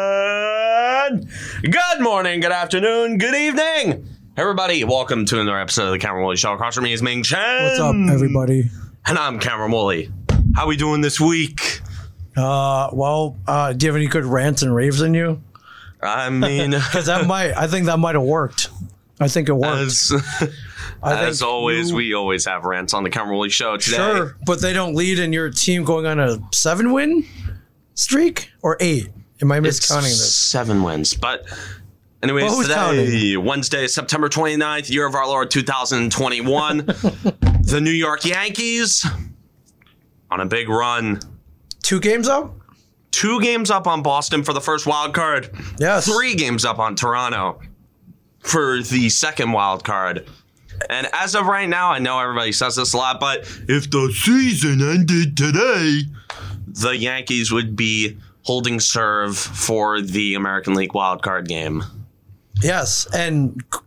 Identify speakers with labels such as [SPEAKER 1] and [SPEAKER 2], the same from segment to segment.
[SPEAKER 1] And good morning, good afternoon, good evening, everybody. Welcome to another episode of the Cameron Woolley Show. Across from me is Ming Chen.
[SPEAKER 2] What's up, everybody?
[SPEAKER 1] And I'm Cameron Woolley. How we doing this week?
[SPEAKER 2] Uh, well, uh, do you have any good rants and raves in you?
[SPEAKER 1] I mean,
[SPEAKER 2] Because that might, I think that might have worked. I think it worked.
[SPEAKER 1] as,
[SPEAKER 2] I think
[SPEAKER 1] as always,
[SPEAKER 2] you-
[SPEAKER 1] we always have rants on the Cameron Woolley Show today.
[SPEAKER 2] sure, but they don't lead in your team going on a seven win streak or eight. Am I
[SPEAKER 1] It's
[SPEAKER 2] miscounting this?
[SPEAKER 1] Seven wins. But anyways,
[SPEAKER 2] Well, who's
[SPEAKER 1] today,
[SPEAKER 2] counting?
[SPEAKER 1] Wednesday, September 29th, year of our Lord 2021, the New York Yankees on a big run.
[SPEAKER 2] Two games up?
[SPEAKER 1] Two games up on Boston for the first wild card.
[SPEAKER 2] Yes.
[SPEAKER 1] Three games up on Toronto for the second wild card. And as of right now, I know everybody says this a lot, but if the season ended today, the Yankees would be holding serve for the American League wild card game.
[SPEAKER 2] Yes, and g-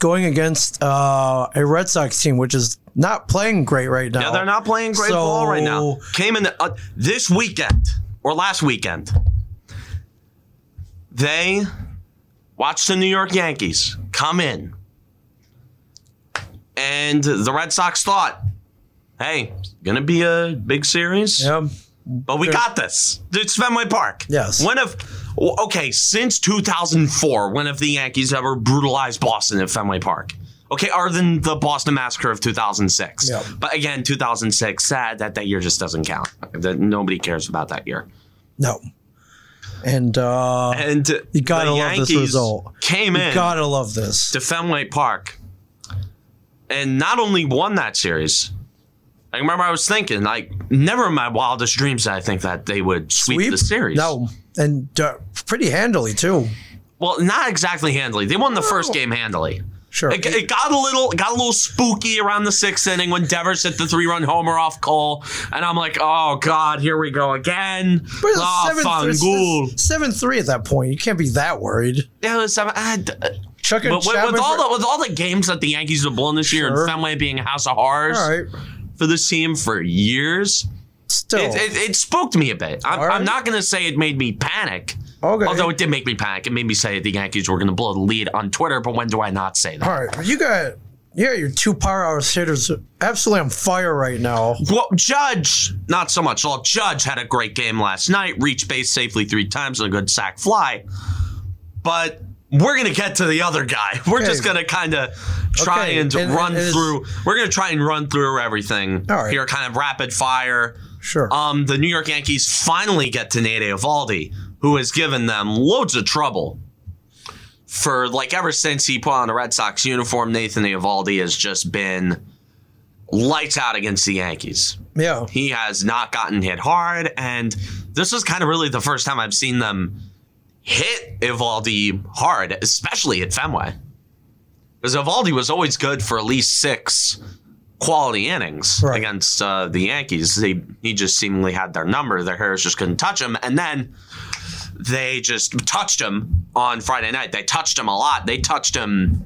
[SPEAKER 2] going against uh, a Red Sox team which is not playing great right now.
[SPEAKER 1] Yeah, they're not playing great
[SPEAKER 2] So-
[SPEAKER 1] ball right now. Came in the, uh, this weekend or last weekend. They watched the New York Yankees come in, and the Red Sox thought, "Hey, gonna be a big series,
[SPEAKER 2] Yeah.
[SPEAKER 1] but we got this." It's Fenway Park.
[SPEAKER 2] Yes.
[SPEAKER 1] When have okay since 2004? When have the Yankees ever brutalized Boston at Fenway Park? Okay, other than the Boston Massacre of 2006.
[SPEAKER 2] Yeah.
[SPEAKER 1] But again, 2006, sad that that year just doesn't count. That nobody cares about that year.
[SPEAKER 2] No. And uh,
[SPEAKER 1] And
[SPEAKER 2] You gotta
[SPEAKER 1] the
[SPEAKER 2] love this
[SPEAKER 1] Yankees
[SPEAKER 2] result.
[SPEAKER 1] Came in
[SPEAKER 2] gotta love this.
[SPEAKER 1] to Fenway Park and not only won that series. I remember I was thinking, like, never in my wildest dreams did I think that they would sweep, the series.
[SPEAKER 2] No, and uh, pretty handily too.
[SPEAKER 1] Well, not exactly handily. They won the first game handily.
[SPEAKER 2] Sure.
[SPEAKER 1] It, it got a little got a little spooky around the sixth inning when Devers hit the three run homer off Cole, and I'm like, oh god, here we go again.
[SPEAKER 2] But it's
[SPEAKER 1] Ah,
[SPEAKER 2] seven,
[SPEAKER 1] Fangool.
[SPEAKER 2] three, seven three at that point. You can't be that worried.
[SPEAKER 1] Yeah, it was seven. ah, d- uh,
[SPEAKER 2] Chuck and
[SPEAKER 1] But with,
[SPEAKER 2] Chapman
[SPEAKER 1] with all
[SPEAKER 2] for-
[SPEAKER 1] the with all the games that the Yankees have blown this year,
[SPEAKER 2] Sure.
[SPEAKER 1] and Fenway being a house of horrors
[SPEAKER 2] all right,
[SPEAKER 1] for this team for years,
[SPEAKER 2] still
[SPEAKER 1] it, it, it spooked me a bit. I'm,
[SPEAKER 2] Oh. All right.
[SPEAKER 1] I'm not going to say it made me panic,
[SPEAKER 2] okay.
[SPEAKER 1] although it did make me panic. It made me say the Yankees were going to blow the lead on Twitter. But when do I not say that?
[SPEAKER 2] all right, you got yeah, your two powerhouse hitters absolutely on fire right now.
[SPEAKER 1] Well, Judge, not so much. Well, Judge had a great game last night, reached base safely three times and a good sack fly. But we're going to get to the other guy. We're
[SPEAKER 2] Okay.
[SPEAKER 1] just going to kind of try
[SPEAKER 2] Okay,
[SPEAKER 1] and,
[SPEAKER 2] and-
[SPEAKER 1] run
[SPEAKER 2] and it's-
[SPEAKER 1] through. We're going to try and run through everything
[SPEAKER 2] All right.
[SPEAKER 1] here, kind of rapid fire.
[SPEAKER 2] Sure.
[SPEAKER 1] Um, the New York Yankees finally get to Nate Evaldi, who has given them loads of trouble. For like ever since he put on a Red Sox uniform, Nathan Evaldi has just been lights out against the Yankees.
[SPEAKER 2] yeah.
[SPEAKER 1] He has not gotten hit hard, and this is kind of really the first time I've seen them hit Ivaldi hard, especially at Fenway. Because Ivaldi was always good for at least six quality innings
[SPEAKER 2] Right.
[SPEAKER 1] against uh, the Yankees. They, he just seemingly had their number. Their Harris just couldn't touch him. And then they just touched him on Friday night. They touched him a lot. They touched him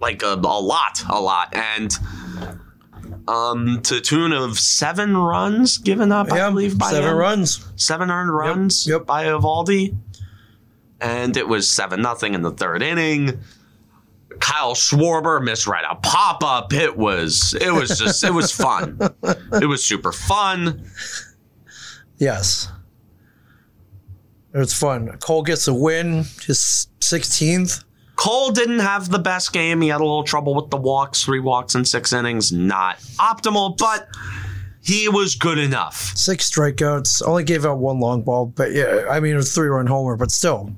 [SPEAKER 1] like a, a lot, a lot, and um, to tune of seven runs given up, I
[SPEAKER 2] Yeah,
[SPEAKER 1] believe, by
[SPEAKER 2] seven
[SPEAKER 1] him.
[SPEAKER 2] runs.
[SPEAKER 1] seven earned runs
[SPEAKER 2] yep.
[SPEAKER 1] by Evaldi, and it was seven nothing in the third inning. Kyle Schwarber misread a pop up. It was it was just it was fun. It was super fun.
[SPEAKER 2] Yes, it's fun. Cole gets a win, his sixteenth.
[SPEAKER 1] Cole didn't have the best game. He had a little trouble with the walks, three walks in six innings, not optimal, but he was good enough.
[SPEAKER 2] Six strikeouts, only gave out one long ball, but yeah, I mean it was three run homer, but still,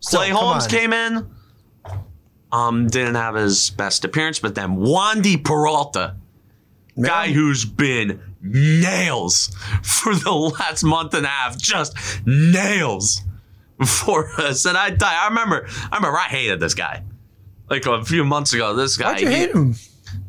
[SPEAKER 2] still
[SPEAKER 1] Clay
[SPEAKER 2] come
[SPEAKER 1] Holmes
[SPEAKER 2] on.
[SPEAKER 1] came in. Um, didn't have his best appearance, but then Wandy Peralta,
[SPEAKER 2] Man.
[SPEAKER 1] guy who's been nails for the last month and a half, just nails for us. And I, I remember, I remember, I hated this guy. Like a few months ago, this guy.
[SPEAKER 2] Why'd you
[SPEAKER 1] he-
[SPEAKER 2] hate him?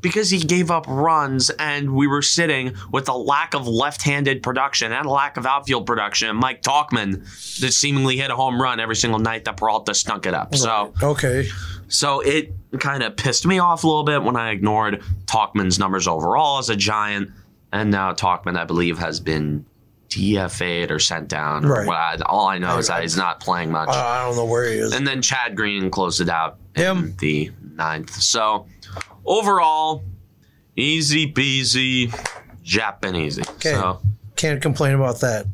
[SPEAKER 1] because he gave up runs and we were sitting with a lack of left-handed production and a lack of outfield production. Mike Talkman that seemingly hit a home run every single night that Peralta stunk it up. So
[SPEAKER 2] Okay.
[SPEAKER 1] so it kind of pissed me off a little bit when I ignored Talkman's numbers overall as a giant. And now Talkman, I believe, has been DFA'd or sent down. or
[SPEAKER 2] Right.
[SPEAKER 1] what I- all I know is that he's not playing much.
[SPEAKER 2] Uh, I don't know where he is.
[SPEAKER 1] And then Chad Green closed it out in
[SPEAKER 2] Him.
[SPEAKER 1] the ninth. So overall, easy peasy, Japanese.
[SPEAKER 2] Okay.
[SPEAKER 1] So,
[SPEAKER 2] Can't complain about that.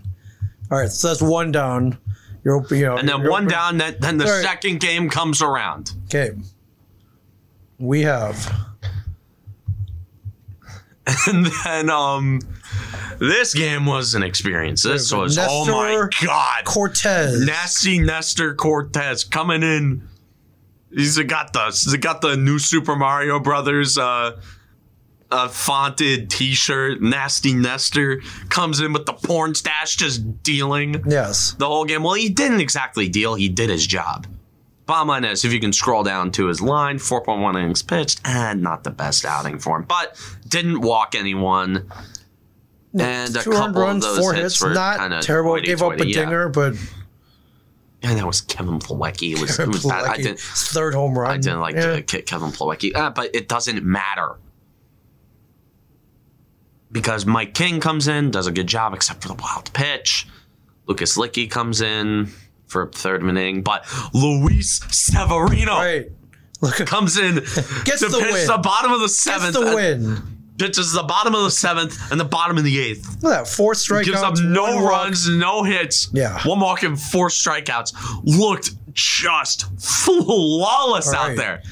[SPEAKER 2] All right, so that's one down. You're op- you know,
[SPEAKER 1] and then
[SPEAKER 2] you're
[SPEAKER 1] one
[SPEAKER 2] open-
[SPEAKER 1] down, then, then the
[SPEAKER 2] Sorry.
[SPEAKER 1] second game comes around.
[SPEAKER 2] Okay. We have
[SPEAKER 1] And then um this game was an experience. This was oh my
[SPEAKER 2] Nestor
[SPEAKER 1] god.
[SPEAKER 2] Cortez.
[SPEAKER 1] Nasty Nestor Cortez coming in. He's got the he's got the new Super Mario Brothers uh uh fonted t-shirt. Nasty Nestor comes in with the porn stash just dealing
[SPEAKER 2] yes.
[SPEAKER 1] the whole game. Well, he didn't exactly deal. He did his job. Bob Inez, if you can scroll down to his line, 4.1 innings pitched, and not the best outing for him, but didn't walk anyone. And a
[SPEAKER 2] Two earned
[SPEAKER 1] couple
[SPEAKER 2] runs,
[SPEAKER 1] of those
[SPEAKER 2] four
[SPEAKER 1] hits,
[SPEAKER 2] hits,
[SPEAKER 1] were
[SPEAKER 2] not
[SPEAKER 1] kinda
[SPEAKER 2] terrible. Gave up a
[SPEAKER 1] hoity-toity, yeah.
[SPEAKER 2] dinger, but
[SPEAKER 1] And that was Kevin Plawecki. It was, it was bad. I
[SPEAKER 2] Plawecki,
[SPEAKER 1] didn't,
[SPEAKER 2] his third home run.
[SPEAKER 1] I didn't like
[SPEAKER 2] yeah.
[SPEAKER 1] the Ke- Kevin Plawecki, uh, but it doesn't matter because Mike King comes in, does a good job, except for the wild pitch. Lucas Licky comes in for a third inning, but Luis Severino
[SPEAKER 2] Right. Look,
[SPEAKER 1] comes in
[SPEAKER 2] Gets
[SPEAKER 1] to
[SPEAKER 2] the
[SPEAKER 1] pitch
[SPEAKER 2] win.
[SPEAKER 1] the bottom of the
[SPEAKER 2] that's
[SPEAKER 1] seventh.
[SPEAKER 2] the
[SPEAKER 1] and
[SPEAKER 2] win.
[SPEAKER 1] Pitches the bottom of the seventh and the bottom of the eighth.
[SPEAKER 2] Look at that four strikeouts.
[SPEAKER 1] Gives up
[SPEAKER 2] one
[SPEAKER 1] no
[SPEAKER 2] walk.
[SPEAKER 1] runs, no hits.
[SPEAKER 2] Yeah.
[SPEAKER 1] One walk and four strikeouts. Looked just flawless
[SPEAKER 2] All
[SPEAKER 1] out
[SPEAKER 2] right.
[SPEAKER 1] there.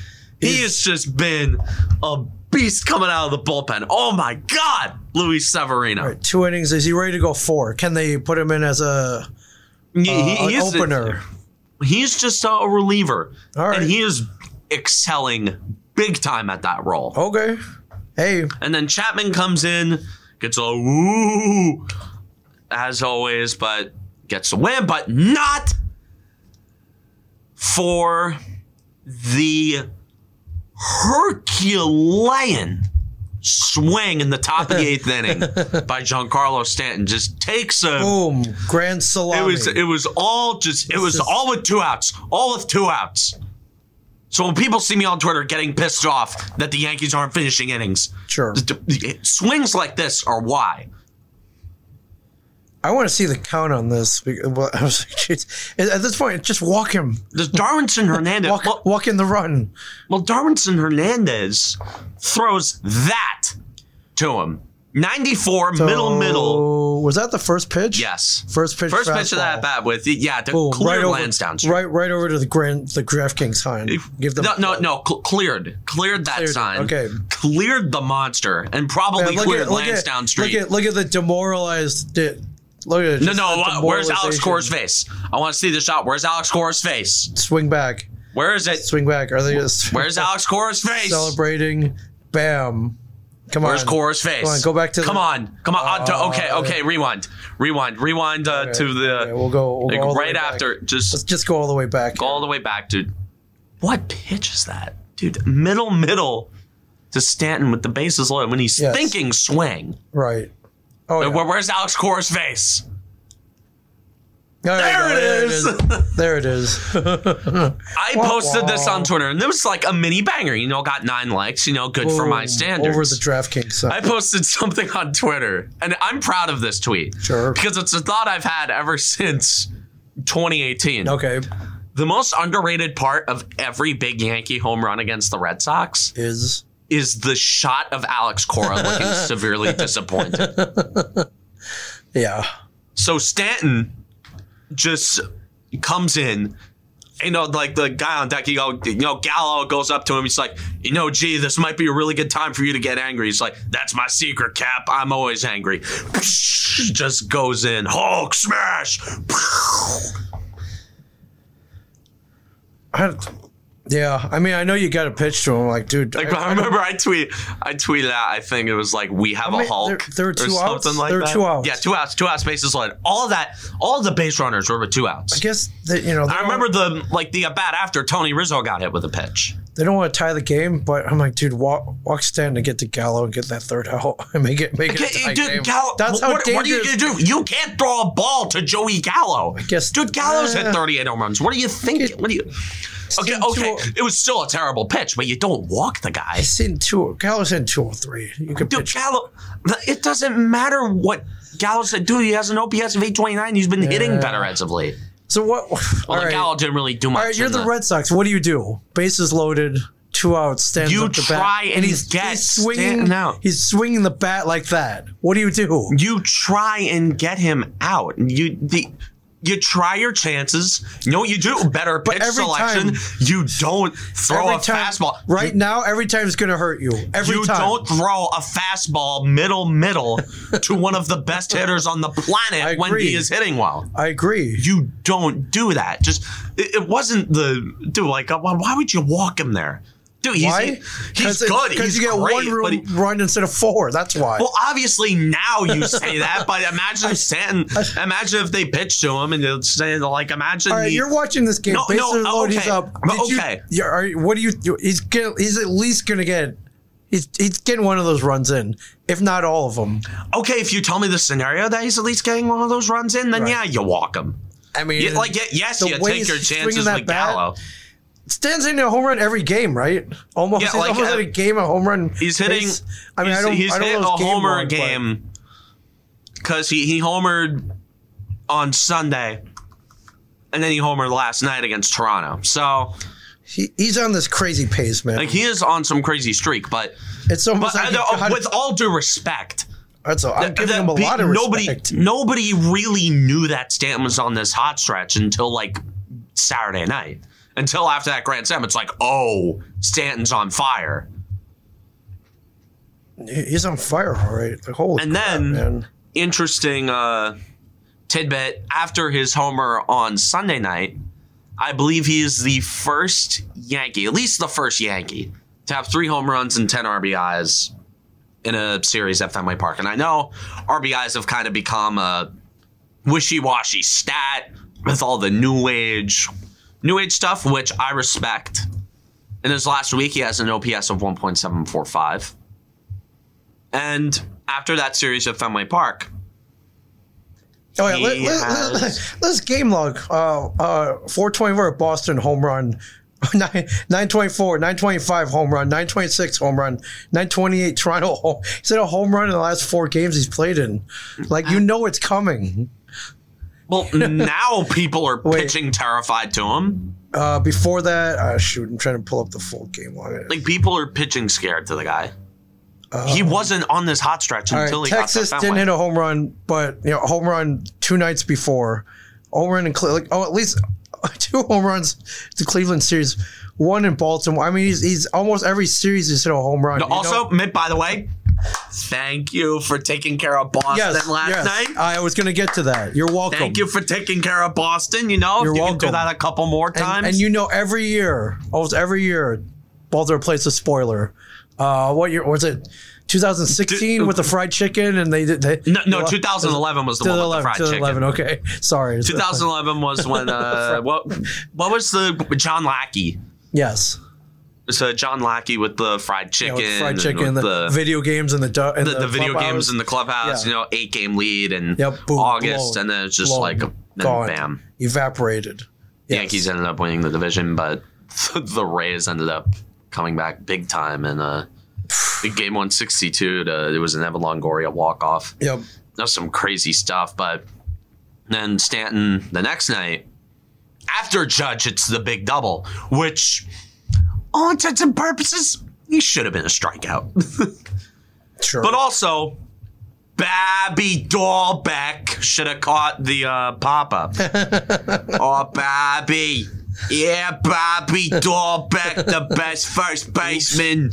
[SPEAKER 1] He
[SPEAKER 2] He's-
[SPEAKER 1] has just been a beast coming out of the bullpen. Oh my God, Luis Severino.
[SPEAKER 2] All right, two innings. Is he ready to go four? Can they put him in as a
[SPEAKER 1] He-
[SPEAKER 2] uh,
[SPEAKER 1] he- he
[SPEAKER 2] an
[SPEAKER 1] is-
[SPEAKER 2] opener?
[SPEAKER 1] He's just a reliever.
[SPEAKER 2] All right.
[SPEAKER 1] And he is excelling big time at that role.
[SPEAKER 2] Okay. Hey,
[SPEAKER 1] And then Chapman comes in, gets a woo, as always, but gets a win, but not for the Herculean swing in the top of the eighth inning by Giancarlo Stanton. Just takes a.
[SPEAKER 2] boom, grand salami.
[SPEAKER 1] It was it was all just it was
[SPEAKER 2] is-
[SPEAKER 1] all with two outs, all with two outs. So when people see me on Twitter getting pissed off that the Yankees aren't finishing innings,
[SPEAKER 2] sure.
[SPEAKER 1] the- the- swings like this are why.
[SPEAKER 2] I want to see the count on this. because- well, I was like, geez. At at this point, just walk him.
[SPEAKER 1] The Darwinson Hernandez.
[SPEAKER 2] Walk,
[SPEAKER 1] well,
[SPEAKER 2] walk in the run.
[SPEAKER 1] well, Darwinson Hernandez throws that to him. 94 middle middle.
[SPEAKER 2] Oh, Was that the first pitch?
[SPEAKER 1] Yes.
[SPEAKER 2] First pitch.
[SPEAKER 1] First pitch
[SPEAKER 2] fastball.
[SPEAKER 1] of that bat with yeah, to
[SPEAKER 2] Boom,
[SPEAKER 1] clear
[SPEAKER 2] over-
[SPEAKER 1] Lansdowne.
[SPEAKER 2] Right, right over to the grand, the DraftKings sign. Give them
[SPEAKER 1] no, no, no, cl- cleared, cleared that
[SPEAKER 2] Cleared,
[SPEAKER 1] sign.
[SPEAKER 2] okay.
[SPEAKER 1] cleared the monster and probably
[SPEAKER 2] Yeah,
[SPEAKER 1] cleared Lansdowne Street.
[SPEAKER 2] Look at, look at the demoralized. di- Look at
[SPEAKER 1] no, no, uh, where's Alex Cora's
[SPEAKER 2] Coors?
[SPEAKER 1] face? I want to see the shot. Where's Alex Cora's face?
[SPEAKER 2] Swing back,
[SPEAKER 1] Where is it?
[SPEAKER 2] swing back. Are they just
[SPEAKER 1] Where's Alex Cora's face?
[SPEAKER 2] celebrating? Bam! Come
[SPEAKER 1] Where's
[SPEAKER 2] on,
[SPEAKER 1] Cora's face?
[SPEAKER 2] Come on, go back to
[SPEAKER 1] Come
[SPEAKER 2] the- Oh,
[SPEAKER 1] on, come on. uh, to- okay, okay. Rewind, rewind, rewind uh, to the
[SPEAKER 2] Okay, we'll go, we'll go
[SPEAKER 1] like,
[SPEAKER 2] all the way
[SPEAKER 1] right
[SPEAKER 2] back.
[SPEAKER 1] after. Just
[SPEAKER 2] Let's just go all the way back.
[SPEAKER 1] go all the way back to what pitch is that, dude? Middle, middle to Stanton with the bases loaded when he's
[SPEAKER 2] Yes.
[SPEAKER 1] thinking swing.
[SPEAKER 2] Right. Oh, yeah.
[SPEAKER 1] Where- Where's Alex Cora's face?
[SPEAKER 2] All right,
[SPEAKER 1] there
[SPEAKER 2] no,
[SPEAKER 1] it is.
[SPEAKER 2] there it is.
[SPEAKER 1] I posted this on Twitter, and it was like a mini banger. You know, got nine likes. You know, good for my
[SPEAKER 2] Boom,
[SPEAKER 1] standards.
[SPEAKER 2] Over the DraftKings sign.
[SPEAKER 1] I posted something on Twitter, and I'm proud of this tweet
[SPEAKER 2] Sure.
[SPEAKER 1] because it's a thought I've had ever since 2018.
[SPEAKER 2] okay.
[SPEAKER 1] The most underrated part of every big Yankee home run against the Red Sox
[SPEAKER 2] Is
[SPEAKER 1] is the shot of Alex Cora looking severely disappointed.
[SPEAKER 2] yeah.
[SPEAKER 1] So Stanton just comes in. You know, like the guy on deck, he go, you know, Gallo goes up to him. He's like, you know, gee, this might be a really good time for you to get angry. He's like, that's my secret, Cap. I'm always angry. Just goes in, Hulk smash.
[SPEAKER 2] I, yeah. I mean, I know you got a pitch to him, like, dude.
[SPEAKER 1] Like, I remember I tweet, I tweeted out. I think it was like, we have
[SPEAKER 2] many-
[SPEAKER 1] a Hulk.
[SPEAKER 2] there- there were
[SPEAKER 1] or
[SPEAKER 2] two
[SPEAKER 1] something
[SPEAKER 2] outs?
[SPEAKER 1] Like
[SPEAKER 2] There were
[SPEAKER 1] that.
[SPEAKER 2] two outs.
[SPEAKER 1] Yeah, two outs, two outs, bases loaded. All that, all the base runners were with two outs.
[SPEAKER 2] I guess that you know.
[SPEAKER 1] I remember the like the at bat after Tony Rizzo got hit with a pitch.
[SPEAKER 2] they don't want to tie the game, but I'm like, dude, walk walk stand and get to Gallo and get that third out and make it make it. a tie
[SPEAKER 1] Dude,
[SPEAKER 2] game.
[SPEAKER 1] Gallo,
[SPEAKER 2] That's how
[SPEAKER 1] what, what are you
[SPEAKER 2] dangerous-
[SPEAKER 1] gonna do? You can't throw a ball to Joey Gallo. I
[SPEAKER 2] guess-
[SPEAKER 1] dude, Gallo's
[SPEAKER 2] Uh,
[SPEAKER 1] hit 38 home runs. What do you think? What do you? Okay,
[SPEAKER 2] Seen
[SPEAKER 1] okay.
[SPEAKER 2] two-
[SPEAKER 1] It was still a terrible pitch, but you don't walk the guy.
[SPEAKER 2] It's in two. Gallo's in two or three. You could
[SPEAKER 1] Dude,
[SPEAKER 2] pitch.
[SPEAKER 1] Gallo, it doesn't matter what Gallo said. Dude, he has an OPS of 829. He's been hitting better as of late.
[SPEAKER 2] So what? all
[SPEAKER 1] Well,
[SPEAKER 2] right.
[SPEAKER 1] Gallo didn't really do much.
[SPEAKER 2] All right, you're
[SPEAKER 1] in
[SPEAKER 2] the Red Sox. What do you do? Bases loaded, two outs, stands
[SPEAKER 1] You
[SPEAKER 2] up the
[SPEAKER 1] try
[SPEAKER 2] bat,
[SPEAKER 1] and get Stanton out.
[SPEAKER 2] He's swinging the bat like that. What do you do?
[SPEAKER 1] you try and get him out. You the you try your chances. You know what you do? Better pitch
[SPEAKER 2] every
[SPEAKER 1] selection.
[SPEAKER 2] time-
[SPEAKER 1] you don't throw a fastball.
[SPEAKER 2] right now, every time is going to hurt you. Every
[SPEAKER 1] You
[SPEAKER 2] time.
[SPEAKER 1] don't throw a fastball middle middle to one of the best hitters on the
[SPEAKER 2] I
[SPEAKER 1] planet when
[SPEAKER 2] agree.
[SPEAKER 1] he is hitting well.
[SPEAKER 2] I agree.
[SPEAKER 1] You don't do that. Just it, it wasn't the dude. Like, uh, why, why would you walk him there, dude? He's,
[SPEAKER 2] Why?
[SPEAKER 1] he's
[SPEAKER 2] it-
[SPEAKER 1] good. He's
[SPEAKER 2] you get
[SPEAKER 1] great,
[SPEAKER 2] one room
[SPEAKER 1] but he-
[SPEAKER 2] run instead of four. That's why.
[SPEAKER 1] well, obviously now you say that, but imagine if Stanton, imagine if they pitch to him and they'll say like, imagine
[SPEAKER 2] all right,
[SPEAKER 1] he-
[SPEAKER 2] you're watching this game.
[SPEAKER 1] No,
[SPEAKER 2] Bases
[SPEAKER 1] no,
[SPEAKER 2] are loaded. He's
[SPEAKER 1] okay.
[SPEAKER 2] up.
[SPEAKER 1] But
[SPEAKER 2] Did you-
[SPEAKER 1] okay.
[SPEAKER 2] yeah, all right, what do you? do? He's get, he's at least gonna get. He's he's getting one of those runs in, if not all of them.
[SPEAKER 1] okay. If you tell me the scenario that he's at least getting one of those runs in, then
[SPEAKER 2] Right.
[SPEAKER 1] yeah, you walk him.
[SPEAKER 2] I mean,
[SPEAKER 1] You- like y- yes,
[SPEAKER 2] the
[SPEAKER 1] you
[SPEAKER 2] way
[SPEAKER 1] take
[SPEAKER 2] he's
[SPEAKER 1] your
[SPEAKER 2] swinging
[SPEAKER 1] chances
[SPEAKER 2] that
[SPEAKER 1] with
[SPEAKER 2] bat,
[SPEAKER 1] Gallo.
[SPEAKER 2] stands in a home run every game, right? Almost,
[SPEAKER 1] Yeah,
[SPEAKER 2] he's
[SPEAKER 1] like,
[SPEAKER 2] almost
[SPEAKER 1] uh,
[SPEAKER 2] at a game a home run.
[SPEAKER 1] He's hitting.
[SPEAKER 2] base. I mean,
[SPEAKER 1] he's,
[SPEAKER 2] I don't.
[SPEAKER 1] he's
[SPEAKER 2] I don't
[SPEAKER 1] hit a
[SPEAKER 2] know his game
[SPEAKER 1] homer
[SPEAKER 2] log, but-
[SPEAKER 1] game because he he homered on Sunday, and then he homered last night against Toronto. So
[SPEAKER 2] He, he's on this crazy pace, man.
[SPEAKER 1] like he is on some crazy streak, but.
[SPEAKER 2] it's almost
[SPEAKER 1] But
[SPEAKER 2] like
[SPEAKER 1] uh,
[SPEAKER 2] he
[SPEAKER 1] no,
[SPEAKER 2] got-
[SPEAKER 1] with all due respect,
[SPEAKER 2] that's all. I'm giving
[SPEAKER 1] that
[SPEAKER 2] him a
[SPEAKER 1] be-
[SPEAKER 2] lot of
[SPEAKER 1] nobody
[SPEAKER 2] respect.
[SPEAKER 1] nobody really knew that Stanton was on this hot stretch until like Saturday night. Until after that Grand Slam, it's like, oh, Stanton's on fire.
[SPEAKER 2] He's on fire, all right. Like, holy
[SPEAKER 1] And
[SPEAKER 2] crap,
[SPEAKER 1] then-
[SPEAKER 2] man.
[SPEAKER 1] interesting uh, tidbit after his homer on Sunday night. I believe he is the first Yankee, at least the first Yankee, to have three home runs and 10 RBIs in a series at Fenway Park. And I know RBIs have kind of become a wishy washy stat with all the new age, new age stuff, which I respect. In his last week, he has an OPS of 1.745. And after that series at Fenway Park,
[SPEAKER 2] Oh yeah, let,
[SPEAKER 1] He
[SPEAKER 2] let, let,
[SPEAKER 1] has-
[SPEAKER 2] us game log. Uh, uh, 424 Boston home run, 9, 924, 925 home run, 926 home run, 928 Toronto home. He's hit a home run in the last four games he's played in. Like you know it's coming.
[SPEAKER 1] Well, now people are
[SPEAKER 2] Wait.
[SPEAKER 1] pitching terrified to him.
[SPEAKER 2] Uh, before that, uh, shoot, I'm trying to pull up the full game log.
[SPEAKER 1] Like people are pitching scared to the guy. he wasn't on this hot stretch
[SPEAKER 2] Uh, All right,
[SPEAKER 1] until he
[SPEAKER 2] Texas
[SPEAKER 1] got to
[SPEAKER 2] didn't
[SPEAKER 1] Fenway.
[SPEAKER 2] hit a home run, but you know, home run two nights before, home run and Cle- like oh, at least two home runs to Cleveland series, one in Baltimore. I mean, he's, he's almost every series he's hit a home run. you know?
[SPEAKER 1] also, Mitt, by the way, thank you for taking care of Boston
[SPEAKER 2] yes,
[SPEAKER 1] last
[SPEAKER 2] yes.
[SPEAKER 1] night.
[SPEAKER 2] I was going to get to that. You're welcome.
[SPEAKER 1] Thank you for taking care of Boston. You know,
[SPEAKER 2] You're
[SPEAKER 1] if you can
[SPEAKER 2] welcome.
[SPEAKER 1] do that a couple more times.
[SPEAKER 2] And, and you know, every year, almost every year, Baltimore plays a spoiler. Uh, what year was it? 2016 with the fried chicken, and they did. They,
[SPEAKER 1] no, no, 2011 was the one with the
[SPEAKER 2] 2011,
[SPEAKER 1] fried chicken.
[SPEAKER 2] 2011. Okay, sorry.
[SPEAKER 1] 2011 was when uh, what what was the John Lackey?
[SPEAKER 2] Yes.
[SPEAKER 1] So John Lackey with the fried
[SPEAKER 2] you
[SPEAKER 1] chicken,
[SPEAKER 2] know, with fried
[SPEAKER 1] and
[SPEAKER 2] chicken,
[SPEAKER 1] with
[SPEAKER 2] the, video games, and the du- and
[SPEAKER 1] the, the video
[SPEAKER 2] clubhouse.
[SPEAKER 1] games in the clubhouse,
[SPEAKER 2] Yeah.
[SPEAKER 1] you know, eight game lead and
[SPEAKER 2] Yep, boom,
[SPEAKER 1] August,
[SPEAKER 2] blown,
[SPEAKER 1] and then it's just
[SPEAKER 2] blown,
[SPEAKER 1] like, then
[SPEAKER 2] gone,
[SPEAKER 1] bam.
[SPEAKER 2] evaporated.
[SPEAKER 1] The
[SPEAKER 2] Yes.
[SPEAKER 1] Yankees ended up winning the division, but the Rays ended up coming back big time and uh, the game 162 to, it was an Evan Longoria walk off.
[SPEAKER 2] Yep.
[SPEAKER 1] That was some crazy stuff, but then Stanton the next night after Judge, it's the big double, which all intents and purposes, he should have been a strikeout.
[SPEAKER 2] Sure.
[SPEAKER 1] But also, Babby Dahlbeck should have caught the uh, pop up. oh, Babby. Yeah, Bobby Dahlbeck, the best first baseman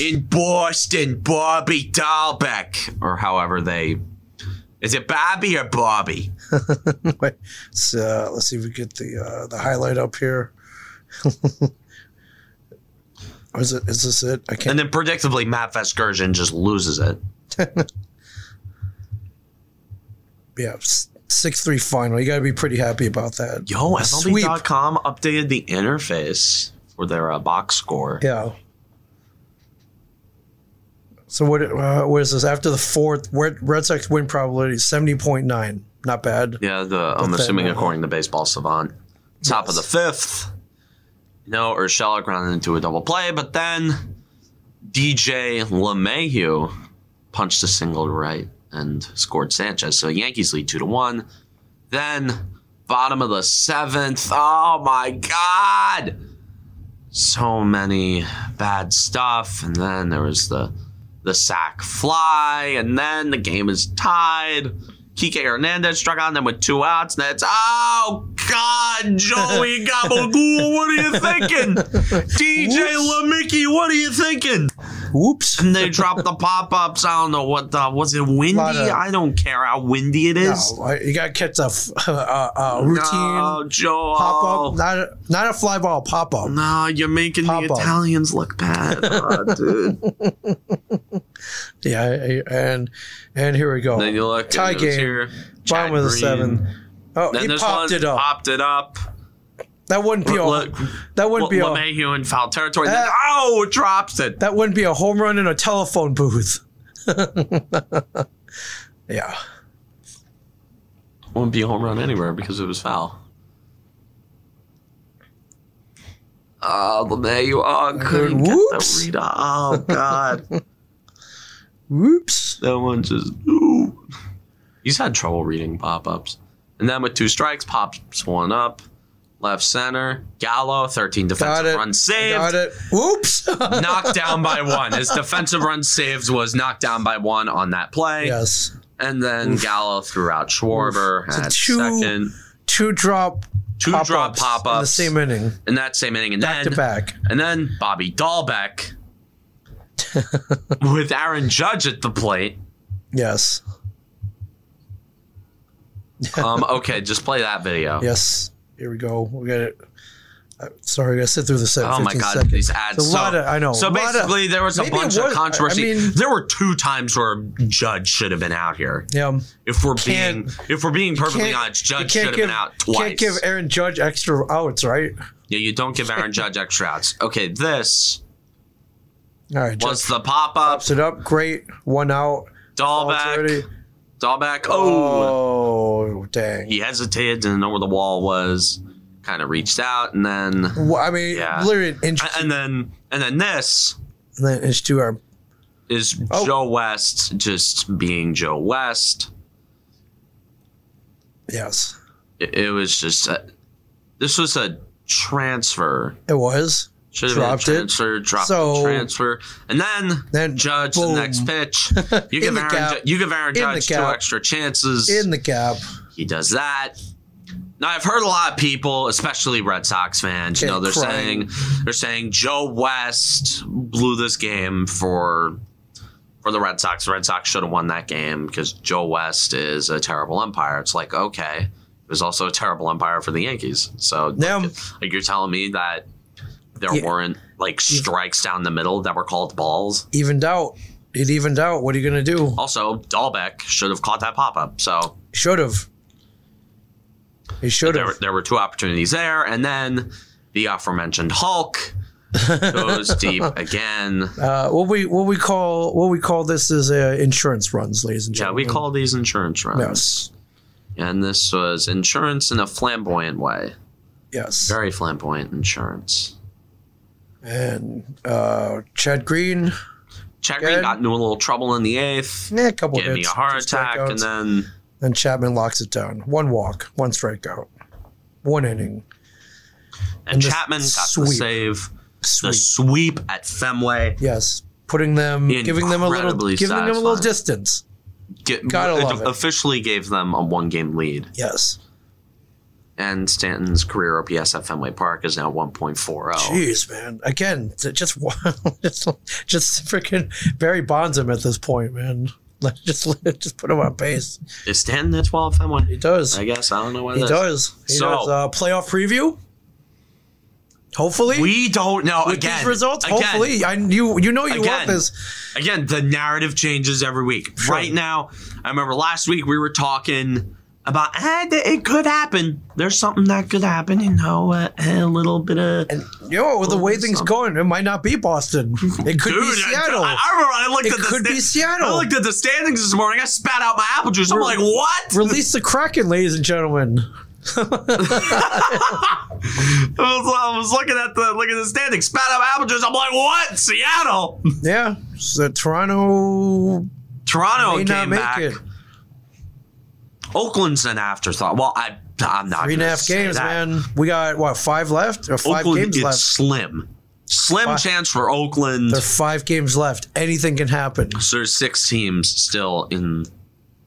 [SPEAKER 1] in Boston. Bobby Dahlbeck, or however they. Is it Bobby or Bobby?
[SPEAKER 2] Wait, so, uh, let's see if we get the uh, the highlight up here. Or is it? Is this it? I can't.
[SPEAKER 1] And then predictably, Matt Vasgersian just loses it.
[SPEAKER 2] yeah. Six three final. You got to be pretty happy about that.
[SPEAKER 1] Yo,
[SPEAKER 2] A sweep.
[SPEAKER 1] MLB.com updated the interface for their uh, box score.
[SPEAKER 2] Yeah. So what? Uh, what is this? After the fourth, Red, Red Sox win probability seventy point nine. Not bad.
[SPEAKER 1] Yeah, the I'm
[SPEAKER 2] That's that
[SPEAKER 1] assuming
[SPEAKER 2] level.
[SPEAKER 1] according to Baseball Savant, top of the
[SPEAKER 2] Yes.
[SPEAKER 1] fifth. No, Urshela grounded into a double play, but then DJ LeMahieu punched a single to right and scored Sanchez. So Yankees lead two to one. Then bottom of the seventh. Oh my God! So many bad stuff, and then there was the the sack fly, and then the game is tied. Kike Hernandez struck on them with two outs. and That's oh God, Joey Gabagool, what are you thinking? DJ LaMickey, what are you thinking?
[SPEAKER 2] Whoops.
[SPEAKER 1] And they dropped the pop ups. I don't know what the was it windy.
[SPEAKER 2] Lot of-
[SPEAKER 1] I don't care how windy it is.
[SPEAKER 2] No, I- you got to catch a, f- a- a- a routine
[SPEAKER 1] No, Joe.
[SPEAKER 2] pop up, not a, not a fly ball pop up.
[SPEAKER 1] No, you're making
[SPEAKER 2] Pop
[SPEAKER 1] the
[SPEAKER 2] up.
[SPEAKER 1] Italians look bad, oh, dude.
[SPEAKER 2] Yeah, I- I- and and here we go.
[SPEAKER 1] Then you look
[SPEAKER 2] Tie
[SPEAKER 1] and it was
[SPEAKER 2] game.
[SPEAKER 1] Here, Chad
[SPEAKER 2] Bottom of the
[SPEAKER 1] Green.
[SPEAKER 2] seven. Oh,
[SPEAKER 1] Then
[SPEAKER 2] he
[SPEAKER 1] this
[SPEAKER 2] popped
[SPEAKER 1] one
[SPEAKER 2] it up.
[SPEAKER 1] popped it up.
[SPEAKER 2] that wouldn't be a
[SPEAKER 1] Look,
[SPEAKER 2] that wouldn't be a
[SPEAKER 1] well, LeMahieu in foul territory. Then,
[SPEAKER 2] Uh,
[SPEAKER 1] oh, drops it.
[SPEAKER 2] that wouldn't be a home run in a telephone booth. yeah.
[SPEAKER 1] Wouldn't be a home run anywhere because it was foul. Oh, LeMahieu. Oh, couldn't get the
[SPEAKER 2] whoops.
[SPEAKER 1] read. Oh, God.
[SPEAKER 2] Whoops.
[SPEAKER 1] that one just. Ooh. He's had trouble reading pop ups. And then with two strikes, pops one up. Left center. Gallo, 13
[SPEAKER 2] Got
[SPEAKER 1] defensive
[SPEAKER 2] it.
[SPEAKER 1] run saved.
[SPEAKER 2] Got it. Whoops.
[SPEAKER 1] knocked down by one. His defensive run saved was knocked down by one on that play.
[SPEAKER 2] yes.
[SPEAKER 1] And then Gallo threw out Schwarber
[SPEAKER 2] Oof.
[SPEAKER 1] at
[SPEAKER 2] Two
[SPEAKER 1] second.
[SPEAKER 2] Two drop.
[SPEAKER 1] Two drop pop
[SPEAKER 2] in the
[SPEAKER 1] ups
[SPEAKER 2] same inning,
[SPEAKER 1] in that same inning. And
[SPEAKER 2] back
[SPEAKER 1] then,
[SPEAKER 2] to back.
[SPEAKER 1] and then Bobby Dahlbeck with Aaron Judge at the plate.
[SPEAKER 2] Yes.
[SPEAKER 1] Um, okay, just play that video.
[SPEAKER 2] Yes. Here we go. We got it. Uh, Sorry, I gotta sit through the set.
[SPEAKER 1] Oh my
[SPEAKER 2] 15
[SPEAKER 1] god,
[SPEAKER 2] seconds.
[SPEAKER 1] these ads!
[SPEAKER 2] It's a
[SPEAKER 1] so,
[SPEAKER 2] lot of- I know.
[SPEAKER 1] So
[SPEAKER 2] a lot of-
[SPEAKER 1] basically, there was a
[SPEAKER 2] maybe it
[SPEAKER 1] bunch of
[SPEAKER 2] was- I- I
[SPEAKER 1] controversy.
[SPEAKER 2] mean-
[SPEAKER 1] there were two times where Judge should have been out here.
[SPEAKER 2] yeah.
[SPEAKER 1] If we're being
[SPEAKER 2] can't-
[SPEAKER 1] if we're being perfectly
[SPEAKER 2] can't-
[SPEAKER 1] honest,
[SPEAKER 2] You
[SPEAKER 1] Judge should
[SPEAKER 2] can't
[SPEAKER 1] have
[SPEAKER 2] give
[SPEAKER 1] been out
[SPEAKER 2] you
[SPEAKER 1] twice.
[SPEAKER 2] can't give Aaron Judge extra outs, right?
[SPEAKER 1] yeah, you don't give Aaron Judge extra outs. Okay, this
[SPEAKER 2] All right. Judge
[SPEAKER 1] was the pop up.
[SPEAKER 2] pops it up. Great. One out.
[SPEAKER 1] Dahlback.
[SPEAKER 2] Already.
[SPEAKER 1] Dahlback. Oh.
[SPEAKER 2] Oh dang.
[SPEAKER 1] he hesitated, didn't know where the wall was. Kind of reached out, and then
[SPEAKER 2] Well, I mean,
[SPEAKER 1] Yeah.
[SPEAKER 2] literally an inch,
[SPEAKER 1] and then and then this
[SPEAKER 2] and then inch two arm.
[SPEAKER 1] is
[SPEAKER 2] Oh.
[SPEAKER 1] Joe West just being Joe West.
[SPEAKER 2] Yes,
[SPEAKER 1] It, it was just a, this was a transfer.
[SPEAKER 2] it was.
[SPEAKER 1] Should have been a
[SPEAKER 2] Dropped it.
[SPEAKER 1] transfer, dropped
[SPEAKER 2] So-
[SPEAKER 1] transfer, and then
[SPEAKER 2] Then
[SPEAKER 1] Judge
[SPEAKER 2] boom.
[SPEAKER 1] the next pitch. You
[SPEAKER 2] In
[SPEAKER 1] give
[SPEAKER 2] the
[SPEAKER 1] Aaron,
[SPEAKER 2] gap.
[SPEAKER 1] Ju- you give Aaron
[SPEAKER 2] In the
[SPEAKER 1] Judge two
[SPEAKER 2] gap.
[SPEAKER 1] extra chances.
[SPEAKER 2] in the gap.
[SPEAKER 1] he does that. Now I've heard a lot of people, especially Red Sox fans, you
[SPEAKER 2] Okay,
[SPEAKER 1] know, they're
[SPEAKER 2] crying.
[SPEAKER 1] saying they're saying Joe West blew this game for for the Red Sox. The Red Sox should have won that game because Joe West is a terrible umpire. It's like okay, he was also a terrible umpire for the Yankees. So
[SPEAKER 2] Now-
[SPEAKER 1] like, like you're telling me that there
[SPEAKER 2] Yeah.
[SPEAKER 1] weren't like strikes down the middle that were called balls.
[SPEAKER 2] Evened out. It evened out. What are you gonna do?
[SPEAKER 1] Also, Dahlbeck should have caught that pop up. So
[SPEAKER 2] Should have. It should
[SPEAKER 1] there,
[SPEAKER 2] have.
[SPEAKER 1] there were two opportunities there, and then the aforementioned Hulk goes deep again.
[SPEAKER 2] Uh, what we what we call what we call this is uh, insurance runs, ladies and
[SPEAKER 1] Yeah,
[SPEAKER 2] gentlemen.
[SPEAKER 1] we call these insurance runs,
[SPEAKER 2] yes,
[SPEAKER 1] and this was insurance in a flamboyant way,
[SPEAKER 2] yes.
[SPEAKER 1] very flamboyant insurance.
[SPEAKER 2] And uh, Chad Green,
[SPEAKER 1] Chad
[SPEAKER 2] Good.
[SPEAKER 1] Green got into a little trouble in the eighth,
[SPEAKER 2] eh, a couple
[SPEAKER 1] gave me a
[SPEAKER 2] hits, two
[SPEAKER 1] heart attack,
[SPEAKER 2] strikeouts.
[SPEAKER 1] and then
[SPEAKER 2] Then Chapman locks it down. One walk, one strikeout, one inning.
[SPEAKER 1] and,
[SPEAKER 2] And the
[SPEAKER 1] Chapman got the
[SPEAKER 2] sweep.
[SPEAKER 1] save, the
[SPEAKER 2] Sweet.
[SPEAKER 1] sweep at Fenway.
[SPEAKER 2] Yes, putting them, giving them a little,
[SPEAKER 1] Incredibly
[SPEAKER 2] giving them a little
[SPEAKER 1] satisfying.
[SPEAKER 2] distance.
[SPEAKER 1] Get, uh,
[SPEAKER 2] Gotta love it.
[SPEAKER 1] officially gave them a one-game lead.
[SPEAKER 2] Yes.
[SPEAKER 1] and Stanton's career OPS at Fenway Park is now 1.40.
[SPEAKER 2] Jeez, man. Again, th- just one- just, just freaking Barry Bonds him at this point, man. Like, Just just put him on base.
[SPEAKER 1] Is Stanton at 12 Fenway?
[SPEAKER 2] He does.
[SPEAKER 1] I guess I don't know why
[SPEAKER 2] He
[SPEAKER 1] that.
[SPEAKER 2] does. He
[SPEAKER 1] So-
[SPEAKER 2] does. Uh, playoff preview. Hopefully,
[SPEAKER 1] We don't know
[SPEAKER 2] with
[SPEAKER 1] again.
[SPEAKER 2] these results.
[SPEAKER 1] again,
[SPEAKER 2] Hopefully, I you you know you
[SPEAKER 1] Again.
[SPEAKER 2] want this.
[SPEAKER 1] again, the narrative changes every week. Right now, I remember last week we were talking about eh, th- it could happen. There's something that could happen, you know, uh, a little bit of.
[SPEAKER 2] And yo, with the way things going, it might not be Boston. It could be
[SPEAKER 1] I-
[SPEAKER 2] Seattle.
[SPEAKER 1] I, I remember I looked
[SPEAKER 2] It
[SPEAKER 1] at the
[SPEAKER 2] could be Seattle.
[SPEAKER 1] I looked at the standings this morning. I spat out my apple juice. I'm like, what?
[SPEAKER 2] Release the Kraken, ladies and gentlemen.
[SPEAKER 1] I, was, I was looking at the look at the standings, spat out my apple juice. I'm like, what? Seattle,
[SPEAKER 2] Yeah, so Toronto
[SPEAKER 1] Toronto
[SPEAKER 2] may
[SPEAKER 1] came
[SPEAKER 2] not make
[SPEAKER 1] back.
[SPEAKER 2] it.
[SPEAKER 1] Oakland's an afterthought. Well, I I'm not
[SPEAKER 2] Three and a
[SPEAKER 1] gonna
[SPEAKER 2] half
[SPEAKER 1] say
[SPEAKER 2] games,
[SPEAKER 1] that.
[SPEAKER 2] man. We got what five left or five
[SPEAKER 1] Oakland
[SPEAKER 2] games
[SPEAKER 1] it's
[SPEAKER 2] left.
[SPEAKER 1] slim, slim
[SPEAKER 2] Five.
[SPEAKER 1] chance for Oakland.
[SPEAKER 2] There's five games left. Anything can happen.
[SPEAKER 1] So there's six teams still in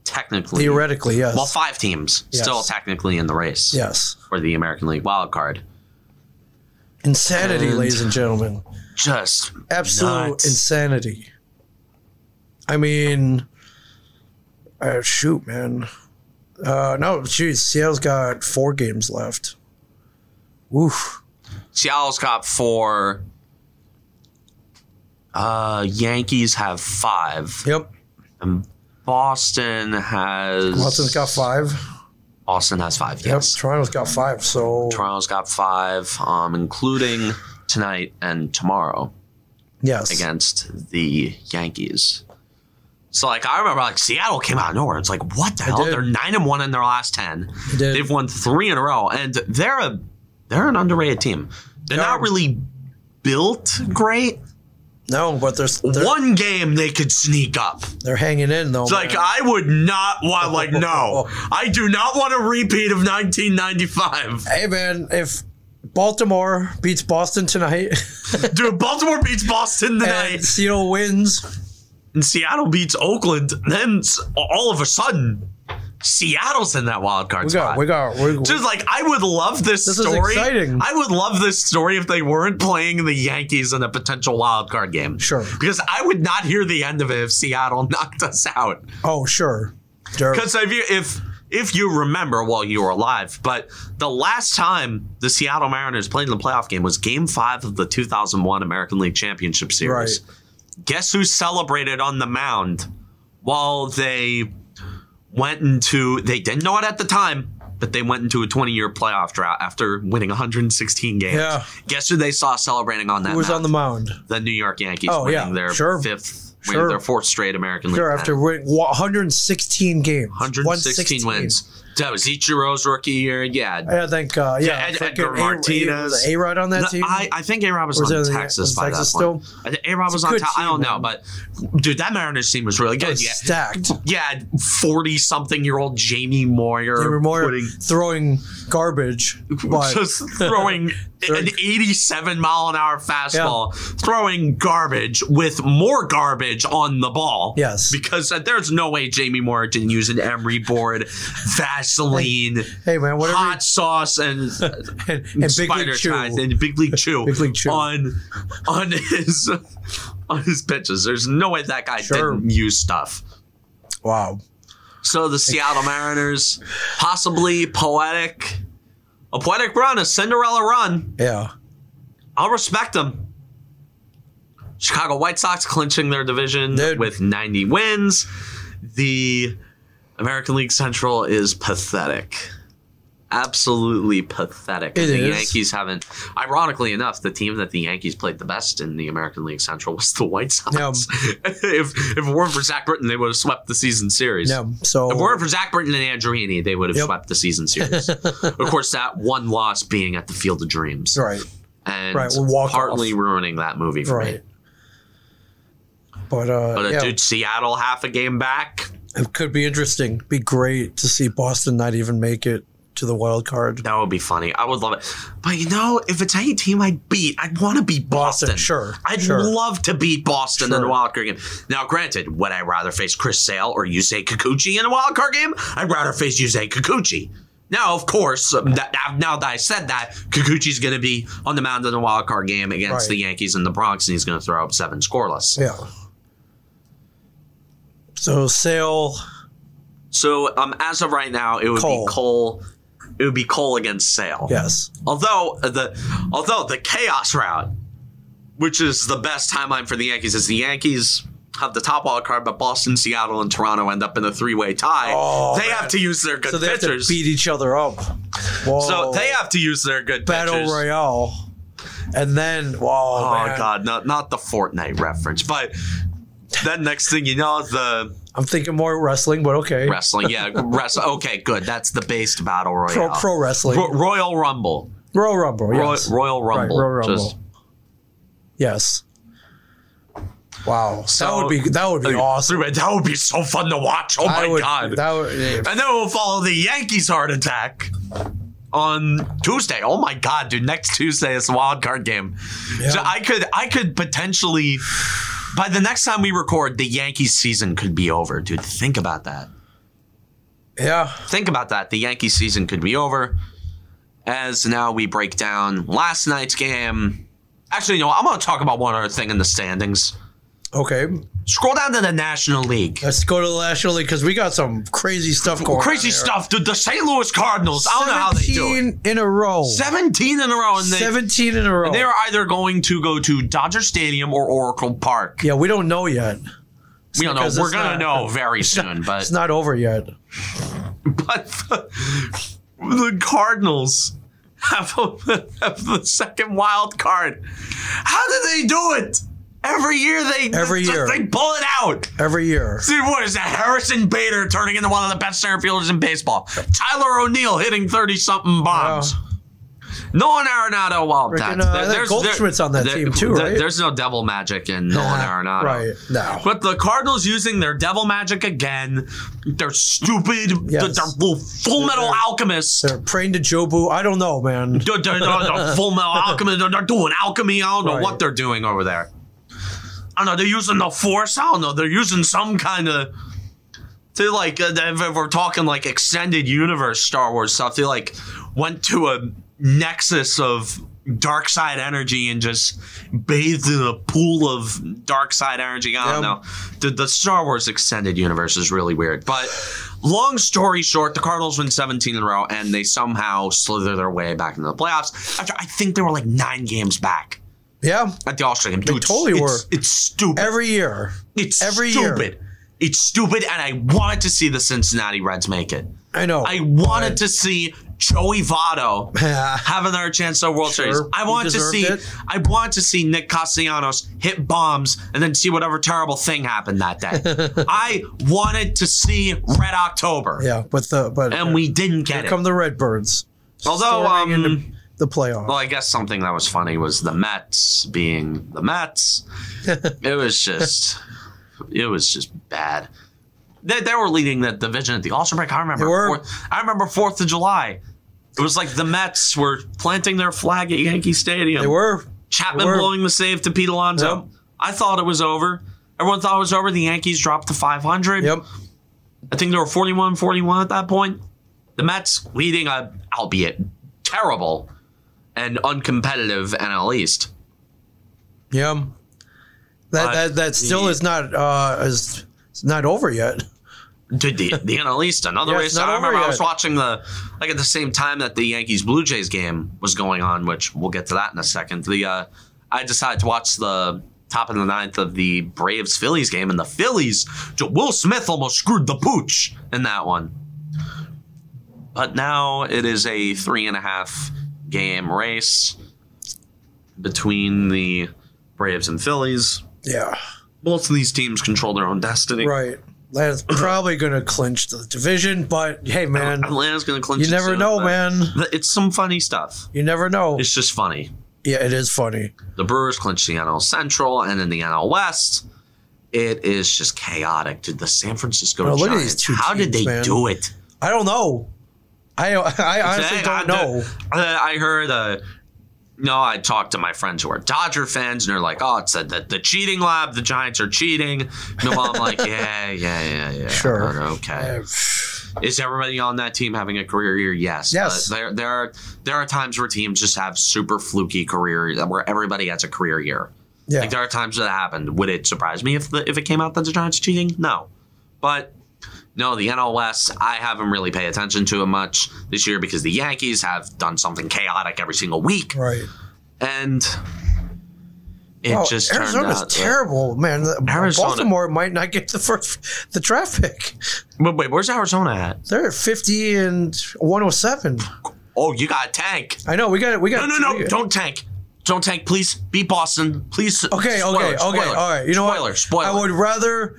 [SPEAKER 1] technically
[SPEAKER 2] Theoretically, yes.
[SPEAKER 1] Well, five teams
[SPEAKER 2] Yes.
[SPEAKER 1] still technically in the race
[SPEAKER 2] yes.
[SPEAKER 1] for the American League wild card.
[SPEAKER 2] Insanity,
[SPEAKER 1] And-
[SPEAKER 2] ladies and gentlemen.
[SPEAKER 1] Just
[SPEAKER 2] Absolute
[SPEAKER 1] nuts.
[SPEAKER 2] insanity. I mean, uh, shoot, man. Uh, no, geez, Seattle's got four games left. Oof.
[SPEAKER 1] Seattle's got four. Uh, Yankees have five.
[SPEAKER 2] Yep.
[SPEAKER 1] Boston has.
[SPEAKER 2] Boston's got five.
[SPEAKER 1] Boston has five.
[SPEAKER 2] Yep.
[SPEAKER 1] Yes.
[SPEAKER 2] Toronto's got five. So,
[SPEAKER 1] Toronto's got five, um, including tonight and tomorrow.
[SPEAKER 2] yes.
[SPEAKER 1] against the Yankees. So like I remember like Seattle came out of nowhere. It's like what the hell?
[SPEAKER 2] did.
[SPEAKER 1] They're nine and one in their last ten.
[SPEAKER 2] did.
[SPEAKER 1] They've won three in a row, and they're a they're an underrated team. They're not
[SPEAKER 2] Yeah.
[SPEAKER 1] really built great.
[SPEAKER 2] No, but there's, they're,
[SPEAKER 1] One game they could sneak up.
[SPEAKER 2] they're hanging in, though.
[SPEAKER 1] It's like
[SPEAKER 2] man.
[SPEAKER 1] I would not want like no. I do not want a repeat of 1995.
[SPEAKER 2] hey, man, if Baltimore beats Boston tonight
[SPEAKER 1] Dude, Baltimore beats Boston
[SPEAKER 2] and
[SPEAKER 1] tonight,
[SPEAKER 2] Seattle wins,
[SPEAKER 1] and Seattle beats Oakland. Then s- all of a sudden, Seattle's in that wild card
[SPEAKER 2] we
[SPEAKER 1] spot.
[SPEAKER 2] got, we got, we
[SPEAKER 1] Just like I would love this,
[SPEAKER 2] This is
[SPEAKER 1] story.
[SPEAKER 2] exciting.
[SPEAKER 1] I would love this story if they weren't playing the Yankees in a potential wild card game.
[SPEAKER 2] Sure.
[SPEAKER 1] Because I would not hear the end of it if Seattle knocked us out.
[SPEAKER 2] Oh, sure. Sure.
[SPEAKER 1] Because if you if if you remember while you were alive, but the last time the Seattle Mariners played in the playoff game was game five of the 2001 American League Championship Series. Guess who celebrated on the mound while they went into, they didn't know it at the time, but they went into a 20 year playoff drought after winning 116 games.
[SPEAKER 2] Yeah.
[SPEAKER 1] Guess who they saw celebrating on that
[SPEAKER 2] Who was on
[SPEAKER 1] mound?
[SPEAKER 2] the mound?
[SPEAKER 1] the New York Yankees
[SPEAKER 2] Oh,
[SPEAKER 1] winning
[SPEAKER 2] yeah.
[SPEAKER 1] their
[SPEAKER 2] Sure.
[SPEAKER 1] fifth,
[SPEAKER 2] Sure.
[SPEAKER 1] winning their fourth straight American League.
[SPEAKER 2] Sure,
[SPEAKER 1] pennant.
[SPEAKER 2] after winning 116 games.
[SPEAKER 1] 116 wins. That was Ichiro's rookie year. Yeah.
[SPEAKER 2] I think, uh, yeah,
[SPEAKER 1] Ed-
[SPEAKER 2] fucking
[SPEAKER 1] Edgar Martinez.
[SPEAKER 2] A Rod on that
[SPEAKER 1] No,
[SPEAKER 2] team.
[SPEAKER 1] I, I think A Rob was
[SPEAKER 2] Or is
[SPEAKER 1] on
[SPEAKER 2] it-
[SPEAKER 1] Texas
[SPEAKER 2] was
[SPEAKER 1] by
[SPEAKER 2] Texas
[SPEAKER 1] that
[SPEAKER 2] still?
[SPEAKER 1] point. A Rob was
[SPEAKER 2] a
[SPEAKER 1] on
[SPEAKER 2] good
[SPEAKER 1] Texas. I don't
[SPEAKER 2] team,
[SPEAKER 1] know,
[SPEAKER 2] man.
[SPEAKER 1] but dude, that Mariners team was really
[SPEAKER 2] It
[SPEAKER 1] good.
[SPEAKER 2] was
[SPEAKER 1] Yeah,
[SPEAKER 2] stacked.
[SPEAKER 1] yeah, forty something year old Jamie Moyer,
[SPEAKER 2] They were more
[SPEAKER 1] putting-
[SPEAKER 2] throwing garbage, but
[SPEAKER 1] just throwing an
[SPEAKER 2] Throwing-
[SPEAKER 1] eighty-seven mile an hour fastball, throwing garbage with more garbage on the ball.
[SPEAKER 2] Yes.
[SPEAKER 1] because there's no way Jamie Moyer didn't use an emery board, Vaseline.
[SPEAKER 2] hey, man, whatever.
[SPEAKER 1] hot sauce and,
[SPEAKER 2] and, and Big
[SPEAKER 1] spider
[SPEAKER 2] League Chew.
[SPEAKER 1] ties and big league chew,
[SPEAKER 2] Big League Chew.
[SPEAKER 1] on on his on his pitches. There's no way that guy
[SPEAKER 2] Sure.
[SPEAKER 1] didn't use stuff.
[SPEAKER 2] Wow.
[SPEAKER 1] So the Seattle Mariners, possibly poetic, a poetic run, a Cinderella run.
[SPEAKER 2] Yeah.
[SPEAKER 1] I'll respect them. Chicago White Sox clinching their division
[SPEAKER 2] Dude.
[SPEAKER 1] with 90 wins. The American League Central is pathetic. Absolutely pathetic.
[SPEAKER 2] It
[SPEAKER 1] the
[SPEAKER 2] is.
[SPEAKER 1] Yankees haven't. Ironically enough, the team that the Yankees played the best in the American League Central was the White Sox.
[SPEAKER 2] Yeah.
[SPEAKER 1] if, if it weren't for Zach Britton, they would have swept the season series.
[SPEAKER 2] Yeah. So,
[SPEAKER 1] If it weren't for Zach Britton and Andreini, they would have
[SPEAKER 2] Yep.
[SPEAKER 1] swept the season series. of course, that one loss being at the Field of Dreams
[SPEAKER 2] right.
[SPEAKER 1] and
[SPEAKER 2] Right, we'll walk
[SPEAKER 1] partly ruining that movie for me.
[SPEAKER 2] Right. But, uh,
[SPEAKER 1] But uh,
[SPEAKER 2] yeah,
[SPEAKER 1] dude, Seattle half a game back.
[SPEAKER 2] it could be interesting. Be great to see Boston not even make it to the wild card.
[SPEAKER 1] That would be funny. I would love it. But you know, if it's any team I beat, I'd want to beat Boston.
[SPEAKER 2] Boston, sure,
[SPEAKER 1] I'd
[SPEAKER 2] sure.
[SPEAKER 1] love to beat Boston in the
[SPEAKER 2] Sure.
[SPEAKER 1] wild card game. Now, granted, would I rather face Chris Sale or Yusei Kikuchi in a wild card game? I'd rather face Yusei Kikuchi. Now, of course, um, that, now that I said that, Kikuchi's going to be on the mound in the wild card game against
[SPEAKER 2] Right.
[SPEAKER 1] the Yankees in the Bronx, and he's going to throw up seven scoreless.
[SPEAKER 2] Yeah. So, Sale,
[SPEAKER 1] So um, as of right now, it would
[SPEAKER 2] Cole.
[SPEAKER 1] be Cole. It would be Cole against Sale.
[SPEAKER 2] yes.
[SPEAKER 1] Although uh, the although the chaos route, which is the best timeline for the Yankees, is the Yankees have the top wild card, but Boston, Seattle, and Toronto end up in a three way tie.
[SPEAKER 2] Oh,
[SPEAKER 1] they
[SPEAKER 2] man.
[SPEAKER 1] have to use their good
[SPEAKER 2] So they have to
[SPEAKER 1] pitchers.
[SPEAKER 2] beat each other up. Whoa.
[SPEAKER 1] so they have to use their good
[SPEAKER 2] battle
[SPEAKER 1] pitchers.
[SPEAKER 2] royale, and then whoa,
[SPEAKER 1] Oh
[SPEAKER 2] man.
[SPEAKER 1] god, not not the Fortnite reference, but then next thing you know, the
[SPEAKER 2] I'm thinking more wrestling, but okay,
[SPEAKER 1] wrestling. Yeah, wrestling. Okay, good. That's the based battle
[SPEAKER 2] pro
[SPEAKER 1] royale.
[SPEAKER 2] pro wrestling,
[SPEAKER 1] Ro- Royal Rumble.
[SPEAKER 2] Royal Rumble,
[SPEAKER 1] Roy-
[SPEAKER 2] yes,
[SPEAKER 1] Royal
[SPEAKER 2] Right,
[SPEAKER 1] Rumble.
[SPEAKER 2] Royal Rumble,
[SPEAKER 1] Just-
[SPEAKER 2] yes. Wow, that would be that would be awesome.
[SPEAKER 1] uh, That would be so fun to watch. Oh
[SPEAKER 2] I
[SPEAKER 1] my
[SPEAKER 2] would,
[SPEAKER 1] god.
[SPEAKER 2] that would,
[SPEAKER 1] And then we'll follow the Yankees heart attack on Tuesday. Oh my god, dude! Next Tuesday is the wild card game. So
[SPEAKER 2] Yeah.
[SPEAKER 1] I could, I could potentially, by the next time we record, the Yankees season could be over, dude. Think about that.
[SPEAKER 2] yeah,
[SPEAKER 1] Think about that. The Yankees season could be over. As now we break down last night's game. Actually, you know, what? I'm going to talk about one other thing in the standings.
[SPEAKER 2] okay.
[SPEAKER 1] Scroll down to the National League.
[SPEAKER 2] Let's go to the National League because we got some crazy stuff going.
[SPEAKER 1] Crazy
[SPEAKER 2] on here.
[SPEAKER 1] stuff, dude. The St. Louis Cardinals. I don't know how they do it.
[SPEAKER 2] 17 in a row.
[SPEAKER 1] 17 in a row, and they,
[SPEAKER 2] 17 in a row.
[SPEAKER 1] they are either going to go to Dodger Stadium or Oracle Park.
[SPEAKER 2] yeah, we don't know yet.
[SPEAKER 1] we don't know.
[SPEAKER 2] because
[SPEAKER 1] We're
[SPEAKER 2] it's
[SPEAKER 1] gonna
[SPEAKER 2] not-
[SPEAKER 1] know very soon, but
[SPEAKER 2] It's not over yet.
[SPEAKER 1] but the, the Cardinals have, a, have the second wild card. How do they do it? Every year they
[SPEAKER 2] Every
[SPEAKER 1] just-
[SPEAKER 2] year.
[SPEAKER 1] they pull it out.
[SPEAKER 2] Every year.
[SPEAKER 1] Dude, what is that? Harrison Bader turning into one of the best center fielders in baseball. Tyler O'Neill hitting thirty something bombs. Nolan Arenado, well,
[SPEAKER 2] Freaking,
[SPEAKER 1] that's,
[SPEAKER 2] uh, Goldschmidt's on that team too,
[SPEAKER 1] there-
[SPEAKER 2] right?
[SPEAKER 1] There's no devil magic in Nolan Arenado.
[SPEAKER 2] Right. No.
[SPEAKER 1] But the Cardinals using their devil magic again. They're stupid.
[SPEAKER 2] Yes.
[SPEAKER 1] They're, they're full metal alchemists.
[SPEAKER 2] They're praying to Jobu. I don't know, man.
[SPEAKER 1] They're, they're- they're- they're full metal alchemist. They're, they're doing alchemy. I don't know
[SPEAKER 2] Right.
[SPEAKER 1] what they're doing over there. I don't know. They're using the force. I don't know. They're using some kind of. They like uh, they- if we're talking like extended universe Star Wars stuff. They like went to a nexus of dark side energy and just bathed in a pool of dark side energy. I don't
[SPEAKER 2] Yeah.
[SPEAKER 1] know. The, the Star Wars extended universe is really weird. But long story short, the Cardinals win 17 in a row and they somehow slither their way back into the playoffs. After I think they were like nine games back
[SPEAKER 2] Yeah.
[SPEAKER 1] at the All Star game. Dude, it's-
[SPEAKER 2] totally
[SPEAKER 1] it's,
[SPEAKER 2] were.
[SPEAKER 1] It's stupid.
[SPEAKER 2] Every year.
[SPEAKER 1] it's
[SPEAKER 2] every year.
[SPEAKER 1] stupid. It's stupid, and I wanted to see the Cincinnati Reds make it.
[SPEAKER 2] I know.
[SPEAKER 1] I wanted to see Joey Votto
[SPEAKER 2] Yeah.
[SPEAKER 1] have another chance at a World
[SPEAKER 2] Sure,
[SPEAKER 1] Series. I
[SPEAKER 2] he
[SPEAKER 1] want to
[SPEAKER 2] deserved
[SPEAKER 1] see
[SPEAKER 2] it.
[SPEAKER 1] I want to see Nick Castellanos hit bombs and then see whatever terrible thing happened that day. I wanted to see Red October.
[SPEAKER 2] yeah, but the but
[SPEAKER 1] And we didn't get
[SPEAKER 2] come
[SPEAKER 1] it.
[SPEAKER 2] the Redbirds.
[SPEAKER 1] Although um
[SPEAKER 2] storming into the playoffs.
[SPEAKER 1] well, I guess something that was funny was the Mets being the Mets. it was just, it was just bad. They, they were leading the division at the All Star break. I remember.
[SPEAKER 2] They were.
[SPEAKER 1] Fourth, I remember Fourth of July. It was like the Mets were planting their flag at Yankee Stadium.
[SPEAKER 2] they were.
[SPEAKER 1] Chapman
[SPEAKER 2] they were.
[SPEAKER 1] blowing the save to Pete Alonso.
[SPEAKER 2] Yep.
[SPEAKER 1] I thought it was over. Everyone thought it was over. The Yankees dropped to 500.
[SPEAKER 2] Yep.
[SPEAKER 1] I think they were 41 41 at that point. The Mets leading a, albeit terrible and uncompetitive NL East.
[SPEAKER 2] Yeah. That
[SPEAKER 1] Uh,
[SPEAKER 2] that that still
[SPEAKER 1] the-
[SPEAKER 2] is not uh is it's not over yet.
[SPEAKER 1] Dude, the, the NL East, another
[SPEAKER 2] Yeah, it's
[SPEAKER 1] race.
[SPEAKER 2] not
[SPEAKER 1] I
[SPEAKER 2] over
[SPEAKER 1] remember I
[SPEAKER 2] yet.
[SPEAKER 1] was watching the, like at the same time that the Yankees Blue Jays game was going on, which we'll get to that in a second. The uh, I decided to watch the top of the ninth of the Braves Phillies game, and the Phillies, Will Smith almost screwed the pooch in that one. But now it is a three and a half game race between the Braves and Phillies.
[SPEAKER 2] Yeah.
[SPEAKER 1] Both of these teams control their own destiny.
[SPEAKER 2] Right. That's probably gonna clinch the division, but hey man,
[SPEAKER 1] Atlanta's going to clinch.
[SPEAKER 2] you
[SPEAKER 1] it
[SPEAKER 2] never
[SPEAKER 1] soon,
[SPEAKER 2] know,
[SPEAKER 1] but-
[SPEAKER 2] man.
[SPEAKER 1] Th- It's some funny stuff.
[SPEAKER 2] You never know.
[SPEAKER 1] It's just funny.
[SPEAKER 2] Yeah, it is funny.
[SPEAKER 1] The Brewers clinch the NL Central, and in the NL West, it is just chaotic. Dude, the San Francisco
[SPEAKER 2] Bro, Oh, look at
[SPEAKER 1] Giants.
[SPEAKER 2] these two
[SPEAKER 1] how did they
[SPEAKER 2] teams, man.
[SPEAKER 1] do it?
[SPEAKER 2] I don't know. I I honestly
[SPEAKER 1] Today, I-
[SPEAKER 2] don't know.
[SPEAKER 1] uh, I heard. Uh, no, I talked to my friends who are Dodger fans, and they're like, "Oh, it's the, the, the cheating lab. The Giants are cheating." No, I'm like, "Yeah, yeah, yeah, yeah.
[SPEAKER 2] Sure.
[SPEAKER 1] okay."
[SPEAKER 2] Uh, pff,
[SPEAKER 1] Is everybody on that team having a career year? Yes.
[SPEAKER 2] Yes.
[SPEAKER 1] But there, there are there are times where teams just have super fluky career where everybody has a career year.
[SPEAKER 2] Yeah.
[SPEAKER 1] Like there are times that happened. Would it surprise me if the if it came out that the Giants cheating? No, but no, the NL West I haven't really paid attention to it much this year because the Yankees have done something chaotic every single week,
[SPEAKER 2] right.
[SPEAKER 1] and it
[SPEAKER 2] Oh,
[SPEAKER 1] just turned
[SPEAKER 2] Arizona's
[SPEAKER 1] out. that-
[SPEAKER 2] terrible, man. The-
[SPEAKER 1] Arizona-
[SPEAKER 2] Baltimore might not get the first the draft pick.
[SPEAKER 1] Wait, wait, where's Arizona at?
[SPEAKER 2] They're at fifty and one hundred seven.
[SPEAKER 1] Oh, you got a tank.
[SPEAKER 2] I know we got it. We
[SPEAKER 1] No,
[SPEAKER 2] got
[SPEAKER 1] no, no!
[SPEAKER 2] we-
[SPEAKER 1] Don't tank. Don't tank, please. Be Boston, please.
[SPEAKER 2] Okay, okay, okay. All right. You know
[SPEAKER 1] spoiler,
[SPEAKER 2] what?
[SPEAKER 1] Spoiler,
[SPEAKER 2] I
[SPEAKER 1] spoiler.
[SPEAKER 2] would rather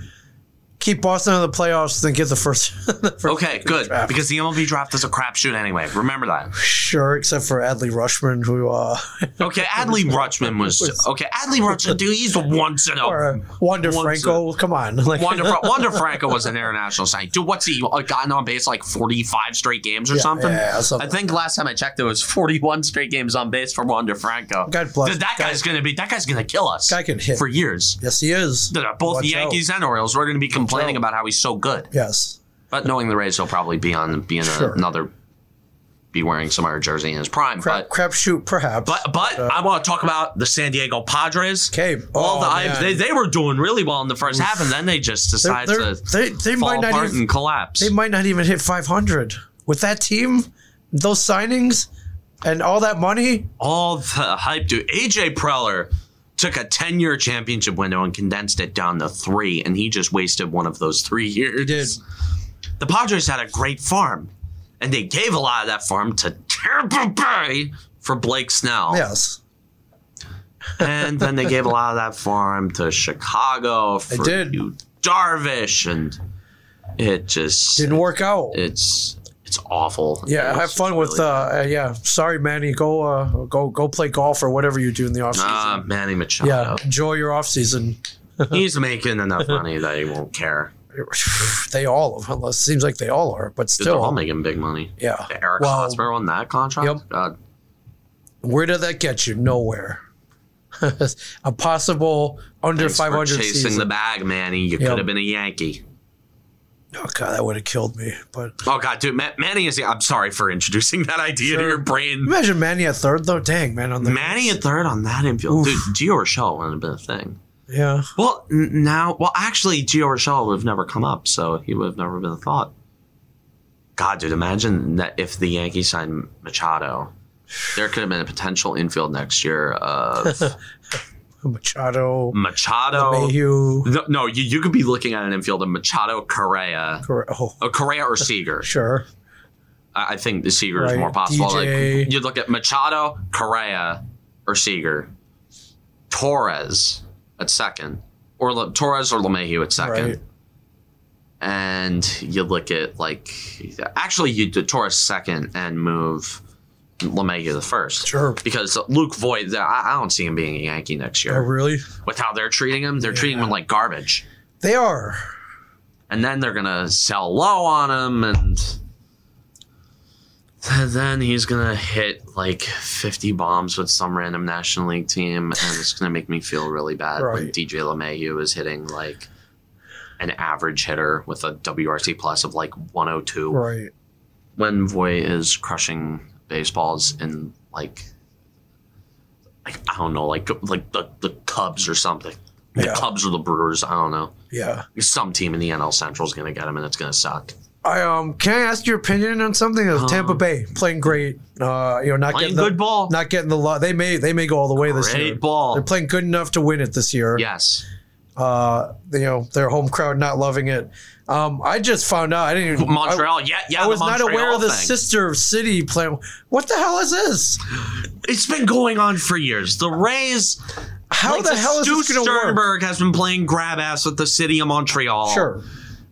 [SPEAKER 2] keep Boston out of the playoffs than get the first. the first
[SPEAKER 1] Okay,
[SPEAKER 2] pick in the
[SPEAKER 1] good.
[SPEAKER 2] draft.
[SPEAKER 1] Because the MLB draft is a crapshoot anyway. Remember that.
[SPEAKER 2] Sure, except for Adley Rushman, who uh,
[SPEAKER 1] Okay, Adley Rutschman was okay. Adley Rutschman, dude, he's a once in a
[SPEAKER 2] or uh, Wander
[SPEAKER 1] Oh, Once
[SPEAKER 2] Franco. Come on, like
[SPEAKER 1] Wander, Fra- Wander Franco was an international signing. Dude, what's he like, gotten on base like 45 straight games or something?
[SPEAKER 2] yeah, something
[SPEAKER 1] I think last time I checked, it was 41 straight games on base for Wander Franco.
[SPEAKER 2] God bless.
[SPEAKER 1] Dude, that
[SPEAKER 2] Guy-
[SPEAKER 1] guy's gonna be that guy's gonna kill us
[SPEAKER 2] guy can hit.
[SPEAKER 1] for years.
[SPEAKER 2] yes, he is.
[SPEAKER 1] Dude, Both
[SPEAKER 2] Watch
[SPEAKER 1] the Yankees and Orioles, we're gonna be complaining about how he's so good.
[SPEAKER 2] Yes,
[SPEAKER 1] But knowing the Rays, he'll probably be on being
[SPEAKER 2] Sure.
[SPEAKER 1] another, be wearing some other jersey in his prime.
[SPEAKER 2] crap,
[SPEAKER 1] But
[SPEAKER 2] crap shoot, perhaps.
[SPEAKER 1] but but I want to talk about the San Diego Padres.
[SPEAKER 2] okay,
[SPEAKER 1] All
[SPEAKER 2] oh,
[SPEAKER 1] the
[SPEAKER 2] man.
[SPEAKER 1] I, they, they were doing really well in the first half, and then they just
[SPEAKER 2] They're-
[SPEAKER 1] decided
[SPEAKER 2] they're-
[SPEAKER 1] to
[SPEAKER 2] they they
[SPEAKER 1] fall
[SPEAKER 2] might not
[SPEAKER 1] apart
[SPEAKER 2] even
[SPEAKER 1] and collapse.
[SPEAKER 2] they might not even hit five hundred with that team, those signings, and all that money.
[SPEAKER 1] All the hype, dude. AJ Preller took a ten-year championship window and condensed it down to three, and he just wasted one of those three years.
[SPEAKER 2] did.
[SPEAKER 1] The Padres had a great farm, and they gave a lot of that farm to Tampa Bay for Blake Snell.
[SPEAKER 2] Yes,
[SPEAKER 1] and then they gave a lot of that farm to Chicago for
[SPEAKER 2] did.
[SPEAKER 1] you Darvish, and it just
[SPEAKER 2] didn't work out.
[SPEAKER 1] it's it's awful. It
[SPEAKER 2] Yeah,
[SPEAKER 1] was
[SPEAKER 2] have fun
[SPEAKER 1] just
[SPEAKER 2] with
[SPEAKER 1] really-
[SPEAKER 2] uh, uh yeah. Sorry, Manny. Go uh go go play golf or whatever you do in the off season.
[SPEAKER 1] Ah, Manny
[SPEAKER 2] yeah,
[SPEAKER 1] Machado.
[SPEAKER 2] enjoy your off season.
[SPEAKER 1] He's making enough money that he won't care.
[SPEAKER 2] they all well, it seems like they all are, but
[SPEAKER 1] Dude, They're all
[SPEAKER 2] still,
[SPEAKER 1] making big money.
[SPEAKER 2] yeah.
[SPEAKER 1] The Eric
[SPEAKER 2] Well,
[SPEAKER 1] Hosmer on that contract. Uh,
[SPEAKER 2] Yep.
[SPEAKER 1] God.
[SPEAKER 2] Where did that get you? Nowhere. a possible under
[SPEAKER 1] Thanks for
[SPEAKER 2] five hundred
[SPEAKER 1] chasing
[SPEAKER 2] season.
[SPEAKER 1] the bag, Manny. You
[SPEAKER 2] Yep.
[SPEAKER 1] could have been a Yankee.
[SPEAKER 2] oh god, that would have killed me. But
[SPEAKER 1] Oh God, dude, Ma- Manny is. I'm sorry for introducing that idea to your brain.
[SPEAKER 2] imagine Manny at third though. Dang man, on the
[SPEAKER 1] Manny at third on that infield, dude. Gio Rochelle wouldn't have been a thing.
[SPEAKER 2] yeah.
[SPEAKER 1] Well, n- now, well, actually, Gio Rochelle would have never come up, so he would have never been a thought. God, dude, imagine that if the Yankees signed Machado, there could have been a potential infield next year of
[SPEAKER 2] Machado,
[SPEAKER 1] Machado.
[SPEAKER 2] Mayhew,
[SPEAKER 1] No, no, you, you could be looking at an infield of Machado, Correa,
[SPEAKER 2] Corre- oh
[SPEAKER 1] uh, Correa or Seager.
[SPEAKER 2] sure,
[SPEAKER 1] I I think the Seager is
[SPEAKER 2] Right,
[SPEAKER 1] more possible.
[SPEAKER 2] DJ.
[SPEAKER 1] Like you look at Machado, Correa, or Seager, Torres at second, or Le- Torres or LeMahieu at second.
[SPEAKER 2] right.
[SPEAKER 1] and you look at like actually you do Torres second and move LeMahieu the first.
[SPEAKER 2] Sure.
[SPEAKER 1] Because Luke Voigt, I, I don't see him being a Yankee next
[SPEAKER 2] Oh,
[SPEAKER 1] year.
[SPEAKER 2] really?
[SPEAKER 1] With how they're treating him, they're treating him like garbage.
[SPEAKER 2] They are.
[SPEAKER 1] And then they're gonna sell low on him and and then he's gonna hit like 50 bombs with some random National League team, and it's gonna make me feel really bad when
[SPEAKER 2] Right.
[SPEAKER 1] DJ LeMahieu is hitting like an average hitter with a WRC plus of like 102
[SPEAKER 2] Right.
[SPEAKER 1] when Voy is crushing baseballs in like, like I don't know, like like the the Cubs or something. The
[SPEAKER 2] Yeah.
[SPEAKER 1] Cubs or the Brewers, I don't know.
[SPEAKER 2] Yeah.
[SPEAKER 1] Some team in the NL Central is going to get him, and it's going to suck.
[SPEAKER 2] I um can I ask your opinion on something? Of Tampa Bay playing great. Uh, you know, not
[SPEAKER 1] Um, Playing
[SPEAKER 2] getting the,
[SPEAKER 1] good ball,
[SPEAKER 2] not getting the lot. They may they may go all the way this year.
[SPEAKER 1] great ball.
[SPEAKER 2] They're playing good enough to win it this year.
[SPEAKER 1] Yes,
[SPEAKER 2] Uh, you know, their home crowd not loving it. Um, I just found out I didn't even I,
[SPEAKER 1] Montreal. yeah, yeah.
[SPEAKER 2] I
[SPEAKER 1] the
[SPEAKER 2] was not
[SPEAKER 1] Montreal
[SPEAKER 2] aware of the
[SPEAKER 1] thing.
[SPEAKER 2] sister city playing. What the hell is this?
[SPEAKER 1] It's been going on for years. The Rays.
[SPEAKER 2] How
[SPEAKER 1] like,
[SPEAKER 2] the hell is
[SPEAKER 1] Stu
[SPEAKER 2] this going to work?
[SPEAKER 1] Sternberg has been playing grab ass with the city of Montreal.
[SPEAKER 2] Sure,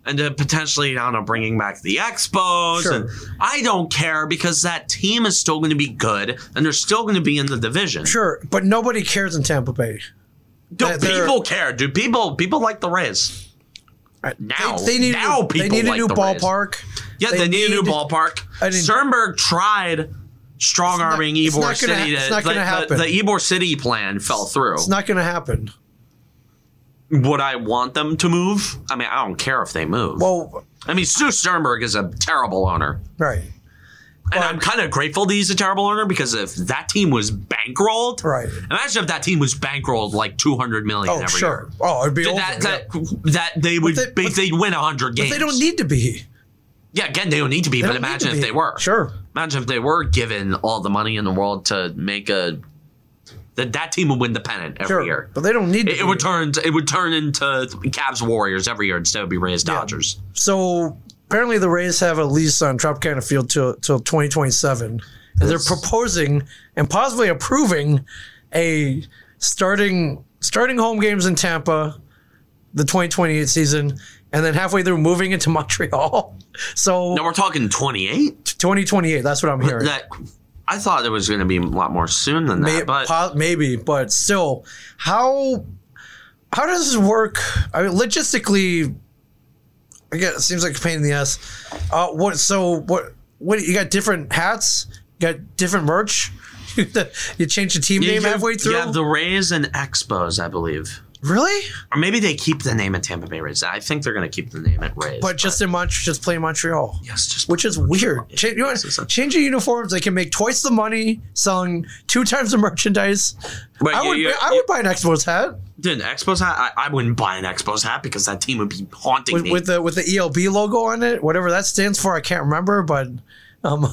[SPEAKER 1] and then potentially I don't know bringing back the Expos.
[SPEAKER 2] Sure.
[SPEAKER 1] And I don't care because that team is still going to be good and they're still going to be in the division.
[SPEAKER 2] sure, but nobody cares in Tampa Bay.
[SPEAKER 1] Dude,
[SPEAKER 2] They're-
[SPEAKER 1] people care, dude. People people like the Rays. Now,
[SPEAKER 2] They, they need
[SPEAKER 1] now
[SPEAKER 2] a, new-
[SPEAKER 1] people
[SPEAKER 2] they need a
[SPEAKER 1] like
[SPEAKER 2] new
[SPEAKER 1] the Rays.
[SPEAKER 2] ballpark.
[SPEAKER 1] Yeah, they,
[SPEAKER 2] they
[SPEAKER 1] need, a new
[SPEAKER 2] need-
[SPEAKER 1] ballpark.
[SPEAKER 2] I didn't-
[SPEAKER 1] Sternberg tried strong arming
[SPEAKER 2] it's
[SPEAKER 1] Ybor
[SPEAKER 2] not gonna-
[SPEAKER 1] City.
[SPEAKER 2] it's
[SPEAKER 1] to-
[SPEAKER 2] not gonna
[SPEAKER 1] the, the,
[SPEAKER 2] happen.
[SPEAKER 1] the Ybor City plan fell through.
[SPEAKER 2] It's not going to happen.
[SPEAKER 1] Would I want them to move? I mean, I don't care if they move.
[SPEAKER 2] Well,
[SPEAKER 1] I mean, Sue Sternberg is a terrible owner.
[SPEAKER 2] right,
[SPEAKER 1] And I'm kind of grateful that he's a terrible owner because if that team was bankrolled,
[SPEAKER 2] right.
[SPEAKER 1] imagine if that team was bankrolled like 200 million
[SPEAKER 2] Oh,
[SPEAKER 1] every
[SPEAKER 2] sure. Oh, it'd be
[SPEAKER 1] year.
[SPEAKER 2] over.
[SPEAKER 1] That,
[SPEAKER 2] yeah.
[SPEAKER 1] that, that they would
[SPEAKER 2] they-
[SPEAKER 1] be,
[SPEAKER 2] but-
[SPEAKER 1] they'd win 100 games.
[SPEAKER 2] But they don't need to be.
[SPEAKER 1] Yeah, again, they don't need to be,
[SPEAKER 2] They
[SPEAKER 1] but
[SPEAKER 2] don't need
[SPEAKER 1] imagine
[SPEAKER 2] to
[SPEAKER 1] if
[SPEAKER 2] be.
[SPEAKER 1] they were.
[SPEAKER 2] Sure.
[SPEAKER 1] Imagine if they were given all the money in the world to make a That that team would win the pennant every
[SPEAKER 2] Sure,
[SPEAKER 1] year.
[SPEAKER 2] but they don't need.
[SPEAKER 1] It,
[SPEAKER 2] to
[SPEAKER 1] it
[SPEAKER 2] do
[SPEAKER 1] would turn it would turn into Cavs Warriors every year instead of be Rays Dodgers.
[SPEAKER 2] So apparently, the Rays have a lease on Tropicana Field till till 2027, and they're
[SPEAKER 1] Yes.
[SPEAKER 2] proposing and possibly approving a starting starting home games in Tampa, the 2028 season, and then halfway through moving into Montreal. So
[SPEAKER 1] Now we're talking twenty eight.
[SPEAKER 2] 2028. That's what I'm hearing.
[SPEAKER 1] That I thought there was going to be a lot more soon than that,
[SPEAKER 2] May-
[SPEAKER 1] but
[SPEAKER 2] po- maybe, but still, how how does this work? I mean, logistically, I guess it seems like a pain in the ass. Uh, what? So what? What? You got different hats? You got different merch? you change the team
[SPEAKER 1] you,
[SPEAKER 2] name
[SPEAKER 1] you-
[SPEAKER 2] halfway through?
[SPEAKER 1] you have the Rays and Expos, I believe,
[SPEAKER 2] really?
[SPEAKER 1] or maybe they keep the name at Tampa Bay Rays. I think they're going to keep the name at Rays,
[SPEAKER 2] But just in Montreal, just play Montreal.
[SPEAKER 1] yes, just
[SPEAKER 2] Which is weird. Cha- you know,
[SPEAKER 1] It's a-
[SPEAKER 2] change the uniforms. They can make twice the money selling two times the merchandise.
[SPEAKER 1] But
[SPEAKER 2] I
[SPEAKER 1] you-
[SPEAKER 2] would,
[SPEAKER 1] you-
[SPEAKER 2] I would buy an Expos hat
[SPEAKER 1] Dude, an Expos hat? I, I wouldn't buy an Expos hat because that team would be haunting
[SPEAKER 2] with,
[SPEAKER 1] me.
[SPEAKER 2] with the with the ELB logo on it, whatever that stands for, I can't remember. But um,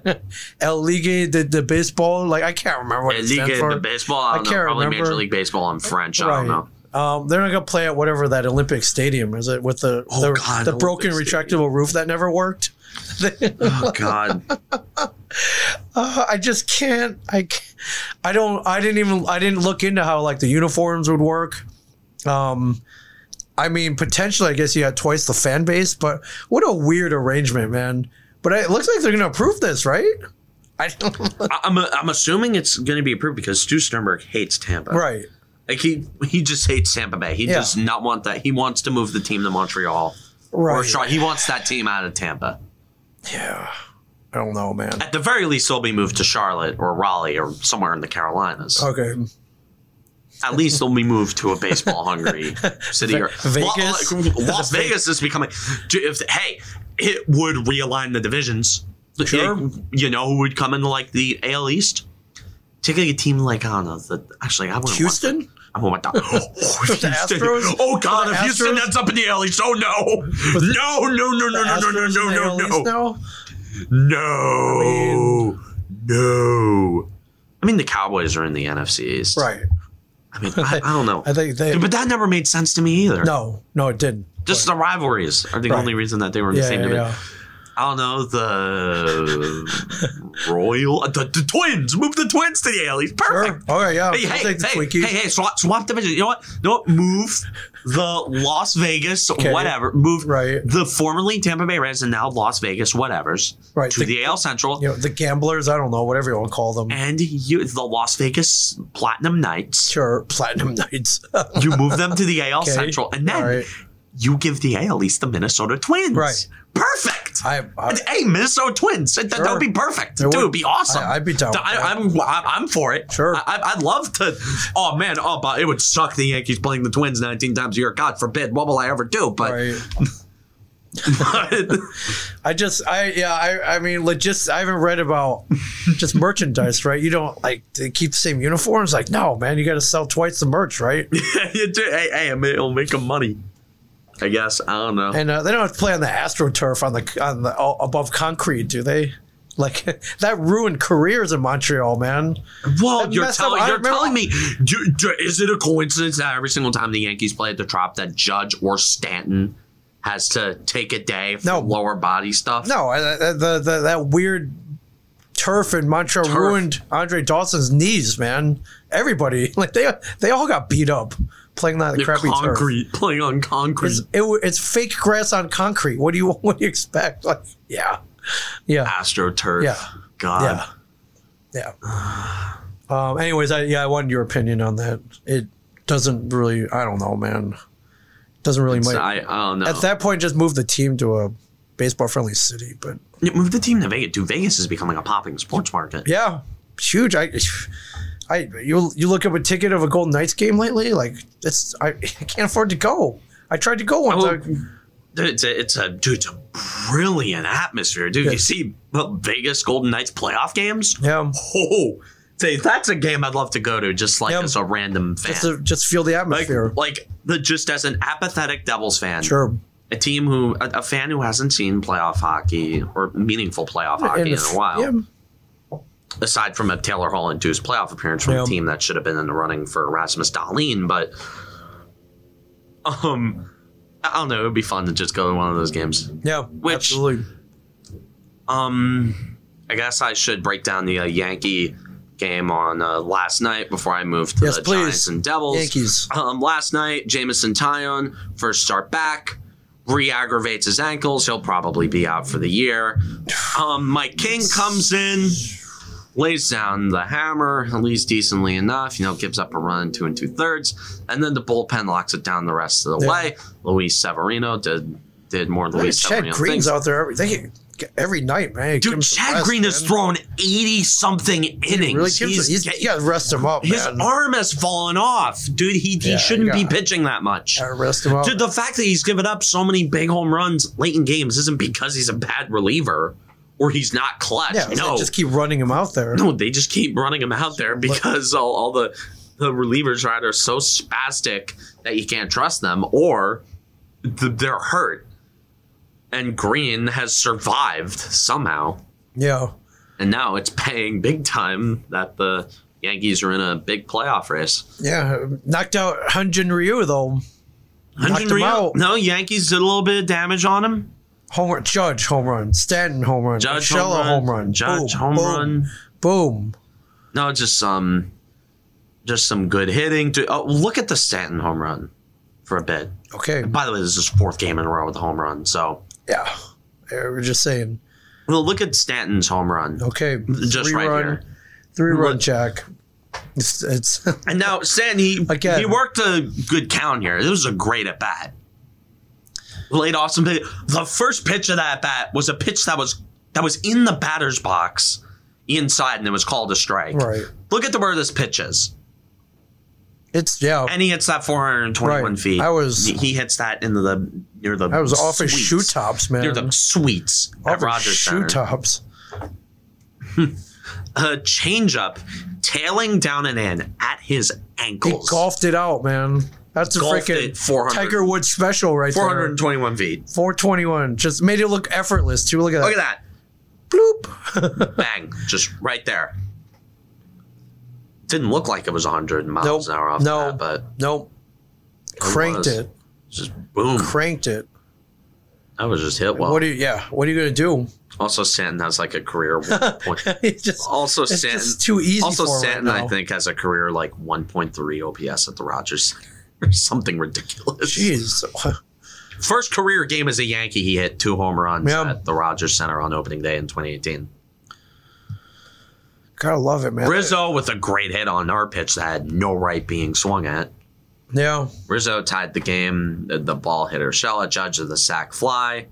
[SPEAKER 2] El Ligue de, de baseball, like I can't remember what
[SPEAKER 1] And
[SPEAKER 2] it
[SPEAKER 1] Ligue
[SPEAKER 2] stands
[SPEAKER 1] de
[SPEAKER 2] for.
[SPEAKER 1] Baseball, I don't know.
[SPEAKER 2] can't
[SPEAKER 1] Probably Major
[SPEAKER 2] remember.
[SPEAKER 1] League Baseball. I'm French. I don't know.
[SPEAKER 2] Right. Um, they're not gonna play at whatever that Olympic Stadium is. It with the the,
[SPEAKER 1] Oh, God,
[SPEAKER 2] the
[SPEAKER 1] Olympic
[SPEAKER 2] broken
[SPEAKER 1] Stadium.
[SPEAKER 2] retractable roof that never worked.
[SPEAKER 1] Oh God,
[SPEAKER 2] Uh, I just can't. I can't, I don't. I didn't even. I didn't look into how like the uniforms would work. Um, I mean, potentially, I guess you had twice the fan base, but what a weird arrangement, man. But it looks like they're gonna approve this, right? I don't.
[SPEAKER 1] I, I'm I'm assuming it's going to be approved because Stu Sternberg hates Tampa.
[SPEAKER 2] Right.
[SPEAKER 1] Like he he just hates Tampa Bay. He
[SPEAKER 2] Yeah.
[SPEAKER 1] does not want that. He wants to move the team to Montreal. Or
[SPEAKER 2] Right.
[SPEAKER 1] try, he wants that team out of Tampa.
[SPEAKER 2] Yeah. I don't know, man.
[SPEAKER 1] At the very least, he'll be moved to Charlotte or Raleigh or somewhere in the Carolinas.
[SPEAKER 2] Okay.
[SPEAKER 1] At least they'll be moved to a baseball hungry city or
[SPEAKER 2] Vegas?
[SPEAKER 1] Las, Las Vegas is becoming. If hey, it would realign the divisions.
[SPEAKER 2] Sure.
[SPEAKER 1] You know who would come into like the AL East? Take a team like I don't know. The, actually, I wouldn't Want,
[SPEAKER 2] Houston.
[SPEAKER 1] I wouldn't want that. Oh, if
[SPEAKER 2] the
[SPEAKER 1] Houston-
[SPEAKER 2] Astros?
[SPEAKER 1] oh God!
[SPEAKER 2] The
[SPEAKER 1] if Houston
[SPEAKER 2] Astros?
[SPEAKER 1] ends up in the AL East, oh no! No! No! No! No! No! No! No!
[SPEAKER 2] Astros in the
[SPEAKER 1] No! No!
[SPEAKER 2] AL East
[SPEAKER 1] No!
[SPEAKER 2] now?
[SPEAKER 1] No! No! I mean, the Cowboys are in the NFC East.
[SPEAKER 2] Right.
[SPEAKER 1] I mean, I, I don't know.
[SPEAKER 2] I think they.
[SPEAKER 1] Dude, but that never made sense to me either.
[SPEAKER 2] no. No, it didn't.
[SPEAKER 1] Just the rivalries are the
[SPEAKER 2] Right.
[SPEAKER 1] only reason that they were in the
[SPEAKER 2] Yeah.
[SPEAKER 1] same
[SPEAKER 2] Yeah.
[SPEAKER 1] division.
[SPEAKER 2] yeah.
[SPEAKER 1] I don't know, the Royal, the, the Twins. Move the Twins to the Alley.
[SPEAKER 2] Sure.
[SPEAKER 1] Perfect.
[SPEAKER 2] All right. Yeah.
[SPEAKER 1] Hey,
[SPEAKER 2] I'll
[SPEAKER 1] hey,
[SPEAKER 2] take the
[SPEAKER 1] hey,
[SPEAKER 2] Twinkies.
[SPEAKER 1] hey, hey, swap, swap division. You know what? You know what? Move the Las Vegas, whatever. Move
[SPEAKER 2] Right.
[SPEAKER 1] the formerly Tampa Bay Rays and now Las Vegas, whatever's,
[SPEAKER 2] Right,
[SPEAKER 1] to
[SPEAKER 2] the-
[SPEAKER 1] the, AL Central.
[SPEAKER 2] you know, the gamblers, I don't know, whatever you want to call them.
[SPEAKER 1] And you, the Las Vegas Platinum Knights,
[SPEAKER 2] Sure, Platinum Knights.
[SPEAKER 1] you move them to the AL
[SPEAKER 2] Okay.
[SPEAKER 1] Central, and then
[SPEAKER 2] All right.
[SPEAKER 1] you give the AL East the Minnesota Twins.
[SPEAKER 2] Right.
[SPEAKER 1] Perfect.
[SPEAKER 2] I, I,
[SPEAKER 1] hey, Minnesota Twins. That that
[SPEAKER 2] Sure.
[SPEAKER 1] would be perfect.
[SPEAKER 2] It
[SPEAKER 1] Dude,
[SPEAKER 2] would.
[SPEAKER 1] it'd be awesome.
[SPEAKER 2] I- I'd be down
[SPEAKER 1] Th-
[SPEAKER 2] with
[SPEAKER 1] I,
[SPEAKER 2] that.
[SPEAKER 1] I'm, I'm, I'm for it.
[SPEAKER 2] Sure.
[SPEAKER 1] I, I- I'd love to. Oh, man. Oh, but it would suck the Yankees playing the Twins 19 times a year. God forbid. What will I ever do? But,
[SPEAKER 2] right. I just, I yeah, I, I mean, legit. I haven't read about just merchandise, right? You don't like they keep the same uniforms, like no, man. You got to sell twice the merch, right?
[SPEAKER 1] You do- hey, hey, it'll make them money. I guess. I don't know.
[SPEAKER 2] And uh, they don't have to play on the AstroTurf on the on the oh, above concrete, do they? Like that ruined careers in Montreal, man.
[SPEAKER 1] Well,
[SPEAKER 2] That
[SPEAKER 1] you're,
[SPEAKER 2] messed up.
[SPEAKER 1] telling
[SPEAKER 2] I
[SPEAKER 1] you're
[SPEAKER 2] remember-
[SPEAKER 1] telling me, do- do- is it a coincidence that every single time the Yankees play at the Trop, that Judge or Stanton has to take a day for
[SPEAKER 2] No.
[SPEAKER 1] lower body stuff?
[SPEAKER 2] No, I- I- the, the that weird turf in Montreal ruined Andre Dawson's knees, man. Everybody, like they they all got beat up playing that
[SPEAKER 1] The
[SPEAKER 2] crappy turf.
[SPEAKER 1] concrete, playing on concrete.
[SPEAKER 2] It's, it, wa- it's fake grass on concrete. What do you what do you expect? Like, yeah, yeah,
[SPEAKER 1] AstroTurf.
[SPEAKER 2] Yeah.
[SPEAKER 1] God.
[SPEAKER 2] yeah, yeah.
[SPEAKER 1] Ah.
[SPEAKER 2] Um, anyways, I yeah, I wanted your opinion on that. It doesn't really. I don't know, man. Doesn't really.
[SPEAKER 1] So
[SPEAKER 2] Matter.
[SPEAKER 1] I, I don't know.
[SPEAKER 2] At that point, just move the team to a baseball friendly city, but.
[SPEAKER 1] Yeah, Move the team to Vegas. Dude, Vegas is becoming a popping sports market.
[SPEAKER 2] Yeah, it's huge. I, I you you look up a ticket of a Golden Knights game lately? Like it's I, I can't afford to go. I tried to go once.
[SPEAKER 1] Oh,
[SPEAKER 2] I-
[SPEAKER 1] Dude, it's a, it's a dude, it's a brilliant atmosphere, dude. You see well, Vegas Golden Knights playoff games.
[SPEAKER 2] yeah,
[SPEAKER 1] Oh, say that's a game I'd love to go to, just like
[SPEAKER 2] Yeah.
[SPEAKER 1] as a random fan.
[SPEAKER 2] just to, just feel the
[SPEAKER 1] like,
[SPEAKER 2] atmosphere.
[SPEAKER 1] like the just as an apathetic Devils fan,
[SPEAKER 2] sure,
[SPEAKER 1] a team who a, a fan who hasn't seen playoff hockey or meaningful playoff hockey
[SPEAKER 2] And
[SPEAKER 1] in
[SPEAKER 2] if-
[SPEAKER 1] a while.
[SPEAKER 2] yeah.
[SPEAKER 1] aside from a Taylor Hall and Dew's playoff appearance from
[SPEAKER 2] Yeah.
[SPEAKER 1] a team that should have been in the running for Erasmus Dahlin, but um, I don't know. It would be fun to just go to one of those games.
[SPEAKER 2] Yeah,
[SPEAKER 1] Which-
[SPEAKER 2] absolutely.
[SPEAKER 1] Um, I guess I should break down the uh, Yankee game on uh, last night before I move to
[SPEAKER 2] Yes,
[SPEAKER 1] the
[SPEAKER 2] please.
[SPEAKER 1] Giants and Devils.
[SPEAKER 2] Yankees.
[SPEAKER 1] Um, last night, Jamison Tyon, first start back, re aggravates his ankles. He'll probably be out for the year. Um, Mike King comes in, lays down the hammer, at least decently enough, you know, gives up a run, two and two thirds. And then the bullpen locks it down the rest of the
[SPEAKER 2] Yeah.
[SPEAKER 1] way. Luis Severino did did more Luis
[SPEAKER 2] Chad
[SPEAKER 1] Severino
[SPEAKER 2] Green's
[SPEAKER 1] things.
[SPEAKER 2] out there every they, every night, man. Give him
[SPEAKER 1] Dude,
[SPEAKER 2] some
[SPEAKER 1] Chad
[SPEAKER 2] rest,
[SPEAKER 1] Green has
[SPEAKER 2] man.
[SPEAKER 1] thrown 80 something innings.
[SPEAKER 2] Really gives
[SPEAKER 1] he's,
[SPEAKER 2] he's, he's,
[SPEAKER 1] get-
[SPEAKER 2] you gotta rest him up,
[SPEAKER 1] his
[SPEAKER 2] man.
[SPEAKER 1] arm has fallen off. Dude, he, he
[SPEAKER 2] Yeah,
[SPEAKER 1] shouldn't be
[SPEAKER 2] yeah.
[SPEAKER 1] pitching that much.
[SPEAKER 2] Gotta rest him up.
[SPEAKER 1] Dude, the fact that he's given up so many big home runs late in games isn't because he's a bad reliever or he's not clutch.
[SPEAKER 2] yeah,
[SPEAKER 1] no.
[SPEAKER 2] just keep running him out there.
[SPEAKER 1] no, they just keep running him out there because all, all the, the relievers are either so spastic that you can't trust them or th- they're hurt. And Green has survived somehow.
[SPEAKER 2] Yeah,
[SPEAKER 1] And now it's paying big time that the Yankees are in a big playoff race.
[SPEAKER 2] yeah. Knocked out Hunjin Ryu though. Knocked
[SPEAKER 1] Hunjin
[SPEAKER 2] him
[SPEAKER 1] Ryu-
[SPEAKER 2] out.
[SPEAKER 1] No, Yankees did a little bit of damage on him.
[SPEAKER 2] Home run, Judge home run, Stanton home run,
[SPEAKER 1] Judge
[SPEAKER 2] Urshela
[SPEAKER 1] home run. Judge
[SPEAKER 2] Boom,
[SPEAKER 1] home
[SPEAKER 2] boom,
[SPEAKER 1] run.
[SPEAKER 2] boom.
[SPEAKER 1] No, just some, just some good hitting. To oh, look at the Stanton home run for a bit.
[SPEAKER 2] Okay,
[SPEAKER 1] By the way, this is his fourth game in a row with a home run. So
[SPEAKER 2] yeah. We We're just saying.
[SPEAKER 1] well, look at Stanton's home run.
[SPEAKER 2] Okay,
[SPEAKER 1] Just
[SPEAKER 2] three
[SPEAKER 1] right
[SPEAKER 2] run,
[SPEAKER 1] here.
[SPEAKER 2] three run
[SPEAKER 1] Look.
[SPEAKER 2] jack. It's, it's
[SPEAKER 1] And now Stanton, he
[SPEAKER 2] Again.
[SPEAKER 1] he worked a good count here. This was a great at bat. Laid off some pitch. The first pitch of that bat was a pitch that was that was in the batter's box, inside, and it was called a strike.
[SPEAKER 2] right.
[SPEAKER 1] Look at the where this pitch is,
[SPEAKER 2] It's yeah.
[SPEAKER 1] and he hits that 421
[SPEAKER 2] Right.
[SPEAKER 1] feet.
[SPEAKER 2] I was-
[SPEAKER 1] he, he hits that into the near the.
[SPEAKER 2] I was off his
[SPEAKER 1] suites.
[SPEAKER 2] shoe tops, man.
[SPEAKER 1] near the suites
[SPEAKER 2] off
[SPEAKER 1] at
[SPEAKER 2] his
[SPEAKER 1] Rogers
[SPEAKER 2] shoe
[SPEAKER 1] Center.
[SPEAKER 2] tops.
[SPEAKER 1] A changeup, tailing down and in at his
[SPEAKER 2] He
[SPEAKER 1] ankles.
[SPEAKER 2] golfed it out, man. That's a
[SPEAKER 1] Golfed
[SPEAKER 2] freaking
[SPEAKER 1] it 400.
[SPEAKER 2] Tiger Woods special right
[SPEAKER 1] 421 feet.
[SPEAKER 2] there. 421. Just made it look effortless, too. Look at that.
[SPEAKER 1] Look at that.
[SPEAKER 2] Bloop.
[SPEAKER 1] bang, just right there. Didn't look like it was 100 miles
[SPEAKER 2] Nope.
[SPEAKER 1] an hour off
[SPEAKER 2] No.
[SPEAKER 1] that, but
[SPEAKER 2] nope. Cranked
[SPEAKER 1] was.
[SPEAKER 2] it.
[SPEAKER 1] just boom.
[SPEAKER 2] Cranked it.
[SPEAKER 1] I was just hit well.
[SPEAKER 2] what do you, yeah, what are you going to
[SPEAKER 1] also, Stanton has like a career point.
[SPEAKER 2] do? It's just,
[SPEAKER 1] Also,
[SPEAKER 2] it's
[SPEAKER 1] Stanton.
[SPEAKER 2] just too easy
[SPEAKER 1] also,
[SPEAKER 2] for him
[SPEAKER 1] Stanton,
[SPEAKER 2] right now.
[SPEAKER 1] I think, has a career like 1.3 OPS at the Rogers Center or something ridiculous.
[SPEAKER 2] Jeez.
[SPEAKER 1] First career game as a Yankee, he hit two home runs
[SPEAKER 2] Yeah.
[SPEAKER 1] at the Rogers Center on opening day in 2018.
[SPEAKER 2] Gotta love it, man.
[SPEAKER 1] Rizzo with a great hit on our pitch that had no right being swung at.
[SPEAKER 2] Yeah.
[SPEAKER 1] Rizzo tied the game. The, the ball hit Urshela, judge of the sack fly.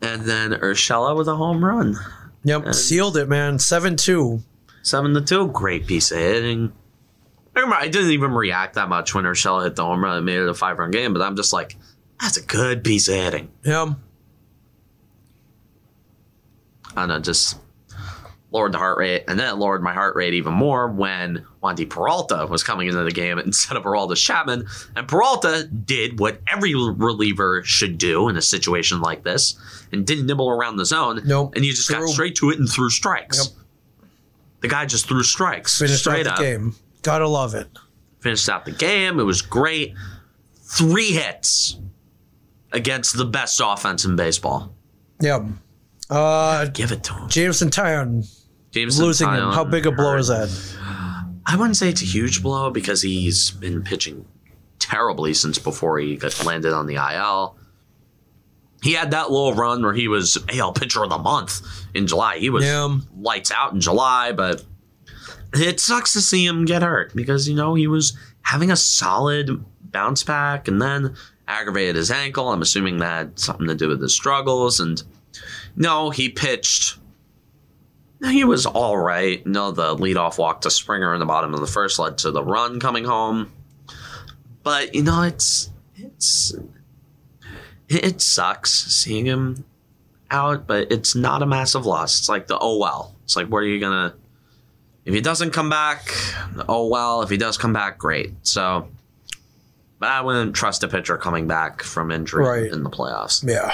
[SPEAKER 1] And then Urshela with a home run.
[SPEAKER 2] Yep.
[SPEAKER 1] And-
[SPEAKER 2] Sealed it, man. 7 2.
[SPEAKER 1] 7 to 2. Great piece of hitting. I, remember, I didn't even react that much when Urshela hit the home run and made it a five run game, but I'm just like, that's a good piece of hitting.
[SPEAKER 2] Yeah.
[SPEAKER 1] I don't know, just lowered the heart rate. And then it lowered my heart rate even more when Wandy Peralta was coming into the game instead of Peralta Chapman. And Peralta did what every reliever should do in a situation like this and didn't nibble around the zone.
[SPEAKER 2] Nope.
[SPEAKER 1] And you just
[SPEAKER 2] Threw.
[SPEAKER 1] got straight to it and threw strikes.
[SPEAKER 2] Yep.
[SPEAKER 1] The guy just threw strikes
[SPEAKER 2] Finished out
[SPEAKER 1] straight
[SPEAKER 2] the
[SPEAKER 1] up.
[SPEAKER 2] game. Gotta love it.
[SPEAKER 1] Finished out the game. It was great. Three hits against the best offense in baseball.
[SPEAKER 2] Yep. Uh,
[SPEAKER 1] Give it to him.
[SPEAKER 2] Jameson Tyon
[SPEAKER 1] James
[SPEAKER 2] losing him. How big a blow is that?
[SPEAKER 1] I wouldn't say it's a huge blow because he's been pitching terribly since before he got landed on the IL. He had that little run where he was AL pitcher of the month in July. He was
[SPEAKER 2] Yeah.
[SPEAKER 1] lights out in July, but it sucks to see him get hurt because you know he was having a solid bounce back and then aggravated his ankle. I'm assuming that had something to do with his struggles and no, he pitched he was all right. No, the leadoff walk to Springer in the bottom of the first led to the run coming home. But you know, it's it's it it sucks seeing him out, but it's not a massive loss. It's like the oh well. It's like what are you gonna if he doesn't come back, oh well. If he does come back, great. So, but I wouldn't trust a pitcher coming back from injury
[SPEAKER 2] Right.
[SPEAKER 1] in the playoffs.
[SPEAKER 2] Yeah.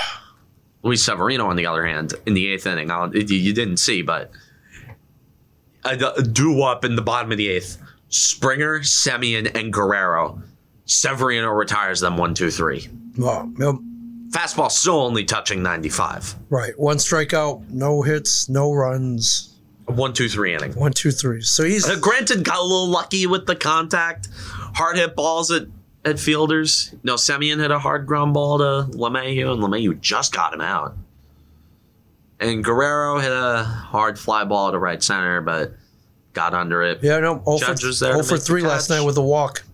[SPEAKER 1] Luis Severino, on the other hand, in the eighth inning, I'll, you, you didn't see, but a do up in the bottom of the eighth. Springer, Semyon, and Guerrero. Severino retires them one, two, three.
[SPEAKER 2] Well, yep.
[SPEAKER 1] Fastball still only touching 95.
[SPEAKER 2] Right. One strikeout, no hits, no runs.
[SPEAKER 1] One, two, three inning.
[SPEAKER 2] One, two, three. So he's
[SPEAKER 1] Uh, granted, got a little lucky with the contact. Hard hit balls at, at fielders. No, Semyon hit a hard ground ball to LeMahieu, and LeMahieu just got him out. And Guerrero hit a hard fly ball to right center, but got under it.
[SPEAKER 2] yeah, no, 0
[SPEAKER 1] Judge
[SPEAKER 2] for,
[SPEAKER 1] was there to
[SPEAKER 2] 0 for
[SPEAKER 1] make the
[SPEAKER 2] three last
[SPEAKER 1] catch.
[SPEAKER 2] night with a walk.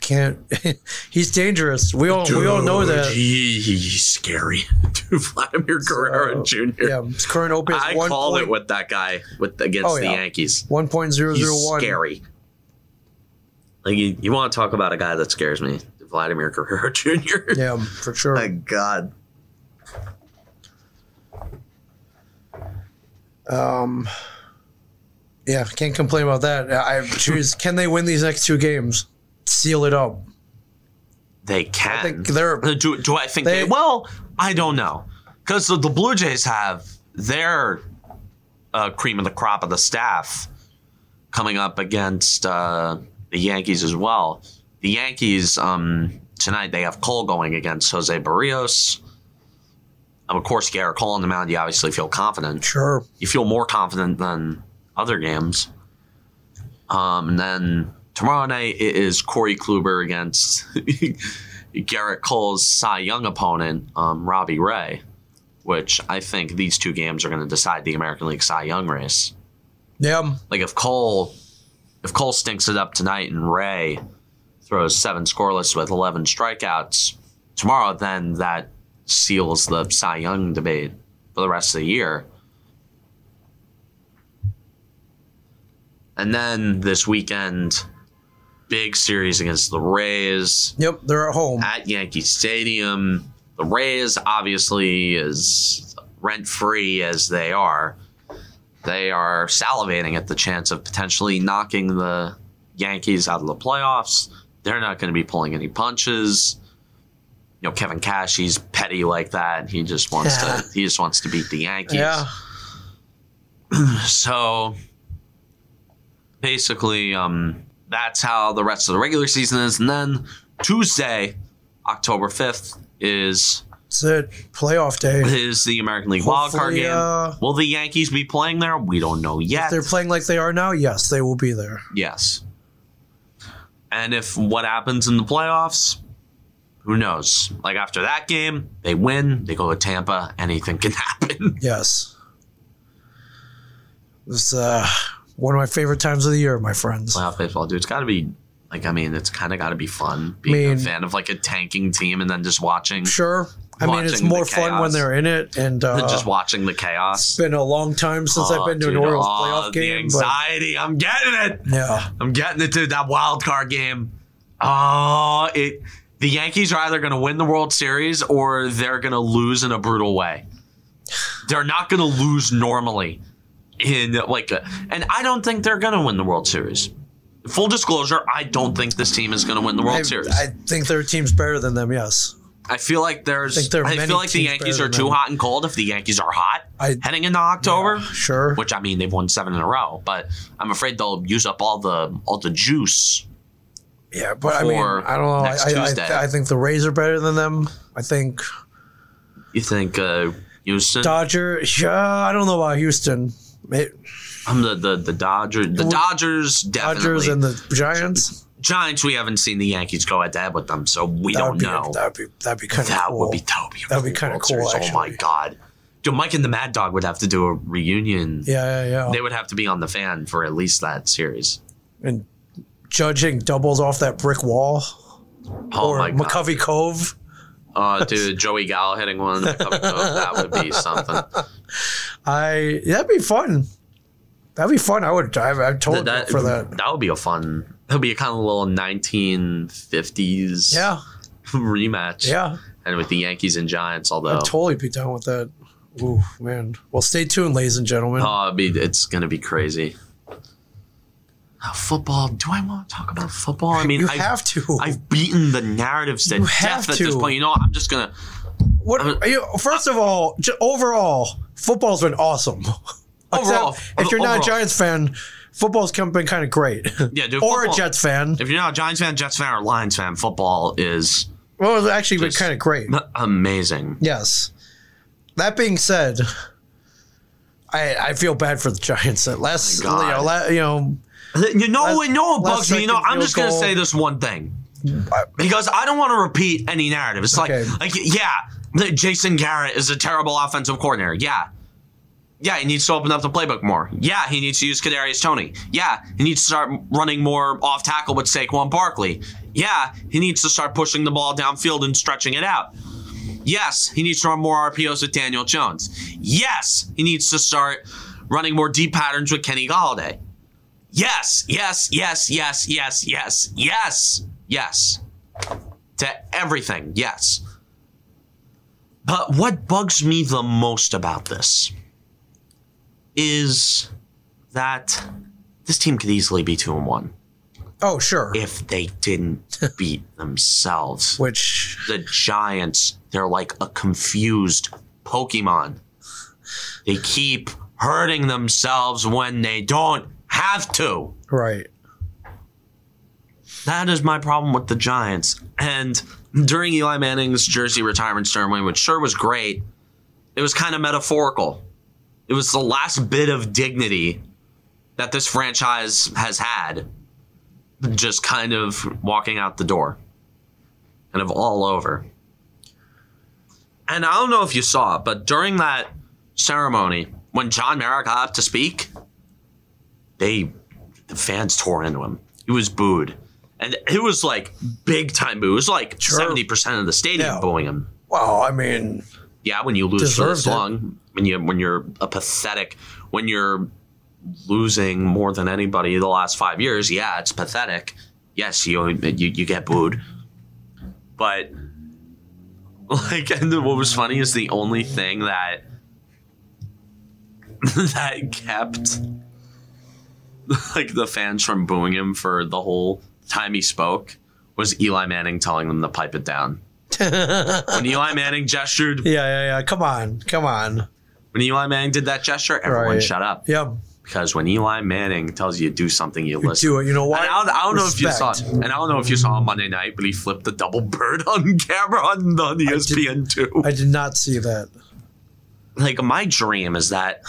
[SPEAKER 2] Can't. he's dangerous. We all we all know
[SPEAKER 1] Dude,
[SPEAKER 2] that.
[SPEAKER 1] he- he's scary. Dude, Vladimir Guerrero Jr.
[SPEAKER 2] Yeah, his current OPS
[SPEAKER 1] I
[SPEAKER 2] one
[SPEAKER 1] call
[SPEAKER 2] point-
[SPEAKER 1] it with that guy with against
[SPEAKER 2] Oh,
[SPEAKER 1] the
[SPEAKER 2] yeah.
[SPEAKER 1] Yankees.
[SPEAKER 2] 1.001.
[SPEAKER 1] He's scary. Like you, you want to talk about a guy that scares me, Vladimir Guerrero Jr.
[SPEAKER 2] Yeah, for sure.
[SPEAKER 1] My God.
[SPEAKER 2] Um, yeah, can't complain about that. I choose. Can they win these next two games? Seal it up.
[SPEAKER 1] They can.
[SPEAKER 2] I think they're-
[SPEAKER 1] do, do I think
[SPEAKER 2] They-
[SPEAKER 1] they, Well, I don't know. Because the, the Blue Jays have their uh, cream of the crop of the staff coming up against uh, the Yankees as well. The Yankees um, tonight, they have Cole going against Jose Barrios. Um, of course, Garrett Cole on the mound, you obviously feel confident
[SPEAKER 2] Sure.
[SPEAKER 1] you feel more confident than other games. Um, and then tomorrow night it is Corey Kluber against Garrett Cole's Cy Young opponent, um, Robbie Ray, which I think these two games are going to decide the American League Cy Young race.
[SPEAKER 2] Yeah.
[SPEAKER 1] Like if Cole, if Cole stinks it up tonight and Ray throws seven scoreless with eleven strikeouts tomorrow, then that seals the Cy Young debate for the rest of the year. And then this weekend, big series against the Rays
[SPEAKER 2] Yep. They're at home.
[SPEAKER 1] at Yankee Stadium. The Rays obviously is rent free as they are. They are salivating at the chance of potentially knocking the Yankees out of the playoffs. They're not going to be pulling any punches. You know, Kevin Cash, he's petty like that. He just wants to he just wants to beat the Yankees.
[SPEAKER 2] Yeah.
[SPEAKER 1] So basically, um, that's how the rest of the regular season is. And then Tuesday, October 5th, is
[SPEAKER 2] That's it. Playoff day.
[SPEAKER 1] is the American League wildcard
[SPEAKER 2] Hopefully,
[SPEAKER 1] game.
[SPEAKER 2] uh,
[SPEAKER 1] Will the Yankees be playing there? We don't know yet.
[SPEAKER 2] They're playing like they are now. Yes, they will be there.
[SPEAKER 1] yes. And if what happens in the playoffs, who knows? Like after that game, they win, they go to Tampa, anything can happen.
[SPEAKER 2] Yes. It's uh, one of my favorite times of the year, my friends.
[SPEAKER 1] playoff baseball, dude. It's got to be like I mean, it's kind of got to be fun being
[SPEAKER 2] mean-
[SPEAKER 1] a fan of like a tanking team and then just watching,
[SPEAKER 2] Sure. I mean, it's
[SPEAKER 1] Watching
[SPEAKER 2] more
[SPEAKER 1] the
[SPEAKER 2] fun when
[SPEAKER 1] chaos.
[SPEAKER 2] they're in it, and uh,
[SPEAKER 1] and just watching the chaos.
[SPEAKER 2] it's been a long time since I've
[SPEAKER 1] Oh,
[SPEAKER 2] been to an
[SPEAKER 1] dude,
[SPEAKER 2] Orioles
[SPEAKER 1] oh,
[SPEAKER 2] playoff
[SPEAKER 1] The
[SPEAKER 2] game. But
[SPEAKER 1] anxiety, I'm getting it.
[SPEAKER 2] yeah,
[SPEAKER 1] I'm getting it, dude. That wild card game. Oh, it. The Yankees are either going to win the World Series or they're going to lose in a brutal way. They're not going to lose normally. In like, a, and I don't think they're going to win the World Series. Full disclosure, I don't think this team is going to win the World
[SPEAKER 2] I,
[SPEAKER 1] Series.
[SPEAKER 2] I think their team's better than them. Yes,
[SPEAKER 1] I feel like there's.
[SPEAKER 2] I
[SPEAKER 1] I,
[SPEAKER 2] think there are many
[SPEAKER 1] feel like the
[SPEAKER 2] teams
[SPEAKER 1] Yankees
[SPEAKER 2] better
[SPEAKER 1] are
[SPEAKER 2] than
[SPEAKER 1] too
[SPEAKER 2] them.
[SPEAKER 1] hot and cold. If the Yankees are hot
[SPEAKER 2] I-
[SPEAKER 1] heading into October,
[SPEAKER 2] sure.
[SPEAKER 1] which I mean they've won seven in a row, but I'm afraid they'll use up all the all the juice.
[SPEAKER 2] Yeah, but I mean,
[SPEAKER 1] for
[SPEAKER 2] I don't know.
[SPEAKER 1] next
[SPEAKER 2] I, I,
[SPEAKER 1] Tuesday.
[SPEAKER 2] I, I think the Rays are better than them. I think
[SPEAKER 1] You think uh, Houston?
[SPEAKER 2] Dodger. Yeah, I don't know about Houston. It,
[SPEAKER 1] I'm Um, the the the Dodgers. The Dodgers definitely.
[SPEAKER 2] Dodgers and the Giants.
[SPEAKER 1] Giants. We haven't seen the Yankees go head to head with them, so we
[SPEAKER 2] That
[SPEAKER 1] don't
[SPEAKER 2] would be
[SPEAKER 1] know.
[SPEAKER 2] that'd be that'd be kind of
[SPEAKER 1] that
[SPEAKER 2] cool.
[SPEAKER 1] would be that would be, a
[SPEAKER 2] That'd be
[SPEAKER 1] cool
[SPEAKER 2] kinda
[SPEAKER 1] World
[SPEAKER 2] cool,
[SPEAKER 1] Series. Oh my
[SPEAKER 2] actually.
[SPEAKER 1] god, dude! Mike and the Mad Dog would have to do a reunion.
[SPEAKER 2] yeah, yeah, yeah.
[SPEAKER 1] They would have to be on the fan for at least that series.
[SPEAKER 2] and judging doubles off that brick wall
[SPEAKER 1] Oh
[SPEAKER 2] or
[SPEAKER 1] my god.
[SPEAKER 2] McCovey Cove.
[SPEAKER 1] Oh, dude, Joey Gallo hitting one. that would be something.
[SPEAKER 2] I that'd be fun. That'd be fun. I would. I, I'm totally
[SPEAKER 1] That, that,
[SPEAKER 2] for that.
[SPEAKER 1] that would be a fun. That would be a kind of little 1950s
[SPEAKER 2] Yeah,
[SPEAKER 1] rematch.
[SPEAKER 2] yeah.
[SPEAKER 1] And with the Yankees and Giants, although
[SPEAKER 2] I'd totally be down with that. Ooh, man. Well, stay tuned, ladies and gentlemen.
[SPEAKER 1] oh, it'd be, it's going to be crazy. Uh, Football. Do I want to talk about football? I mean,
[SPEAKER 2] you
[SPEAKER 1] I,
[SPEAKER 2] have to.
[SPEAKER 1] I've beaten the narratives to
[SPEAKER 2] have
[SPEAKER 1] death at this
[SPEAKER 2] to.
[SPEAKER 1] point. You know, what? I'm just going to.
[SPEAKER 2] what? Are you, first of all, j- overall, football's been awesome.
[SPEAKER 1] Overall,
[SPEAKER 2] Except if you're not a
[SPEAKER 1] overall.
[SPEAKER 2] Giants fan, football's come been kind of great.
[SPEAKER 1] Yeah, dude,
[SPEAKER 2] or a
[SPEAKER 1] football-
[SPEAKER 2] Jets fan.
[SPEAKER 1] If you're not a Giants fan, Jets fan, or Lions fan, football is
[SPEAKER 2] Well, it's actually been
[SPEAKER 1] Just-
[SPEAKER 2] kind of great.
[SPEAKER 1] amazing.
[SPEAKER 2] Yes. That being said, I I feel bad for the Giants. That last,
[SPEAKER 1] Oh God.
[SPEAKER 2] you know, la, you know,
[SPEAKER 1] You know, you know what
[SPEAKER 2] last
[SPEAKER 1] bugs me? You know,
[SPEAKER 2] second
[SPEAKER 1] I'm just
[SPEAKER 2] field
[SPEAKER 1] gonna
[SPEAKER 2] goal.
[SPEAKER 1] say this one thing because I don't want to repeat any narrative. It's like,
[SPEAKER 2] Okay.
[SPEAKER 1] like, yeah, that Jason Garrett is a terrible offensive coordinator. Yeah. Yeah, he needs to open up the playbook more. Yeah, he needs to use Kadarius Tony. Yeah, he needs to start running more off tackle with Saquon Barkley. Yeah, he needs to start pushing the ball downfield and stretching it out. Yes, he needs to run more RPOs with Daniel Jones. Yes, he needs to start running more deep patterns with Kenny Galladay. Yes, yes, yes, yes, yes, yes, yes, yes. To everything, yes. But what bugs me the most about this is that this team could easily be two and one
[SPEAKER 2] oh sure,
[SPEAKER 1] if they didn't beat themselves
[SPEAKER 2] which
[SPEAKER 1] the Giants, they're like a confused Pokemon. They keep hurting themselves when they don't have to.
[SPEAKER 2] right.
[SPEAKER 1] That is my problem with the Giants. And during Eli Manning's jersey retirement ceremony, which sure was great, it was kind of metaphorical. It was the last bit of dignity that this franchise has had, just kind of walking out the door, kind of all over. And I don't know if you saw it, but during that ceremony, when John Merrick got up to speak, they the fans tore into him. He was booed. And it was like big time boo. It was like
[SPEAKER 2] Sure.
[SPEAKER 1] seventy percent of the stadium
[SPEAKER 2] Yeah.
[SPEAKER 1] booing him.
[SPEAKER 2] Well, I mean,
[SPEAKER 1] Yeah, when you lose for this
[SPEAKER 2] Deserved it.
[SPEAKER 1] long, when you when you're a pathetic, when you're losing more than anybody the last five years, yeah, it's pathetic. Yes, you you, you get booed, but like, and then what was funny is the only thing that that kept like the fans from booing him for the whole time he spoke was Eli Manning telling them to pipe it down. when Eli Manning gestured,
[SPEAKER 2] yeah, yeah, yeah. Come on, come on.
[SPEAKER 1] when Eli Manning did that gesture, everyone
[SPEAKER 2] Right.
[SPEAKER 1] shut up.
[SPEAKER 2] Yeah,
[SPEAKER 1] Because when Eli Manning tells you to do something, you, listen.
[SPEAKER 2] do it. You know
[SPEAKER 1] And
[SPEAKER 2] why?
[SPEAKER 1] I don't, I don't know if you saw, it.
[SPEAKER 2] Respect.
[SPEAKER 1] and I don't know if you saw on Monday night, but he flipped the double bird on camera on, E on ESPN two.
[SPEAKER 2] I did not see that.
[SPEAKER 1] Like my dream is that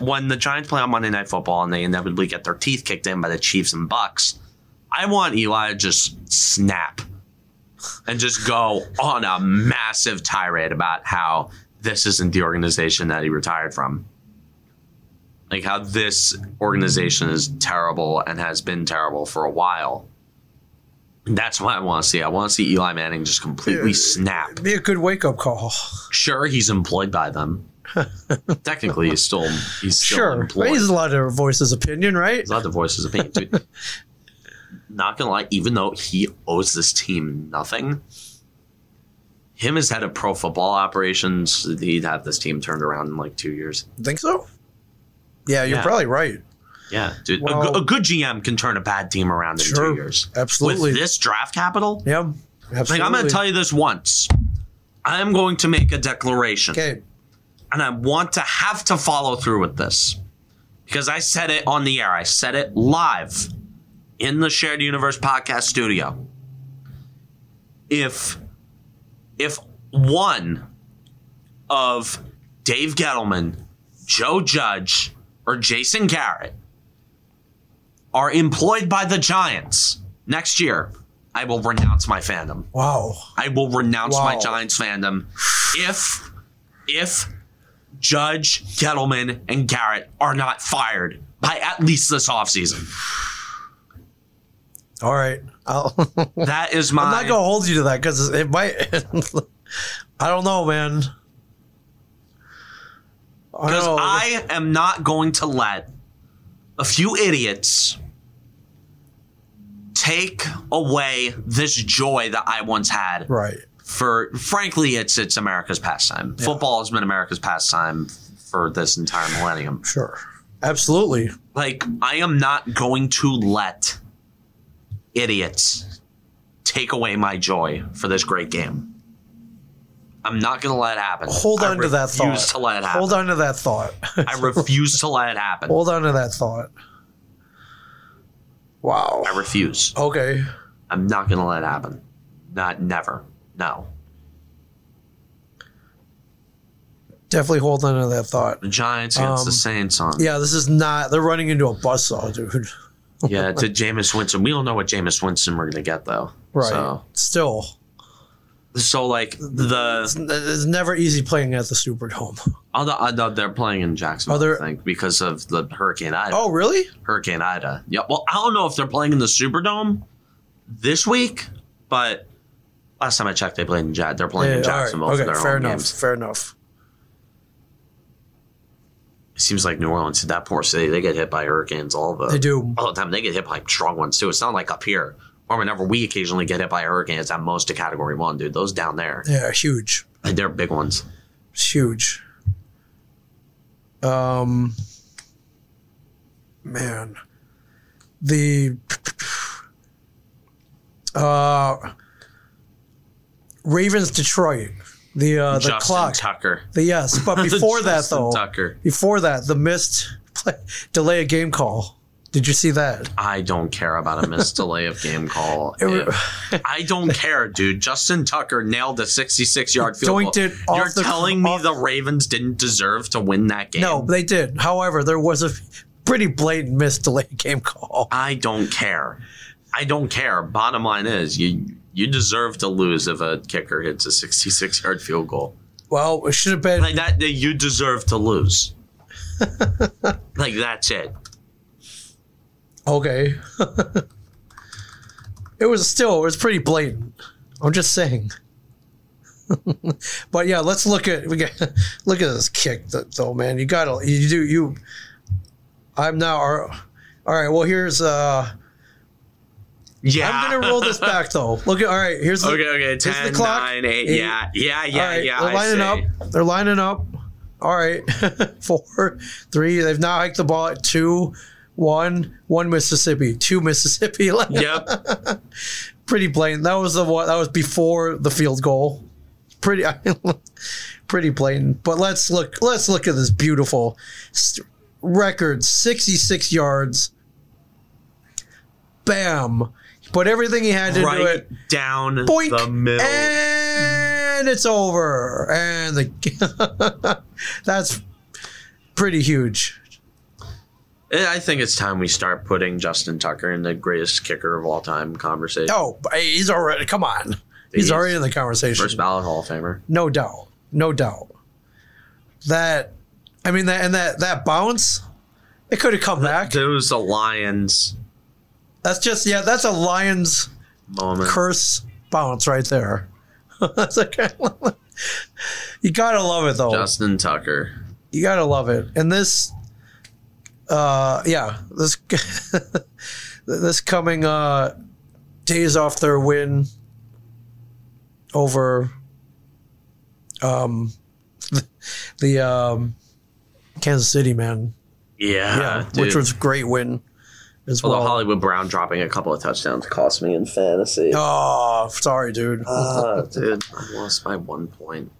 [SPEAKER 1] when the Giants play on Monday Night Football and they inevitably get their teeth kicked in by the Chiefs and Bucks, I want Eli to just snap and just go on a massive tirade about how this isn't the organization that he retired from. Like how this organization is terrible and has been terrible for a while. That's what I want to see. I want to see Eli Manning just completely snap.
[SPEAKER 2] Be a good wake up call.
[SPEAKER 1] Sure, he's employed by them. Technically, he's still he's still
[SPEAKER 2] Sure,
[SPEAKER 1] employed.
[SPEAKER 2] he's allowed to voice his opinion, right?
[SPEAKER 1] He's not the voice of opinion, dude. Not gonna lie, even though he owes this team nothing, him as head of pro football operations, he'd have this team turned around in like two years.
[SPEAKER 2] Think so? Yeah, you're
[SPEAKER 1] Yeah.
[SPEAKER 2] probably right.
[SPEAKER 1] Yeah, dude. a
[SPEAKER 2] Well-
[SPEAKER 1] go- a, good GM can turn a bad team around in
[SPEAKER 2] Sure,
[SPEAKER 1] two years.
[SPEAKER 2] absolutely.
[SPEAKER 1] With this draft capital,
[SPEAKER 2] Yeah, absolutely.
[SPEAKER 1] like I'm gonna tell you this once. I am going to make a declaration.
[SPEAKER 2] Okay,
[SPEAKER 1] and I want to have to follow through with this because I said it on the air. I said it live in the Shared Universe podcast studio. If if one of Dave Gettleman, Joe Judge, or Jason Garrett are employed by the Giants next year, I will renounce my fandom.
[SPEAKER 2] wow.
[SPEAKER 1] I will renounce my
[SPEAKER 2] Wow.
[SPEAKER 1] Giants fandom if if Judge Gettleman and Garrett are not fired by at least this offseason.
[SPEAKER 2] All right, I'll.
[SPEAKER 1] That is my
[SPEAKER 2] I'm not gonna hold you to that because it might. I don't know, man. I don't
[SPEAKER 1] because
[SPEAKER 2] know.
[SPEAKER 1] I am not going to let a few idiots take away this joy that I once had
[SPEAKER 2] right.
[SPEAKER 1] for frankly it's it's America's pastime. Football has been America's pastime for this entire millennium.
[SPEAKER 2] Sure. Absolutely.
[SPEAKER 1] like I am not going to let idiots take away my joy for this great game. I'm not going to let it happen.
[SPEAKER 2] Hold
[SPEAKER 1] I
[SPEAKER 2] on to that thought.
[SPEAKER 1] refuse to let it happen.
[SPEAKER 2] Hold on to that thought.
[SPEAKER 1] I refuse to let it happen.
[SPEAKER 2] Hold on to that thought. Wow.
[SPEAKER 1] I refuse.
[SPEAKER 2] Okay.
[SPEAKER 1] I'm not going to let it happen. Not never. No.
[SPEAKER 2] Definitely hold on to that thought.
[SPEAKER 1] The Giants against the
[SPEAKER 2] Um,
[SPEAKER 1] Saints on. Yeah,
[SPEAKER 2] Yeah, this is not. They're running into a buzzsaw, dude.
[SPEAKER 1] to Jameis Winston. We don't know what Jameis Winston we're going to get, though.
[SPEAKER 2] Right.
[SPEAKER 1] So,
[SPEAKER 2] Still,
[SPEAKER 1] so like, the.
[SPEAKER 2] it's never easy playing at the Superdome.
[SPEAKER 1] Although, although they're playing in Jacksonville,
[SPEAKER 2] Other-
[SPEAKER 1] I think, because of the Hurricane Ida.
[SPEAKER 2] Oh, really?
[SPEAKER 1] Hurricane Ida. Yeah. Well, I don't know if they're playing in the Superdome this week, but last time I checked, they played in ja- They're playing in
[SPEAKER 2] Yeah, all right.
[SPEAKER 1] Jacksonville for their
[SPEAKER 2] fair
[SPEAKER 1] home
[SPEAKER 2] enough.
[SPEAKER 1] games.
[SPEAKER 2] Fair enough.
[SPEAKER 1] It seems like New Orleans, that poor city, they get hit by hurricanes all the
[SPEAKER 2] They do.
[SPEAKER 1] all the time. They get hit by strong ones too. It's not like up here. Or whenever we occasionally get hit by hurricanes, at most to Category One, dude. Those down there,
[SPEAKER 2] Yeah, huge,
[SPEAKER 1] like, they're big ones.
[SPEAKER 2] It's huge. Um, man, the uh, Ravens Detroit. The uh, the
[SPEAKER 1] Justin
[SPEAKER 2] clock.
[SPEAKER 1] Tucker.
[SPEAKER 2] the yes, but before that
[SPEAKER 1] Justin
[SPEAKER 2] though,
[SPEAKER 1] Tucker.
[SPEAKER 2] before that, the missed play, delay a game call. Did you see that?
[SPEAKER 1] I don't care about a missed delay of game call.
[SPEAKER 2] wa-
[SPEAKER 1] If- I don't care, dude. Justin Tucker nailed a 66 yard field
[SPEAKER 2] Doinked
[SPEAKER 1] goal.
[SPEAKER 2] it
[SPEAKER 1] You're
[SPEAKER 2] off the-
[SPEAKER 1] telling me the Ravens didn't deserve to win that game?
[SPEAKER 2] No, they did. However, there was a pretty blatant missed delay game call.
[SPEAKER 1] I don't care. I don't care. Bottom line is, you you deserve to lose if a kicker hits a 66 yard field goal.
[SPEAKER 2] Well, it should have been.
[SPEAKER 1] Like that, that you deserve to lose. like that's it.
[SPEAKER 2] Okay. it was still, it was pretty blatant. I'm just saying. but yeah, let's look at we got look at this kick th- though, man. You gotta you do you. I'm now all right. Well, here's uh.
[SPEAKER 1] Yeah.
[SPEAKER 2] I'm gonna roll this back though. Look at all right. Here's the,
[SPEAKER 1] Okay, okay.
[SPEAKER 2] the
[SPEAKER 1] 10,
[SPEAKER 2] clock.
[SPEAKER 1] 9, 8.
[SPEAKER 2] Eight.
[SPEAKER 1] Yeah, yeah, yeah,
[SPEAKER 2] all right.
[SPEAKER 1] yeah.
[SPEAKER 2] They're
[SPEAKER 1] I
[SPEAKER 2] lining
[SPEAKER 1] see.
[SPEAKER 2] up. They're lining up. All right, four, three. They've now hiked the ball at two, one, one Mississippi, two Mississippi.
[SPEAKER 1] Yep.
[SPEAKER 2] pretty blatant. That was the one. That was before the field goal. Pretty, pretty blatant. But let's look. Let's look at this beautiful st- record. Sixty-six yards. Bam! He put everything he had into
[SPEAKER 1] right
[SPEAKER 2] it.
[SPEAKER 1] down
[SPEAKER 2] Boink! Eh.
[SPEAKER 1] the middle.
[SPEAKER 2] And it's over. And the that's pretty huge.
[SPEAKER 1] Eh, I think it's time we start putting Justin Tucker in the greatest kicker of all time conversation.
[SPEAKER 2] Oh, he's already. Come on,
[SPEAKER 1] He's-
[SPEAKER 2] he's already in the conversation.
[SPEAKER 1] First ballot Hall of Famer.
[SPEAKER 2] No doubt. No doubt. That I mean that and that that bounce, it could have come back.
[SPEAKER 1] There was the Lions
[SPEAKER 2] That's just yeah, that's a Lions
[SPEAKER 1] moment.
[SPEAKER 2] curse bounce right there. That's like- you gotta love it though.
[SPEAKER 1] Justin Tucker.
[SPEAKER 2] You gotta love it. And this uh yeah, this this coming uh days off their win over um the um Kansas City man.
[SPEAKER 1] Yeah,
[SPEAKER 2] Yeah,
[SPEAKER 1] Ah, dude.
[SPEAKER 2] which was a great win as
[SPEAKER 1] Although
[SPEAKER 2] well.
[SPEAKER 1] Hollywood Brown dropping a couple of touchdowns cost me in fantasy.
[SPEAKER 2] Oh, sorry, dude.
[SPEAKER 1] Ah, dude, I lost by one point.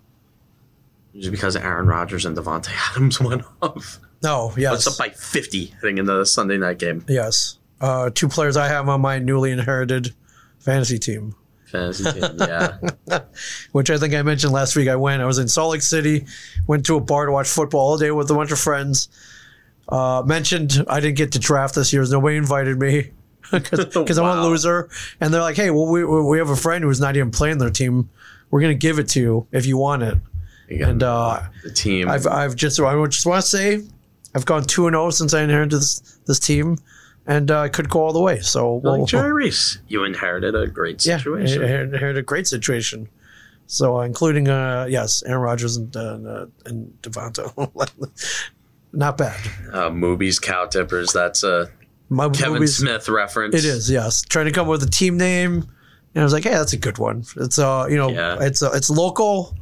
[SPEAKER 1] Just because Aaron Rodgers and Devontae Adams went off.
[SPEAKER 2] no,
[SPEAKER 1] I was
[SPEAKER 2] yes.
[SPEAKER 1] up by 50, I think, in the Sunday night game.
[SPEAKER 2] Yes. Uh, two players I have on my newly inherited fantasy team.
[SPEAKER 1] Fantasy team, yeah.
[SPEAKER 2] which I think I mentioned last week. I went. I was in Salt Lake City, went to a bar to watch football all day with a bunch of friends. Uh, mentioned I didn't get to draft this year. Nobody invited me because I'm
[SPEAKER 1] Wow.
[SPEAKER 2] a loser. And they're like, "Hey, well, we we have a friend who's not even playing their team. We're gonna give it to you if you want it." And uh,
[SPEAKER 1] the team.
[SPEAKER 2] I've I've just I would just want to say I've gone two and zero since I inherited this this team, and uh, I could go all the way. So
[SPEAKER 1] like Jerry Reese, you inherited a great
[SPEAKER 2] yeah,
[SPEAKER 1] situation.
[SPEAKER 2] Had, had a great situation. So, uh, including uh, yes, Aaron Rodgers and uh, and, uh, and Devonta, not bad.
[SPEAKER 1] Uh, movies, cow tippers. That's a
[SPEAKER 2] My
[SPEAKER 1] Kevin
[SPEAKER 2] movies,
[SPEAKER 1] Smith reference.
[SPEAKER 2] it is yes. Trying to come up with a team name, and I was like, hey, that's a good one. It's uh, you know,
[SPEAKER 1] Yeah.
[SPEAKER 2] it's uh, it's local,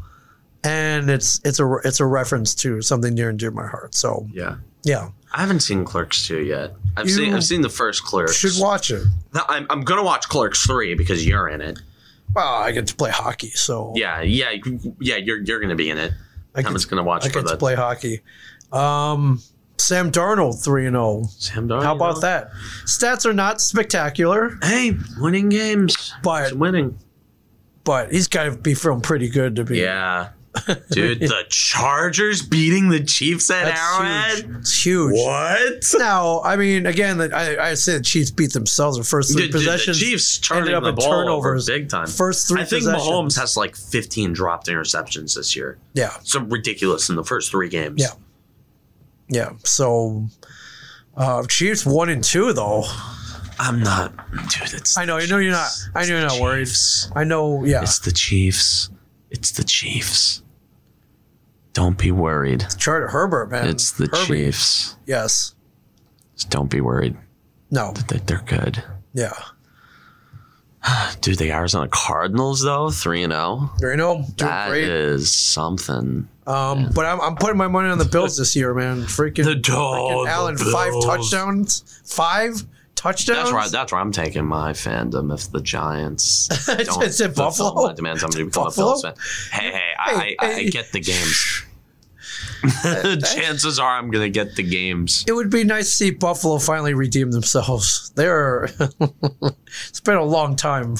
[SPEAKER 2] and it's it's a it's a reference to something near and dear to my heart. So
[SPEAKER 1] Yeah,
[SPEAKER 2] yeah,
[SPEAKER 1] I haven't seen Clerks two yet. I've
[SPEAKER 2] You
[SPEAKER 1] seen I've seen the first Clerks.
[SPEAKER 2] should watch it.
[SPEAKER 1] No, I'm, I'm gonna watch Clerks three because you're in it.
[SPEAKER 2] Well, I get to play hockey, so
[SPEAKER 1] Yeah, yeah, yeah. You're you're gonna be in it.
[SPEAKER 2] I
[SPEAKER 1] I'm
[SPEAKER 2] get,
[SPEAKER 1] just gonna watch
[SPEAKER 2] I
[SPEAKER 1] for
[SPEAKER 2] get to
[SPEAKER 1] the
[SPEAKER 2] play hockey. Um, Sam Darnold three and oh. zero.
[SPEAKER 1] Sam Darnold.
[SPEAKER 2] How about that? Stats are not spectacular,
[SPEAKER 1] Hey, winning games.
[SPEAKER 2] But-
[SPEAKER 1] It's winning.
[SPEAKER 2] but he's got to be feeling pretty good to be.
[SPEAKER 1] Yeah, dude. the Chargers beating the Chiefs at
[SPEAKER 2] that's
[SPEAKER 1] Arrowhead.
[SPEAKER 2] huge. It's huge.
[SPEAKER 1] What?
[SPEAKER 2] Now, I mean, again, I, I said Chiefs beat themselves the first three
[SPEAKER 1] Dude, dude,
[SPEAKER 2] possessions.
[SPEAKER 1] the Chiefs turning
[SPEAKER 2] ended up
[SPEAKER 1] the
[SPEAKER 2] in
[SPEAKER 1] ball
[SPEAKER 2] turnovers.
[SPEAKER 1] over big time.
[SPEAKER 2] First three
[SPEAKER 1] I think
[SPEAKER 2] possessions.
[SPEAKER 1] Mahomes has like 15 dropped interceptions this year.
[SPEAKER 2] Yeah,
[SPEAKER 1] So ridiculous in the first three games.
[SPEAKER 2] Yeah. yeah. So, uh, Chiefs one and two though.
[SPEAKER 1] I'm not, dude. It's
[SPEAKER 2] I know, I know you're not. I know you're not worried.
[SPEAKER 1] Chiefs.
[SPEAKER 2] I know. Yeah,
[SPEAKER 1] It's the Chiefs. It's the Chiefs. Don't be worried.
[SPEAKER 2] Charter Herbert, man.
[SPEAKER 1] It's the
[SPEAKER 2] Uh, Herbie.
[SPEAKER 1] Chiefs.
[SPEAKER 2] Yes.
[SPEAKER 1] Just don't be worried.
[SPEAKER 2] No.
[SPEAKER 1] They- They're good.
[SPEAKER 2] Yeah.
[SPEAKER 1] Dude, the Arizona Cardinals though, three and zero.
[SPEAKER 2] You know, doing
[SPEAKER 1] That
[SPEAKER 2] great.
[SPEAKER 1] is something.
[SPEAKER 2] Um, but I'm, I'm putting my money on the Bills this year, man. Freaking
[SPEAKER 1] Oh, The dog.
[SPEAKER 2] Allen, five touchdowns, five touchdowns.
[SPEAKER 1] That's where, I- that's where I'm taking my fandom. If the Giants,
[SPEAKER 2] It's-
[SPEAKER 1] don't
[SPEAKER 2] it's in
[SPEAKER 1] fulfill
[SPEAKER 2] Buffalo?
[SPEAKER 1] my demand somebody to become
[SPEAKER 2] Buffalo?
[SPEAKER 1] a Bills fan. Hey, hey, I,
[SPEAKER 2] Hey,
[SPEAKER 1] I, I
[SPEAKER 2] hey.
[SPEAKER 1] get the games. Chances are I'm gonna get the games.
[SPEAKER 2] It would be nice to see Buffalo finally redeem themselves. They're it's been a long time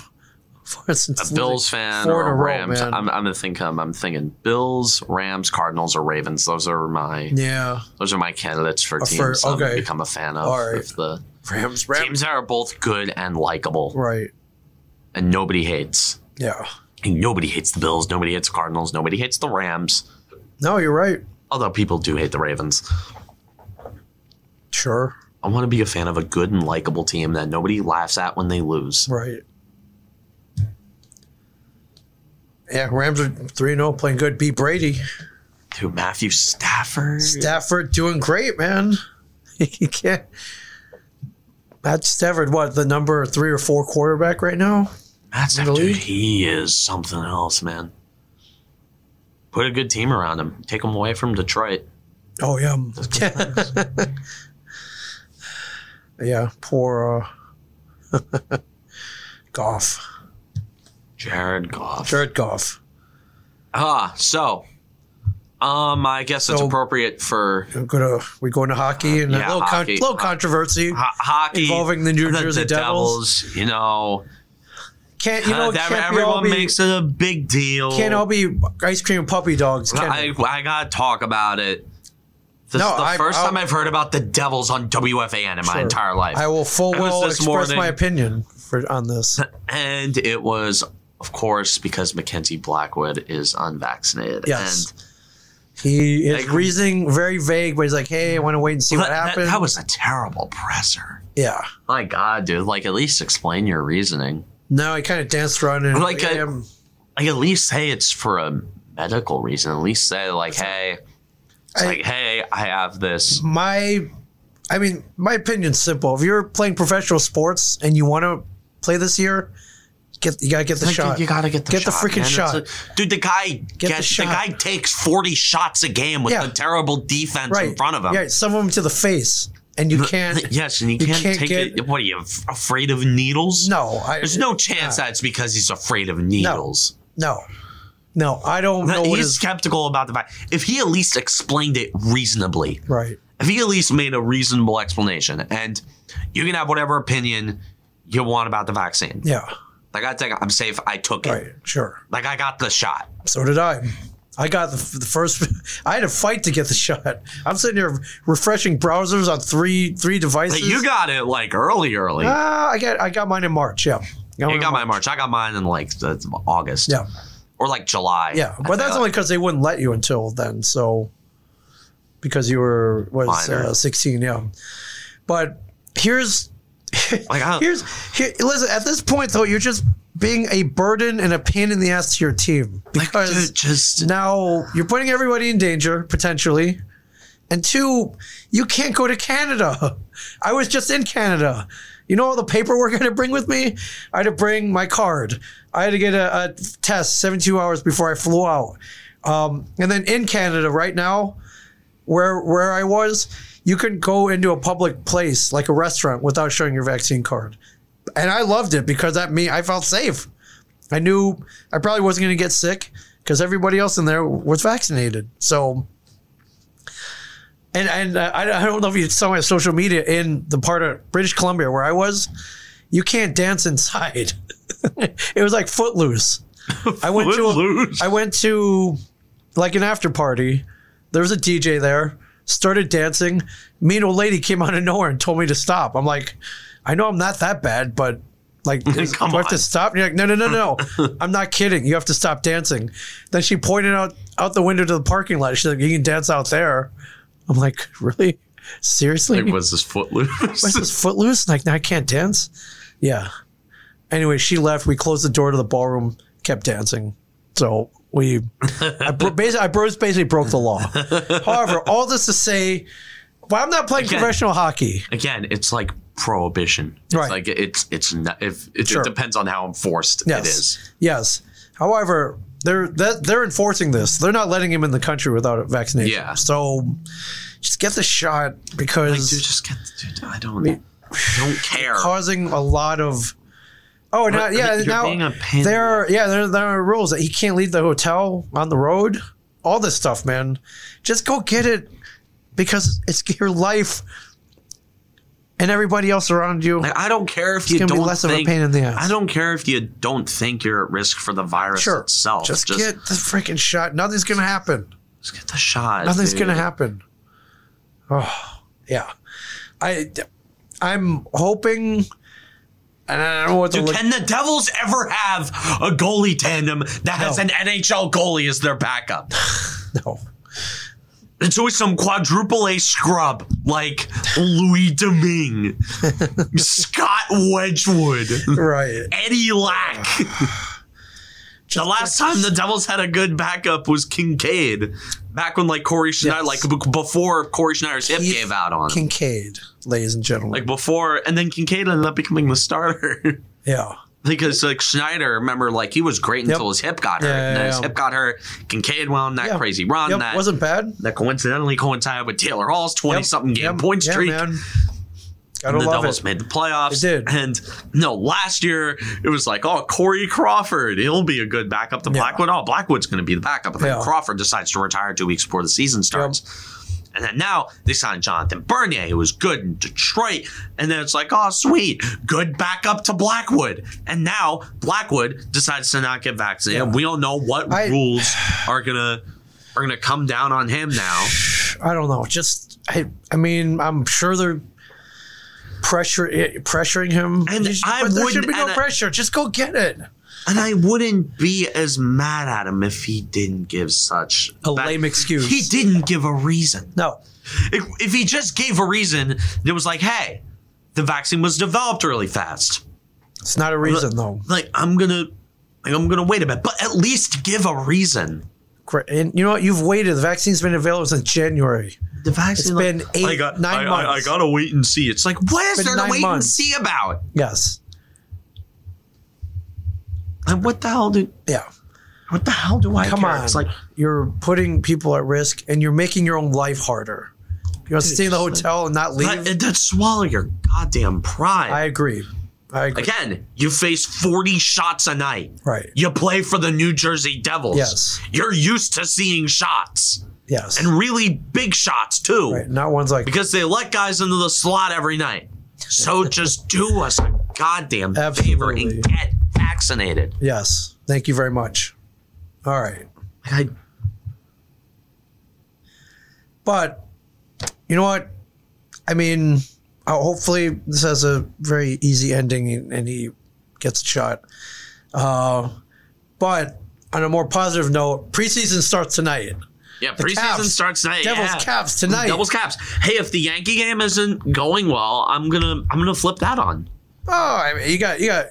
[SPEAKER 2] since
[SPEAKER 1] A Bills fan
[SPEAKER 2] four in
[SPEAKER 1] or
[SPEAKER 2] a row,
[SPEAKER 1] Rams.
[SPEAKER 2] man.
[SPEAKER 1] I'm, I'm gonna think I'm, I'm thinking Bills, Rams, Cardinals, or Ravens. Those are my
[SPEAKER 2] Yeah,
[SPEAKER 1] those are my candidates for teams
[SPEAKER 2] Uh, for-
[SPEAKER 1] I'm gonna
[SPEAKER 2] okay.
[SPEAKER 1] become a fan of.
[SPEAKER 2] All right.
[SPEAKER 1] If the
[SPEAKER 2] Rams, Rams,
[SPEAKER 1] teams that are both good and likable
[SPEAKER 2] right?
[SPEAKER 1] and nobody hates.
[SPEAKER 2] Yeah.
[SPEAKER 1] And nobody hates the Bills. Nobody hates the Cardinals. Nobody hates the Rams.
[SPEAKER 2] No, you're right.
[SPEAKER 1] Although people do hate the Ravens.
[SPEAKER 2] Sure,
[SPEAKER 1] I want to be a fan of a good and likable team that nobody laughs at when they lose.
[SPEAKER 2] right. Yeah, Rams are three zero, playing good. Beat Brady.
[SPEAKER 1] Dude, Matthew Stafford.
[SPEAKER 2] Stafford doing great, man. he can't. Matt Stafford, what the number three or four quarterback right now?
[SPEAKER 1] Matt Stafford,
[SPEAKER 2] Really?
[SPEAKER 1] dude, he is something else, man. Put a good team around him. Take him away from Detroit.
[SPEAKER 2] Oh yeah, yeah. Poor uh, Goff,
[SPEAKER 1] Jared Goff.
[SPEAKER 2] Jared Goff.
[SPEAKER 1] Ah, so, um, I guess it's
[SPEAKER 2] So-
[SPEAKER 1] appropriate for
[SPEAKER 2] We're gonna we going to hockey and
[SPEAKER 1] Yeah,
[SPEAKER 2] a little, con-
[SPEAKER 1] hockey. Uh,
[SPEAKER 2] little controversy.
[SPEAKER 1] ho- hockey
[SPEAKER 2] Involving the New Jersey Devils.
[SPEAKER 1] You know,
[SPEAKER 2] Can't you know?
[SPEAKER 1] uh, that-
[SPEAKER 2] can't be all
[SPEAKER 1] everyone
[SPEAKER 2] be
[SPEAKER 1] makes it a big deal.
[SPEAKER 2] can't all be ice cream puppy dogs. Can
[SPEAKER 1] I, I gotta talk about it. This
[SPEAKER 2] No,
[SPEAKER 1] is the
[SPEAKER 2] I-
[SPEAKER 1] 1st
[SPEAKER 2] I'll-
[SPEAKER 1] time I've heard about the Devils on WFAN in my
[SPEAKER 2] Sure.
[SPEAKER 1] entire life,
[SPEAKER 2] I will full
[SPEAKER 1] That was
[SPEAKER 2] well
[SPEAKER 1] this
[SPEAKER 2] express
[SPEAKER 1] morning.
[SPEAKER 2] my opinion for on this.
[SPEAKER 1] and it was, of course, because Mackenzie Blackwood is unvaccinated.
[SPEAKER 2] Yes.
[SPEAKER 1] and
[SPEAKER 2] He is
[SPEAKER 1] Like-
[SPEAKER 2] reasoning very vague, but he's like, "Hey, I want to wait and see
[SPEAKER 1] that,
[SPEAKER 2] what
[SPEAKER 1] that-
[SPEAKER 2] happens."
[SPEAKER 1] that was a terrible presser.
[SPEAKER 2] yeah.
[SPEAKER 1] My God, dude! Like, at least explain your reasoning.
[SPEAKER 2] No, he kind of danced around and
[SPEAKER 1] Like, uh, I-
[SPEAKER 2] um,
[SPEAKER 1] Like, at least say it's for a medical reason. At least say like, hey, it's
[SPEAKER 2] I-
[SPEAKER 1] like, hey, I have this.
[SPEAKER 2] my I mean, my opinion's simple. If you're playing professional sports and you want to play this year, get you gotta get the
[SPEAKER 1] Like,
[SPEAKER 2] shot.
[SPEAKER 1] dude, you gotta get the
[SPEAKER 2] Get the
[SPEAKER 1] shot.
[SPEAKER 2] freaking
[SPEAKER 1] man. It's
[SPEAKER 2] shot.
[SPEAKER 1] a- dude, the guy
[SPEAKER 2] the
[SPEAKER 1] gets the,
[SPEAKER 2] shot.
[SPEAKER 1] guy takes forty shots a game with
[SPEAKER 2] Yeah.
[SPEAKER 1] the terrible defense
[SPEAKER 2] right
[SPEAKER 1] in front of him.
[SPEAKER 2] Yeah, some of them to the face, and you can't.
[SPEAKER 1] Yes, and he
[SPEAKER 2] You
[SPEAKER 1] can't,
[SPEAKER 2] can't
[SPEAKER 1] take
[SPEAKER 2] get-
[SPEAKER 1] it. What are you af- afraid of needles?
[SPEAKER 2] No, I
[SPEAKER 1] There's no chance that it's because he's afraid of needles.
[SPEAKER 2] no, no. I don't know what
[SPEAKER 1] he's
[SPEAKER 2] is
[SPEAKER 1] skeptical about the fact. If he at least explained it reasonably,
[SPEAKER 2] right.
[SPEAKER 1] if he at least made a reasonable explanation, and you can have whatever opinion you want about the vaccine.
[SPEAKER 2] Yeah,
[SPEAKER 1] Like I think I'm safe. I took it.
[SPEAKER 2] right. Sure.
[SPEAKER 1] Like I got the shot.
[SPEAKER 2] So did I. I got the, the first. I had a fight to get the shot. I'm sitting here refreshing browsers on three three devices.
[SPEAKER 1] But you got it like early, early.
[SPEAKER 2] Ah, I got I got mine in March. Yeah,
[SPEAKER 1] you
[SPEAKER 2] mine
[SPEAKER 1] got
[SPEAKER 2] in
[SPEAKER 1] mine in March. I got mine in like the, August.
[SPEAKER 2] Yeah.
[SPEAKER 1] Or like July.
[SPEAKER 2] Yeah,
[SPEAKER 1] I
[SPEAKER 2] but that's
[SPEAKER 1] think.
[SPEAKER 2] only because they wouldn't let you until then. So because you were was
[SPEAKER 1] Minor.
[SPEAKER 2] uh, sixteen, yeah. But here's
[SPEAKER 1] like I,
[SPEAKER 2] here's here, listen. At this point, though, you're just being a burden and a pain in the ass to your team
[SPEAKER 1] like,
[SPEAKER 2] because
[SPEAKER 1] dude, just
[SPEAKER 2] now you're putting everybody in danger potentially. And two, you can't go to Canada. I was just in Canada. You know all the paperwork I had to bring with me? I had to bring my card. I had to get a, a test 72 hours before I flew out. Um, and then in Canada right now, where where I was, you couldn't go into a public place like a restaurant without showing your vaccine card. And I loved it because that me I felt safe. I knew I probably wasn't going to get sick because everybody else in there was vaccinated. So, and and uh, I, I don't know if you saw my social media in the part of British Columbia where I was. You can't dance inside. it was like footloose. I went to a,
[SPEAKER 1] Footloose.
[SPEAKER 2] I went to like an after party. There was a DJ there. Started dancing. Me and old lady came out of nowhere and told me to stop. I'm like, I know I'm not that bad, but like, is-
[SPEAKER 1] Come
[SPEAKER 2] do I have to
[SPEAKER 1] on.
[SPEAKER 2] stop? And you're like, no, no, no, no. I'm not kidding. You have to stop dancing. Then she pointed out out the window to the parking lot. She's like, you can dance out there. I'm like, really? Seriously?
[SPEAKER 1] Like, was this
[SPEAKER 2] This
[SPEAKER 1] Footloose?
[SPEAKER 2] is footloose. Like, now I can't dance. Yeah. Anyway, she left. We closed the door to the ballroom. Kept dancing. So we, I bro- basically, I bro- basically broke the law. However, all this to say, well, I'm not playing
[SPEAKER 1] Again.
[SPEAKER 2] professional hockey.
[SPEAKER 1] Again, it's like prohibition. It's
[SPEAKER 2] Right.
[SPEAKER 1] Like it's it's not, if it,
[SPEAKER 2] Sure.
[SPEAKER 1] it depends on how enforced it is.
[SPEAKER 2] Yes. However, they're that they're enforcing this. They're not letting him in the country without a vaccination.
[SPEAKER 1] Yeah.
[SPEAKER 2] So just get the shot
[SPEAKER 1] Like,
[SPEAKER 2] because
[SPEAKER 1] dude, just get dude. I don't don't care.
[SPEAKER 2] causing a lot of. Oh, now,
[SPEAKER 1] But
[SPEAKER 2] yeah,
[SPEAKER 1] you're
[SPEAKER 2] now
[SPEAKER 1] being a pain.
[SPEAKER 2] there are yeah there, there are rules that he can't leave the hotel on the road. All this stuff, man. Just go get it because it's your life and everybody else around you.
[SPEAKER 1] Like, I don't care if you
[SPEAKER 2] gonna
[SPEAKER 1] don't
[SPEAKER 2] be less of a
[SPEAKER 1] think,
[SPEAKER 2] pain in the ass.
[SPEAKER 1] I don't care if you don't think you're at risk for the virus
[SPEAKER 2] Sure.
[SPEAKER 1] itself.
[SPEAKER 2] Just, get the freaking shot. Nothing's gonna happen.
[SPEAKER 1] just get the shot.
[SPEAKER 2] Nothing's
[SPEAKER 1] dude.
[SPEAKER 2] gonna happen. Oh, yeah. I, I'm hoping, and I don't know what to
[SPEAKER 1] Dude,
[SPEAKER 2] look.
[SPEAKER 1] can the Devils ever have a goalie tandem that has
[SPEAKER 2] No.
[SPEAKER 1] an NHL goalie as their backup?
[SPEAKER 2] no.
[SPEAKER 1] It's always some quadruple A scrub like Louis Domingue, Scott Wedgwood,
[SPEAKER 2] Right.
[SPEAKER 1] Eddie Lack. the last time the Devils had a good backup was Kincaid. Back when like Corey Schneider,
[SPEAKER 2] Yes.
[SPEAKER 1] like b- before Corey Schneider's hip
[SPEAKER 2] Keith
[SPEAKER 1] gave out on him.
[SPEAKER 2] Kincaid, ladies and gentlemen.
[SPEAKER 1] like before, and then Kincaid ended up becoming the starter
[SPEAKER 2] yeah.
[SPEAKER 1] because like Schneider, remember, like he was great until his hip got hurt.
[SPEAKER 2] Yeah,
[SPEAKER 1] and then
[SPEAKER 2] yeah,
[SPEAKER 1] his
[SPEAKER 2] yeah.
[SPEAKER 1] hip got hurt. Kincaid went on that
[SPEAKER 2] Yeah.
[SPEAKER 1] crazy run
[SPEAKER 2] Yep.
[SPEAKER 1] that
[SPEAKER 2] Wasn't bad.
[SPEAKER 1] that coincidentally coincided with Taylor Hall's twenty
[SPEAKER 2] Yep,
[SPEAKER 1] something game
[SPEAKER 2] yep,
[SPEAKER 1] point streak.
[SPEAKER 2] Yeah, man. Gotta
[SPEAKER 1] and the
[SPEAKER 2] love
[SPEAKER 1] Devils
[SPEAKER 2] it.
[SPEAKER 1] made the playoffs.
[SPEAKER 2] They did.
[SPEAKER 1] And no, last year it was like, oh, Corey Crawford, he'll be a good backup to
[SPEAKER 2] Yeah.
[SPEAKER 1] Blackwood. Oh, Blackwood's going to be the backup. And then
[SPEAKER 2] Yeah.
[SPEAKER 1] Crawford decides to retire two weeks before the season starts. And then now they signed Jonathan Bernier, who was good in Detroit. And then it's like, oh, sweet, good backup to Blackwood. And now Blackwood decides to not get vaccinated. We don't know what
[SPEAKER 2] I-
[SPEAKER 1] rules are gonna are gonna come down on him now.
[SPEAKER 2] I don't know. Just I. I mean, I'm sure they're pressure eh, pressuring him.
[SPEAKER 1] And
[SPEAKER 2] There should-
[SPEAKER 1] I
[SPEAKER 2] but there
[SPEAKER 1] wouldn't-
[SPEAKER 2] should be no
[SPEAKER 1] and I-
[SPEAKER 2] pressure. Just go get it.
[SPEAKER 1] And I wouldn't be as mad at him if he didn't give such
[SPEAKER 2] A
[SPEAKER 1] that-
[SPEAKER 2] lame excuse.
[SPEAKER 1] He didn't give a reason.
[SPEAKER 2] No.
[SPEAKER 1] If, if he just gave a reason that was like, "Hey, the vaccine was developed really fast.
[SPEAKER 2] It's not a reason though.
[SPEAKER 1] Like, I'm gonna, like, I'm gonna wait a bit, but at least give a reason."
[SPEAKER 2] Cra- And you know what? You've waited. The vaccine's been available since January.
[SPEAKER 1] The vaccine.
[SPEAKER 2] It's been eight, nine months.
[SPEAKER 1] gotta wait and see. It's like, what is
[SPEAKER 2] Been
[SPEAKER 1] there to
[SPEAKER 2] nine
[SPEAKER 1] wait and
[SPEAKER 2] months.
[SPEAKER 1] see about?
[SPEAKER 2] Yes.
[SPEAKER 1] And what the hell do?
[SPEAKER 2] Yeah.
[SPEAKER 1] What the hell do I
[SPEAKER 2] Come
[SPEAKER 1] care?
[SPEAKER 2] on.
[SPEAKER 1] It's like,
[SPEAKER 2] you're putting people at risk and you're making your own life harder. You're to stay in the
[SPEAKER 1] just like-
[SPEAKER 2] hotel and not leave.
[SPEAKER 1] that, that swallow your goddamn pride.
[SPEAKER 2] I agree. I agree.
[SPEAKER 1] Again, you face 40 shots a night.
[SPEAKER 2] Right.
[SPEAKER 1] You play for the New Jersey Devils.
[SPEAKER 2] Yes.
[SPEAKER 1] You're used to seeing shots
[SPEAKER 2] Yes.
[SPEAKER 1] and really big shots too
[SPEAKER 2] right. Not one's like
[SPEAKER 1] because they let guys into the slot every night. So just do us a goddamn favor
[SPEAKER 2] Absolutely.
[SPEAKER 1] and get vaccinated.
[SPEAKER 2] yes. Thank you very much. All right.
[SPEAKER 1] Like, I,
[SPEAKER 2] But you know what? I mean, uh, hopefully this has a very easy ending and- and he gets shot. Uh, but on a more positive note, preseason starts tonight.
[SPEAKER 1] yeah, preseason
[SPEAKER 2] Caps.
[SPEAKER 1] starts tonight.
[SPEAKER 2] Devils
[SPEAKER 1] yeah.
[SPEAKER 2] Caps tonight.
[SPEAKER 1] Devils caps. Hey, if the Yankee game isn't going well, I'm gonna I'm gonna flip that on.
[SPEAKER 2] Oh, I mean, you got you got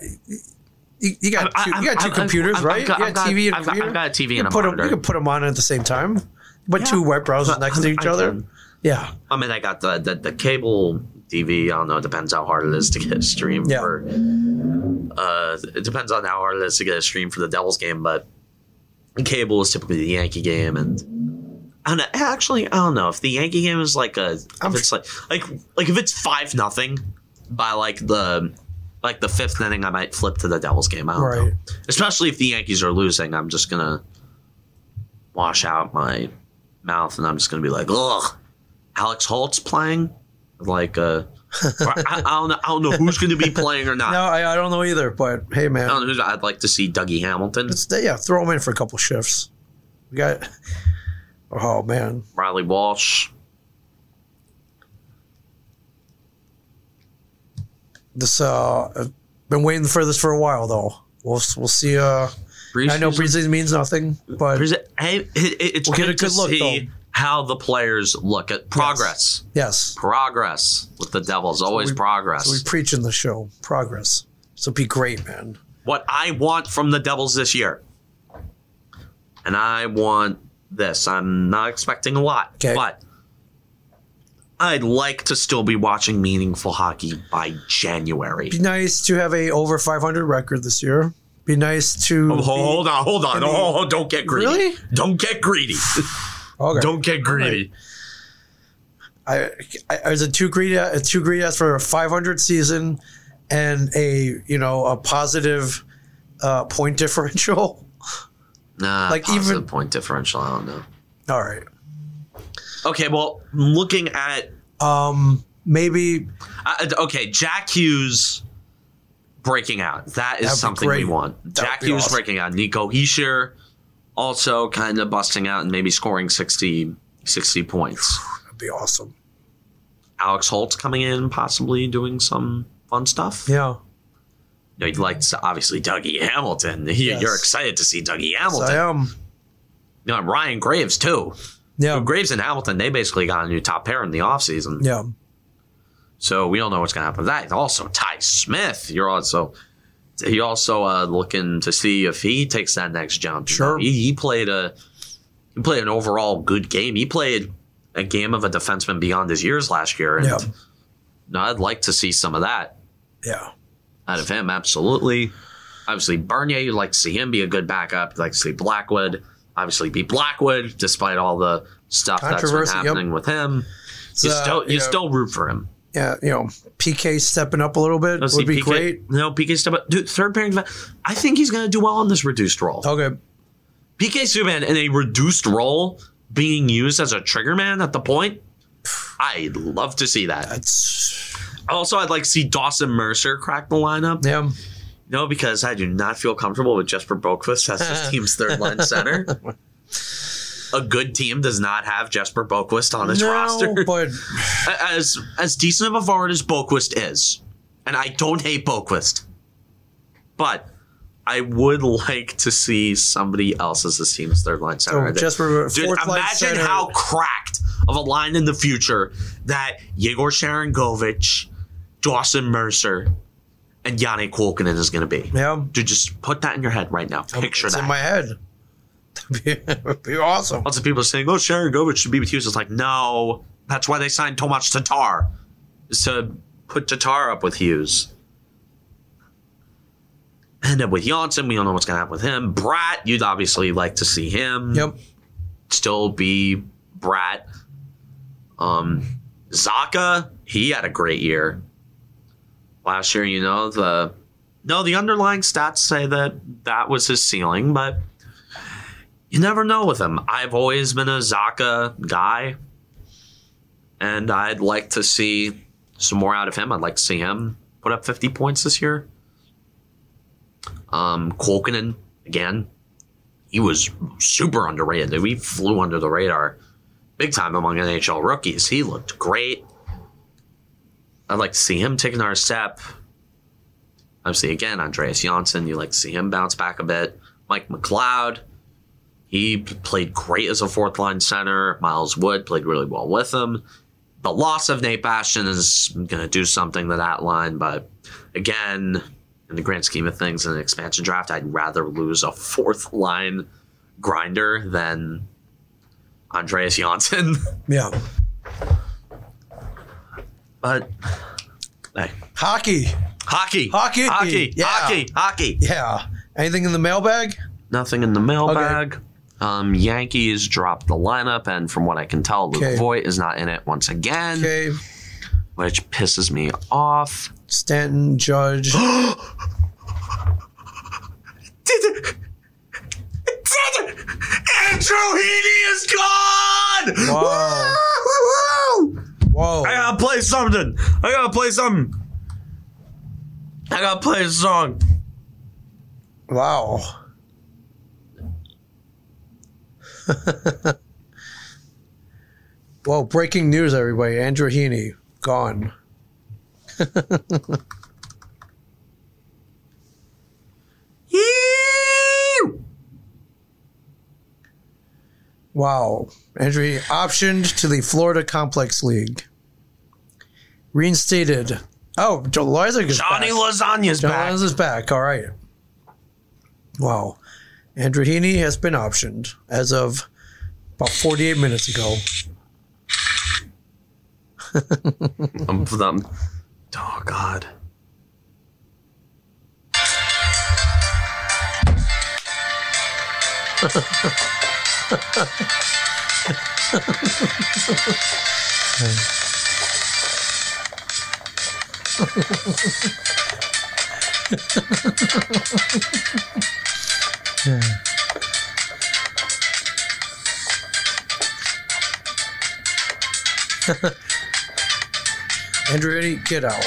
[SPEAKER 2] you, you got
[SPEAKER 1] I-
[SPEAKER 2] two,
[SPEAKER 1] I-
[SPEAKER 2] you got
[SPEAKER 1] I-
[SPEAKER 2] 2
[SPEAKER 1] I've-
[SPEAKER 2] computers,
[SPEAKER 1] I've
[SPEAKER 2] right?
[SPEAKER 1] got-
[SPEAKER 2] you
[SPEAKER 1] I've
[SPEAKER 2] got
[SPEAKER 1] got-
[SPEAKER 2] TV and a
[SPEAKER 1] I've got-
[SPEAKER 2] computer.
[SPEAKER 1] I've got a TV
[SPEAKER 2] you
[SPEAKER 1] and
[SPEAKER 2] can
[SPEAKER 1] a
[SPEAKER 2] put 'em-
[SPEAKER 1] monitor.
[SPEAKER 2] you can put them on at the same time, but
[SPEAKER 1] Yeah.
[SPEAKER 2] two web browsers
[SPEAKER 1] I-
[SPEAKER 2] next to
[SPEAKER 1] I-
[SPEAKER 2] each
[SPEAKER 1] I
[SPEAKER 2] other.
[SPEAKER 1] can.
[SPEAKER 2] Yeah,
[SPEAKER 1] I mean, I got the, the, the cable TV. I don't know. It depends how hard it is to get a stream
[SPEAKER 2] Yeah.
[SPEAKER 1] for. Uh, it depends on how hard it is to get a stream for the Devils game, but cable is typically the Yankee game, and I don't know. Actually, I don't know if the Yankee game is like a. If
[SPEAKER 2] I'm-
[SPEAKER 1] it's like like like if it's five nothing by like the like the fifth inning, I might flip to the Devils game. I don't
[SPEAKER 2] Right.
[SPEAKER 1] know. Especially if the Yankees are losing, I'm just gonna wash out my mouth and I'm just gonna be like, ugh, Alex Holt's playing, like uh, or I, I don't know, I don't know who's gonna be playing or not.
[SPEAKER 2] No, I, I don't know either. But hey, man,
[SPEAKER 1] I don't know who's, I'd like to see Dougie Hamilton,
[SPEAKER 2] Let's- yeah, throw him in for a couple shifts. We got. Oh man,
[SPEAKER 1] Riley Walsh.
[SPEAKER 2] this uh, I've been waiting for this for a while though. We'll we'll see. Uh, I know
[SPEAKER 1] Preseason-
[SPEAKER 2] preseason means nothing, but
[SPEAKER 1] Pres- hey, it, it- it's
[SPEAKER 2] We'll
[SPEAKER 1] good
[SPEAKER 2] get a
[SPEAKER 1] to
[SPEAKER 2] good look,
[SPEAKER 1] see
[SPEAKER 2] though.
[SPEAKER 1] how the players look at progress.
[SPEAKER 2] yes,
[SPEAKER 1] Progress with the Devils, always
[SPEAKER 2] we-
[SPEAKER 1] progress.
[SPEAKER 2] we preach in the show progress. So be great, man.
[SPEAKER 1] what I want from the Devils this year, and I want this. I'm not expecting a lot,
[SPEAKER 2] Okay.
[SPEAKER 1] but I'd like to still be watching meaningful hockey by January.
[SPEAKER 2] Be nice to have a over 500 record this year. Be nice to
[SPEAKER 1] Oh, hold on, hold on. Oh, don't get greedy.
[SPEAKER 2] Really?
[SPEAKER 1] Don't get greedy.
[SPEAKER 2] Okay.
[SPEAKER 1] Don't get greedy.
[SPEAKER 2] I, I, I was a too greedy, a too greedy as for a 500 season and a you know a positive uh, point differential.
[SPEAKER 1] Nah,
[SPEAKER 2] Like,
[SPEAKER 1] like even
[SPEAKER 2] even-
[SPEAKER 1] point differential. I don't know.
[SPEAKER 2] All right.
[SPEAKER 1] Okay, well, looking at
[SPEAKER 2] Um, maybe
[SPEAKER 1] uh, okay, Jack Hughes breaking out. That
[SPEAKER 2] That'd
[SPEAKER 1] is
[SPEAKER 2] be
[SPEAKER 1] something we
[SPEAKER 2] great.
[SPEAKER 1] want.
[SPEAKER 2] That
[SPEAKER 1] Jack
[SPEAKER 2] would be
[SPEAKER 1] Hughes
[SPEAKER 2] awesome.
[SPEAKER 1] breaking out. Nico Heischer also kind of busting out and maybe scoring 60, 60 points.
[SPEAKER 2] that'd be awesome.
[SPEAKER 1] Alex Holtz coming in, possibly doing some fun stuff.
[SPEAKER 2] Yeah.
[SPEAKER 1] You know, you'd like to see- obviously Dougie Hamilton. You-
[SPEAKER 2] Yes.
[SPEAKER 1] You're excited to see Dougie
[SPEAKER 2] So
[SPEAKER 1] Hamilton.
[SPEAKER 2] I am.
[SPEAKER 1] you know, and Ryan Graves too.
[SPEAKER 2] Yeah.
[SPEAKER 1] Graves and Hamilton, they basically got a new top pair in the offseason.
[SPEAKER 2] Yeah.
[SPEAKER 1] So we don't know what's going to happen with that. Also, Ty Smith, you're also he also uh, looking to see if he takes that next jump. You
[SPEAKER 2] Sure.
[SPEAKER 1] know, he, he played a he played an overall good game. He played a game of a defenseman beyond his years last year, and
[SPEAKER 2] Yeah.
[SPEAKER 1] you know, I'd like to see some of that
[SPEAKER 2] Yeah.
[SPEAKER 1] out of him. Absolutely. Obviously, Bernier, you'd like to see him be a good backup. You'd like to see Blackwood. Obviously, be Blackwood, despite all the stuff that's been
[SPEAKER 2] Controversy, yep.
[SPEAKER 1] happening with him. You
[SPEAKER 2] So,
[SPEAKER 1] still you
[SPEAKER 2] know,
[SPEAKER 1] still root for him.
[SPEAKER 2] yeah, you know, PK stepping up a little bit
[SPEAKER 1] Let's
[SPEAKER 2] would
[SPEAKER 1] see,
[SPEAKER 2] be
[SPEAKER 1] PK
[SPEAKER 2] great.
[SPEAKER 1] No, PK step up. Dude, third pairing. I think he's going to do well on this reduced role.
[SPEAKER 2] Okay.
[SPEAKER 1] PK Subban in a reduced role being used as a trigger man at the point. I'd love to see that.
[SPEAKER 2] That's
[SPEAKER 1] Also, I'd like to see Dawson Mercer crack the lineup.
[SPEAKER 2] yeah.
[SPEAKER 1] No, because I do not feel comfortable with Jesper Boquist as this team's third line center. A good team does not have Jesper Boquist on its
[SPEAKER 2] no,
[SPEAKER 1] roster.
[SPEAKER 2] but oh,
[SPEAKER 1] as as decent of a forward as Boquist is, and I don't hate Boquist, but I would like to see somebody else as this team's third line center.
[SPEAKER 2] oh,
[SPEAKER 1] I think.
[SPEAKER 2] Jesper
[SPEAKER 1] Dude,
[SPEAKER 2] fourth line
[SPEAKER 1] imagine
[SPEAKER 2] center.
[SPEAKER 1] how cracked of a line in the future that Yegor Sharangovich, Dawson Mercer, and Yannick Kulkinen is going to be.
[SPEAKER 2] yeah.
[SPEAKER 1] Dude, just put that in your head right now. Picture
[SPEAKER 2] it's
[SPEAKER 1] that.
[SPEAKER 2] in my head. That'd be, that'd be awesome.
[SPEAKER 1] Lots of people are saying, "Oh, Sharangovich should be with Hughes." It's like, no, that's why they signed Tomas Tatar, is to put Tatar up with Hughes. End up with Janssen. We don't know what's going to happen with him. Brat, you'd obviously like to see him
[SPEAKER 2] Yep.
[SPEAKER 1] still be Brat. Um, Zaka, he had a great year last year. You know the no, the underlying stats say that that was his ceiling, but you never know with him. I've always been a Zaka guy, and I'd like to see some more out of him. I'd like to see him put up 50 points this year. Um, Kolkinen again, he was super underrated. dude. He flew under the radar big time among NHL rookies. He looked great. I'd like to see him take another step. Obviously, again, Andreas Janssen, you like to see him bounce back a bit. Mike McLeod, he p- played great as a fourth line center. Miles Wood played really well with him. The loss of Nate Bastion is going to do something to that line, but again, in the grand scheme of things, in an expansion draft, I'd rather lose a fourth line grinder than Andreas Janssen.
[SPEAKER 2] Yeah.
[SPEAKER 1] but hey,
[SPEAKER 2] Hockey.
[SPEAKER 1] hockey,
[SPEAKER 2] Hockey,
[SPEAKER 1] hockey,
[SPEAKER 2] yeah.
[SPEAKER 1] hockey, hockey.
[SPEAKER 2] Yeah. Anything in the mailbag?
[SPEAKER 1] Nothing in the mailbag. Um, Yankees dropped the lineup, and from what I can tell, Luke
[SPEAKER 2] Okay.
[SPEAKER 1] Voigt is not in it once again.
[SPEAKER 2] Okay.
[SPEAKER 1] which pisses me off.
[SPEAKER 2] Stanton, Judge.
[SPEAKER 1] Did it? Did it? Andrew Heaney is gone!
[SPEAKER 2] Wow.
[SPEAKER 1] Woo!
[SPEAKER 2] Whoa.
[SPEAKER 1] I gotta play something. I gotta play something. I gotta play a song.
[SPEAKER 2] Wow. well, breaking news, everybody. Andrew Heaney gone.
[SPEAKER 1] Ew!
[SPEAKER 2] Wow. Andrew Heaney optioned to the Florida Complex League. Reinstated. Oh, Joe Lysak is
[SPEAKER 1] Johnny
[SPEAKER 2] back.
[SPEAKER 1] Lasagna's
[SPEAKER 2] John
[SPEAKER 1] back.
[SPEAKER 2] Lysak is back. All right. Wow. Andrew Heaney has been optioned as of about 48 minutes ago.
[SPEAKER 1] I'm, I'm, oh God.
[SPEAKER 2] Andrew Heaney, get out.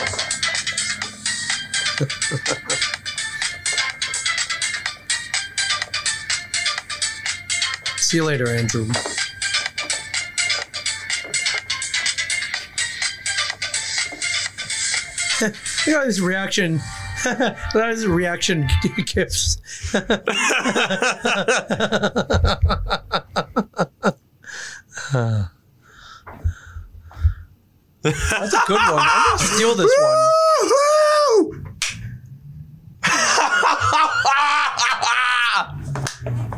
[SPEAKER 2] See you later, Andrew. you know his reaction. that is reaction gifts. That's a good one. I'm gonna steal this one.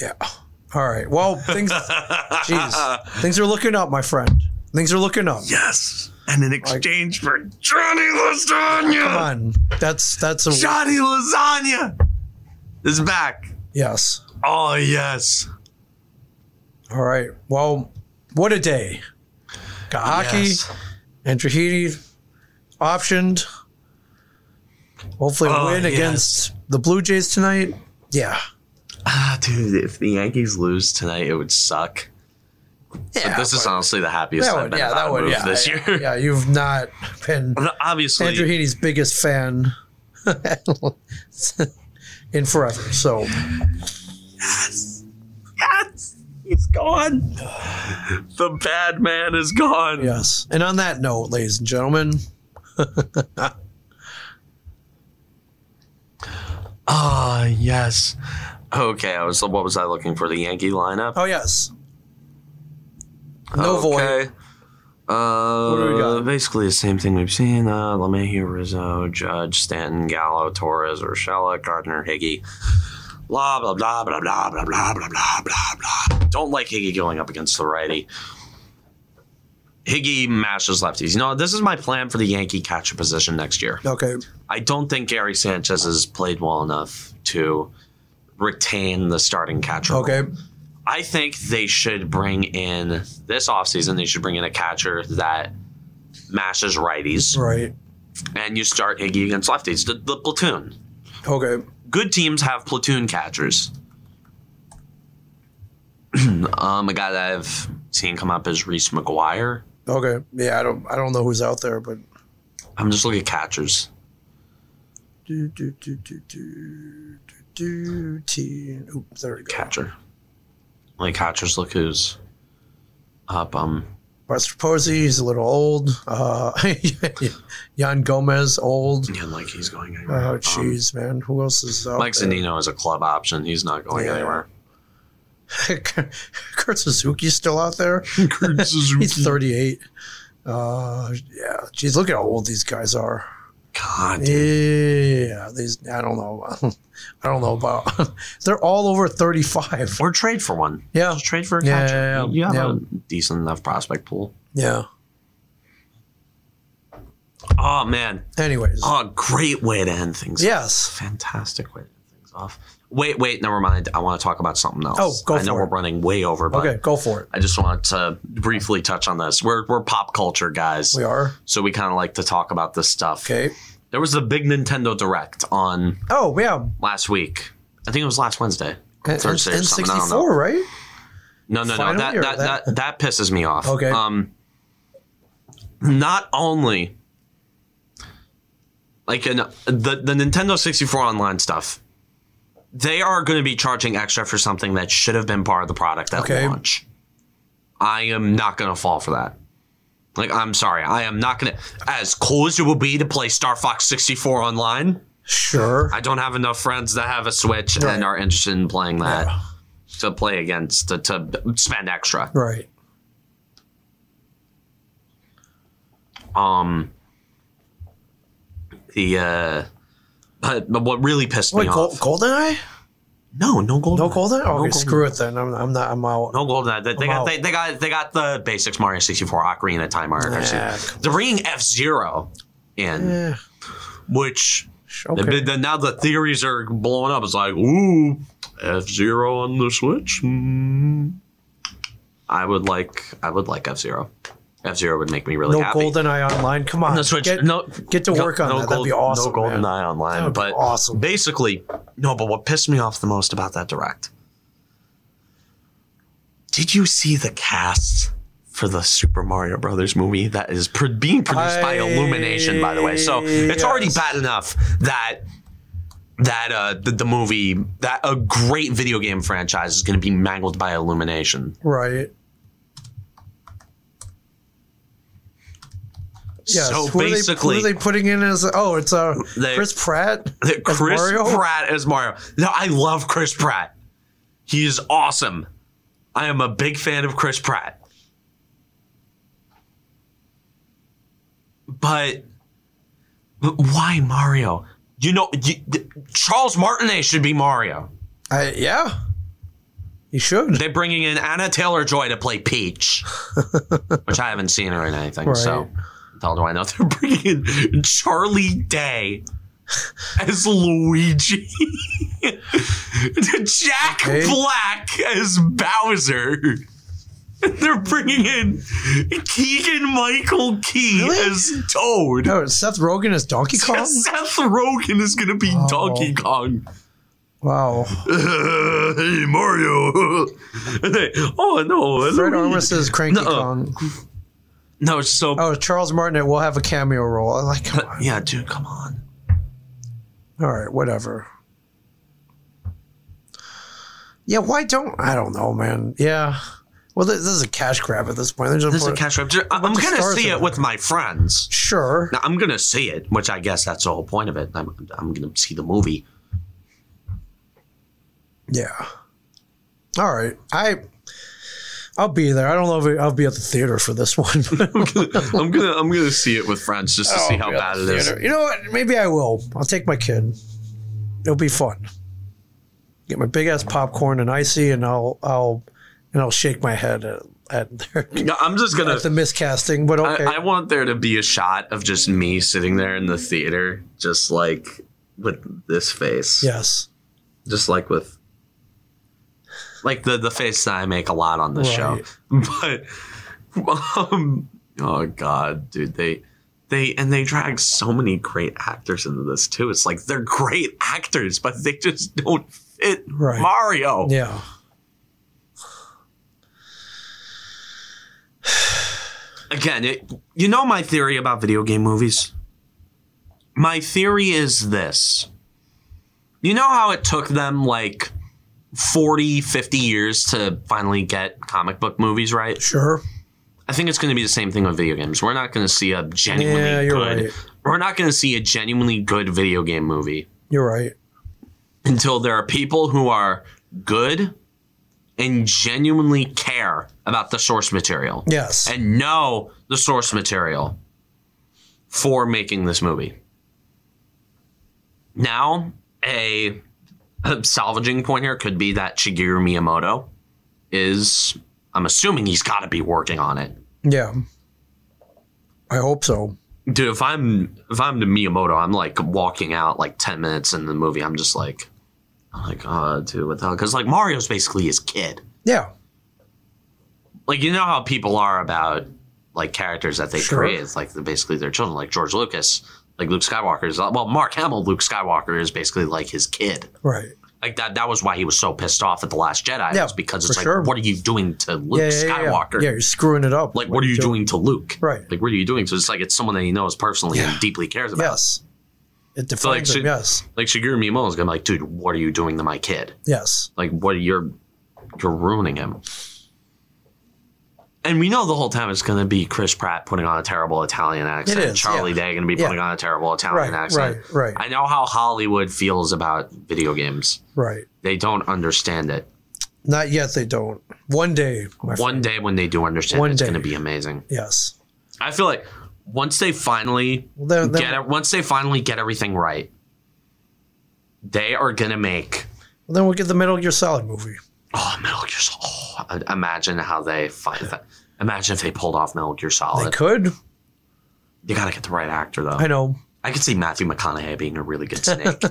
[SPEAKER 2] Yeah. All right. Well, things. Jeez, things are looking up, my friend. Things are looking up.
[SPEAKER 1] yes, and in exchange for Johnny Lasagna.
[SPEAKER 2] Come on. That's that's a
[SPEAKER 1] Johnny Lasagna is back.
[SPEAKER 2] yes.
[SPEAKER 1] Oh yes.
[SPEAKER 2] All right. Well, what a day. Got hockey
[SPEAKER 1] Yes.
[SPEAKER 2] and Tahiti optioned. Hopefully, a
[SPEAKER 1] Oh,
[SPEAKER 2] win
[SPEAKER 1] yes.
[SPEAKER 2] against the Blue Jays tonight. Yeah.
[SPEAKER 1] Ah, dude, if the Yankees lose tonight, it would suck.
[SPEAKER 2] Yeah,
[SPEAKER 1] but this is
[SPEAKER 2] but-
[SPEAKER 1] honestly the happiest
[SPEAKER 2] That
[SPEAKER 1] I've
[SPEAKER 2] would,
[SPEAKER 1] been
[SPEAKER 2] yeah,
[SPEAKER 1] about
[SPEAKER 2] that would,
[SPEAKER 1] move
[SPEAKER 2] yeah,
[SPEAKER 1] this
[SPEAKER 2] yeah,
[SPEAKER 1] year.
[SPEAKER 2] yeah. You've not been
[SPEAKER 1] Obviously,
[SPEAKER 2] Andrew Heaney's biggest fan in forever. So,
[SPEAKER 1] Yes, he's gone. The bad man is gone.
[SPEAKER 2] yes. And on that note, ladies and gentlemen,
[SPEAKER 1] Ah, yes. Okay, I was. What was I looking for? The Yankee lineup.
[SPEAKER 2] oh, yes. No void.
[SPEAKER 1] Uh,
[SPEAKER 2] What do we got?
[SPEAKER 1] Basically the same thing we've seen. Uh, LeMahieu, Rizzo, Judge, Stanton, Gallo, Torres, Urshela, Gardner, Higgy. Blah, blah, blah, blah, blah, blah, blah, blah, blah, blah, blah. Don't like Higgy going up against the righty. Higgy mashes lefties. You know, this is my plan for the Yankee catcher position next year.
[SPEAKER 2] Okay.
[SPEAKER 1] I don't think Gary Sanchez has played well enough to retain the starting catcher. role.
[SPEAKER 2] Okay.
[SPEAKER 1] I think they should bring in this offseason, they should bring in a catcher that mashes righties
[SPEAKER 2] Right.
[SPEAKER 1] and you start Higgy against lefties. The, the platoon.
[SPEAKER 2] Okay.
[SPEAKER 1] Good teams have platoon catchers. um, a guy that I've seen come up is Reese McGuire.
[SPEAKER 2] Okay. Yeah, I don't I don't know who's out there, but
[SPEAKER 1] I'm just looking at catchers.
[SPEAKER 2] do do do do do do do T Oop, there we go.
[SPEAKER 1] Catcher. Like catchers, look who's up. Um,
[SPEAKER 2] Buster Posey, he's a little old. Uh Jan Gomez, old.
[SPEAKER 1] and like he's going anywhere.
[SPEAKER 2] Oh
[SPEAKER 1] Um,
[SPEAKER 2] jeez, man. Who else is out
[SPEAKER 1] Mike
[SPEAKER 2] there?
[SPEAKER 1] Zandino is a club option. He's not going
[SPEAKER 2] Yeah.
[SPEAKER 1] anywhere.
[SPEAKER 2] Kurt Suzuki's still out there. He's thirty eight. Uh yeah. Jeez, look at how old these guys are.
[SPEAKER 1] God,
[SPEAKER 2] Yeah, these I don't know. I don't know about. They're all over thirty-five.
[SPEAKER 1] Or trade for one.
[SPEAKER 2] Yeah,
[SPEAKER 1] Just trade for a
[SPEAKER 2] Yeah,
[SPEAKER 1] catcher.
[SPEAKER 2] yeah, yeah.
[SPEAKER 1] You have
[SPEAKER 2] Yeah.
[SPEAKER 1] a decent enough prospect pool.
[SPEAKER 2] yeah.
[SPEAKER 1] Oh man.
[SPEAKER 2] Anyways,
[SPEAKER 1] Oh, great way to end things.
[SPEAKER 2] yes,
[SPEAKER 1] Fantastic way to end things off. Wait, wait, never mind. I want to talk about something else.
[SPEAKER 2] Oh, go
[SPEAKER 1] I know
[SPEAKER 2] for
[SPEAKER 1] we're
[SPEAKER 2] it.
[SPEAKER 1] running way over, but
[SPEAKER 2] Okay, go for it.
[SPEAKER 1] I just wanted to briefly touch on this. We're we're pop culture guys,
[SPEAKER 2] We are.
[SPEAKER 1] so we kind of like to talk about this stuff.
[SPEAKER 2] Okay.
[SPEAKER 1] There was the big Nintendo Direct on
[SPEAKER 2] Oh, yeah.
[SPEAKER 1] last week. I think it was last Wednesday,
[SPEAKER 2] N-
[SPEAKER 1] Thursday, or something. I don't know.
[SPEAKER 2] N64, right?
[SPEAKER 1] No, no, no.
[SPEAKER 2] Finally,
[SPEAKER 1] That
[SPEAKER 2] or
[SPEAKER 1] that,
[SPEAKER 2] that-
[SPEAKER 1] that that pisses me off.
[SPEAKER 2] Okay.
[SPEAKER 1] Um not only like in the the Nintendo 64 online stuff, they are going to be charging extra for something that should have been part of the product at
[SPEAKER 2] Okay.
[SPEAKER 1] launch. I am not going to fall for that. Like I'm sorry, I am not going to as cool as it would be to play Star Fox 64 online.
[SPEAKER 2] Sure.
[SPEAKER 1] I don't have enough friends that have a Switch
[SPEAKER 2] Right.
[SPEAKER 1] and are interested in playing that to play against to, to spend extra.
[SPEAKER 2] right.
[SPEAKER 1] Um, the uh, but, but what really pissed
[SPEAKER 2] Wait,
[SPEAKER 1] me
[SPEAKER 2] Gol-
[SPEAKER 1] off?
[SPEAKER 2] GoldenEye?
[SPEAKER 1] No, no gold.
[SPEAKER 2] No Golden? Okay,
[SPEAKER 1] Golden.
[SPEAKER 2] screw it then. I'm, I'm not. I'm out.
[SPEAKER 1] No gold. They, they
[SPEAKER 2] I'm
[SPEAKER 1] got
[SPEAKER 2] out.
[SPEAKER 1] they, they got they got the basics Mario sixty four Ocarina of Time Mario.
[SPEAKER 2] Yeah,
[SPEAKER 1] Odyssey. They're bringing F Zero in,
[SPEAKER 2] Yeah.
[SPEAKER 1] which
[SPEAKER 2] Eh, sh- Okay.
[SPEAKER 1] the- the- now the theories are blowing up. It's like ooh, F Zero on the Switch. Hmm. I would like I would like F Zero. F Zero would make me really
[SPEAKER 2] No
[SPEAKER 1] happy.
[SPEAKER 2] GoldenEye online. Come on.
[SPEAKER 1] No Switch.
[SPEAKER 2] Get,
[SPEAKER 1] no,
[SPEAKER 2] get to
[SPEAKER 1] no-
[SPEAKER 2] work on
[SPEAKER 1] no
[SPEAKER 2] that. That'd be
[SPEAKER 1] gold-
[SPEAKER 2] awesome.
[SPEAKER 1] No golden
[SPEAKER 2] man.
[SPEAKER 1] eye online,
[SPEAKER 2] That would be
[SPEAKER 1] but
[SPEAKER 2] awesome.
[SPEAKER 1] basically, no. But what pissed me off the most about that direct? Did you see the cast for the Super Mario Brothers movie that is pro- being produced by
[SPEAKER 2] I-
[SPEAKER 1] Illumination? By the way, so it's already
[SPEAKER 2] yes.
[SPEAKER 1] bad enough that that uh, the, the movie that a great video game franchise is going to be mangled by Illumination.
[SPEAKER 2] Right. Yes.
[SPEAKER 1] So
[SPEAKER 2] who
[SPEAKER 1] basically,
[SPEAKER 2] are they, who are they putting in as? Oh, it's uh,
[SPEAKER 1] They-
[SPEAKER 2] Chris Pratt.
[SPEAKER 1] that
[SPEAKER 2] as
[SPEAKER 1] Chris
[SPEAKER 2] Mario?
[SPEAKER 1] Pratt as Mario. No, I love Chris Pratt. He is awesome. I am a big fan of Chris Pratt. But, but why Mario? You know, you, th- Charles Martinet should be Mario.
[SPEAKER 2] I, yeah. You should.
[SPEAKER 1] They're bringing in Anna Taylor Joy to play Peach, which I haven't seen her in anything. So,
[SPEAKER 2] Right.
[SPEAKER 1] how do I know they're bringing in Charlie Day as Luigi, Jack
[SPEAKER 2] Okay.
[SPEAKER 1] Black as Bowser? They're bringing in Keegan Michael Key
[SPEAKER 2] Really?
[SPEAKER 1] as Toad.
[SPEAKER 2] No, Oh, Seth Rogen is Donkey Kong.
[SPEAKER 1] Seth Rogen is going to be
[SPEAKER 2] Oh.
[SPEAKER 1] Donkey Kong.
[SPEAKER 2] Wow.
[SPEAKER 1] hey Mario. Hey, oh no,
[SPEAKER 2] Fred
[SPEAKER 1] Luigi.
[SPEAKER 2] Armisen is Cranky
[SPEAKER 1] Nuh-uh.
[SPEAKER 2] Kong.
[SPEAKER 1] No, it's so
[SPEAKER 2] Oh, Charles Martinet will have a cameo role. I'm like, come on.
[SPEAKER 1] yeah, dude, come on.
[SPEAKER 2] All right, whatever. Yeah, why don't I don't know, man. Yeah. Well, this, this is a cash grab at this point. They're just
[SPEAKER 1] This is a
[SPEAKER 2] putting-
[SPEAKER 1] cash grab. Ju- I- I'm
[SPEAKER 2] the
[SPEAKER 1] gonna
[SPEAKER 2] stars
[SPEAKER 1] see
[SPEAKER 2] in
[SPEAKER 1] it
[SPEAKER 2] it.
[SPEAKER 1] with my friends.
[SPEAKER 2] sure.
[SPEAKER 1] Now, I'm gonna see it, which I guess that's the whole point of it. I'm, I'm gonna see the movie.
[SPEAKER 2] Yeah. All right. I I'll be there. I don't know if I'll be at the theater for this one.
[SPEAKER 1] I'm gonna I'm gonna see it with friends just to
[SPEAKER 2] Oh,
[SPEAKER 1] see how bad it is.
[SPEAKER 2] You know what? Maybe I will. I'll take my kid. It'll be fun. Get my big ass popcorn and icy, and I'll I'll and I'll shake my head at, at, their,
[SPEAKER 1] No, I'm just gonna.
[SPEAKER 2] at the miscasting. But okay,
[SPEAKER 1] I, I want there to be a shot of just me sitting there in the theater, just like with this face.
[SPEAKER 2] yes,
[SPEAKER 1] just like with like the the face that I make a lot on this
[SPEAKER 2] Right.
[SPEAKER 1] show. But um, oh god, dude, they they and they drag so many great actors into this too. It's like they're great actors, but they just don't fit
[SPEAKER 2] Right.
[SPEAKER 1] Mario.
[SPEAKER 2] yeah.
[SPEAKER 1] Again, it, you know my theory about video game movies. My theory is this. You know how it took them like 40, 50 years to finally get comic book movies right?
[SPEAKER 2] Sure.
[SPEAKER 1] I think it's going to be the same thing with video games. We're not going to see a genuinely
[SPEAKER 2] Yeah, you're
[SPEAKER 1] good.
[SPEAKER 2] right.
[SPEAKER 1] We're not going to see a genuinely good video game movie
[SPEAKER 2] You're right.
[SPEAKER 1] until there are people who are good and genuinely care about the source material
[SPEAKER 2] Yes.
[SPEAKER 1] and know the source material for making this movie. Now, a, a salvaging point here could be that Shigeru Miyamoto is. I'm assuming he's got to be working on it.
[SPEAKER 2] yeah. I hope so.
[SPEAKER 1] dude if i'm if i'm to miyamoto i'm like walking out like 10 minutes in the movie i'm just like I'm like, oh, dude, what the hell? Because like Mario's basically his kid.
[SPEAKER 2] Yeah.
[SPEAKER 1] Like you know how people are about like characters that they
[SPEAKER 2] Sure.
[SPEAKER 1] create. It's like they're basically their children. Like George Lucas, like Luke Skywalker is well, Mark Hamill, Luke Skywalker is basically like his kid.
[SPEAKER 2] Right.
[SPEAKER 1] Like that. That was why he was so pissed off at the Last Jedi.
[SPEAKER 2] Yeah,
[SPEAKER 1] was because it's
[SPEAKER 2] for
[SPEAKER 1] like,
[SPEAKER 2] sure.
[SPEAKER 1] what are you doing to Luke
[SPEAKER 2] yeah, yeah, yeah, yeah.
[SPEAKER 1] Skywalker?
[SPEAKER 2] Yeah, you're screwing it up.
[SPEAKER 1] Like, what are you
[SPEAKER 2] Joe-
[SPEAKER 1] doing to Luke?
[SPEAKER 2] Right.
[SPEAKER 1] Like, what are you doing? So it's like it's someone that he knows personally
[SPEAKER 2] Yeah.
[SPEAKER 1] and deeply cares about.
[SPEAKER 2] Yes. It defines
[SPEAKER 1] like,
[SPEAKER 2] him.
[SPEAKER 1] should-
[SPEAKER 2] Yes.
[SPEAKER 1] Like Shigeru Miyamoto is gonna be like, dude, what are you doing to my kid?
[SPEAKER 2] Yes.
[SPEAKER 1] Like, what you're you're ruining him. And we know the whole time it's gonna be Chris Pratt putting on a terrible Italian accent.
[SPEAKER 2] is,
[SPEAKER 1] Charlie
[SPEAKER 2] yeah.
[SPEAKER 1] Day gonna be
[SPEAKER 2] Yeah.
[SPEAKER 1] putting on a terrible Italian
[SPEAKER 2] Right.
[SPEAKER 1] accent.
[SPEAKER 2] Right. Right.
[SPEAKER 1] I know how Hollywood feels about video games.
[SPEAKER 2] right.
[SPEAKER 1] They don't understand it.
[SPEAKER 2] Not yet. They don't. One day. My friend.
[SPEAKER 1] One day when they do understand,
[SPEAKER 2] One
[SPEAKER 1] it's
[SPEAKER 2] day.
[SPEAKER 1] gonna be amazing.
[SPEAKER 2] Yes.
[SPEAKER 1] I feel like once they finally
[SPEAKER 2] Well, then, then,
[SPEAKER 1] get it, once they finally get everything right, they are gonna make
[SPEAKER 2] well, then we'll get the Metal Gear Solid movie.
[SPEAKER 1] oh Metal Gear Solid. Oh, I- imagine how they find that. Imagine if they pulled off Metal Gear
[SPEAKER 2] They
[SPEAKER 1] Solid.
[SPEAKER 2] could.
[SPEAKER 1] You gotta get the right actor though.
[SPEAKER 2] I
[SPEAKER 1] I,
[SPEAKER 2] know.
[SPEAKER 1] could see Matthew McConaughey being a really good snake.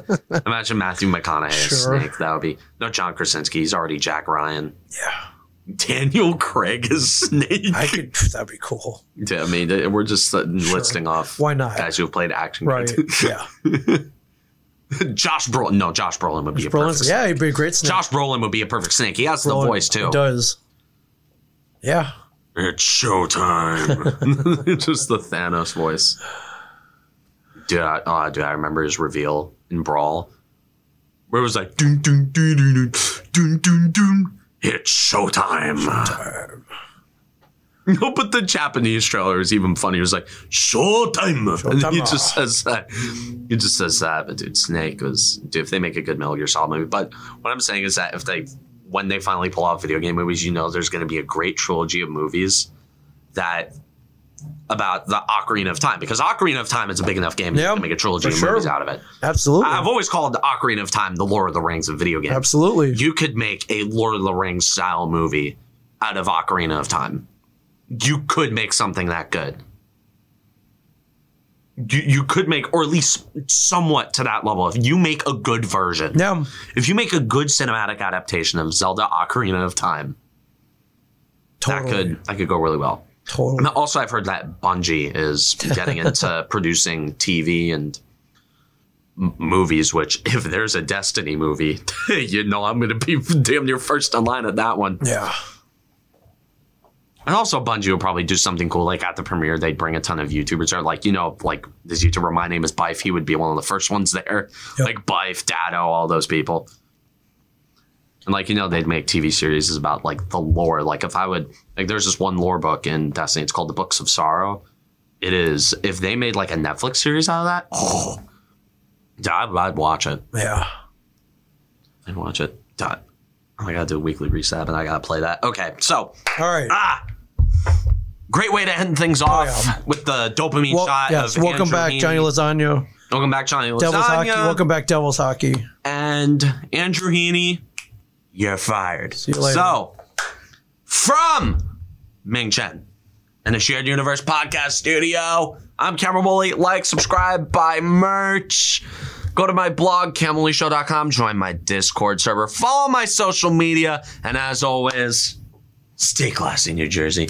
[SPEAKER 1] imagine Matthew McConaughey as
[SPEAKER 2] Sure.
[SPEAKER 1] snake. That would be no John Krasinski. He's already Jack Ryan.
[SPEAKER 2] Yeah.
[SPEAKER 1] Daniel Craig is Snake.
[SPEAKER 2] I could. That'd be cool.
[SPEAKER 1] yeah, I mean, th- we're just uh, listing off
[SPEAKER 2] Why not?
[SPEAKER 1] guys who have played action.
[SPEAKER 2] Right.
[SPEAKER 1] games.
[SPEAKER 2] yeah.
[SPEAKER 1] Josh Brolin. No, Josh Brolin would be a perfect
[SPEAKER 2] Brolin's,
[SPEAKER 1] snake.
[SPEAKER 2] yeah, he'd be a great snake.
[SPEAKER 1] Josh Brolin would be a perfect snake. He has
[SPEAKER 2] Brolin
[SPEAKER 1] the voice too.
[SPEAKER 2] Does. Yeah.
[SPEAKER 1] It's showtime. Just the Thanos voice. Dude, I, uh, dude, I remember his reveal in Brawl, where it was like, dun, dun, dun, dun, dun, dun, dun, dun. it's showtime. No, but the Japanese trailer is even funny. It was like showtime, and he
[SPEAKER 2] Showtime.
[SPEAKER 1] just says that. He just says that. But dude, Snake was dude. If they make a good Metal Gear Solid movie, but what I'm saying is that if they, when they finally pull out video game movies, you know there's going to be a great trilogy of movies that about the Ocarina of Time because Ocarina of Time is a big enough game
[SPEAKER 2] Yeah,
[SPEAKER 1] to make a trilogy
[SPEAKER 2] for
[SPEAKER 1] of
[SPEAKER 2] sure.
[SPEAKER 1] movies out of it.
[SPEAKER 2] Absolutely.
[SPEAKER 1] I've always called the Ocarina of Time the Lord of the Rings of video games.
[SPEAKER 2] Absolutely.
[SPEAKER 1] You could make a Lord of the Rings style movie out of Ocarina of Time. You could make something that good. You, you could make, or at least somewhat to that level, if you make a good version.
[SPEAKER 2] yeah.
[SPEAKER 1] If you make a good cinematic adaptation of Zelda Ocarina of Time, that
[SPEAKER 2] Totally.
[SPEAKER 1] could that could go really well.
[SPEAKER 2] Totally.
[SPEAKER 1] And also, I've heard that Bungie is getting into producing TV and m- movies. Which, if there's a Destiny movie, you know I'm going to be damn near first in line at that one.
[SPEAKER 2] Yeah.
[SPEAKER 1] And also, Bungie will probably do something cool. Like at the premiere, they'd bring a ton of YouTubers. Or like, you know, like this YouTuber, my name is Bife. He would be one of the first ones there.
[SPEAKER 2] Yep.
[SPEAKER 1] Like Bife, Dado, all those people. And like, you know, they'd make TV series about like the lore. Like if I would, like, there's this one lore book in Destiny. It's called The Books of Sorrow. It is. If they made like a Netflix series out of that, oh, yeah, I'd, I'd watch it.
[SPEAKER 2] Yeah.
[SPEAKER 1] I'd watch it. Dot. I gotta do a weekly reset, and I gotta play that. Okay, so
[SPEAKER 2] All right.
[SPEAKER 1] Ah! Great way to end things off
[SPEAKER 2] Oh, yeah.
[SPEAKER 1] with the dopamine
[SPEAKER 2] Well,
[SPEAKER 1] shot.
[SPEAKER 2] yes.
[SPEAKER 1] of
[SPEAKER 2] Welcome
[SPEAKER 1] Andrew
[SPEAKER 2] back,
[SPEAKER 1] Heaney.
[SPEAKER 2] Johnny Lasagna.
[SPEAKER 1] Welcome back, Johnny
[SPEAKER 2] Devil's
[SPEAKER 1] Lasagna.
[SPEAKER 2] hockey. Welcome back, Devil's hockey.
[SPEAKER 1] And Andrew Heaney, you're fired.
[SPEAKER 2] you later.
[SPEAKER 1] So, from Ming Chen and the Shared Universe Podcast Studio, I'm Cameron Woolley. Like, subscribe, buy merch. Go to my blog, CameronWoolleyShow.com. Join my Discord server. Follow my social media. And as always, stay classy, New Jersey.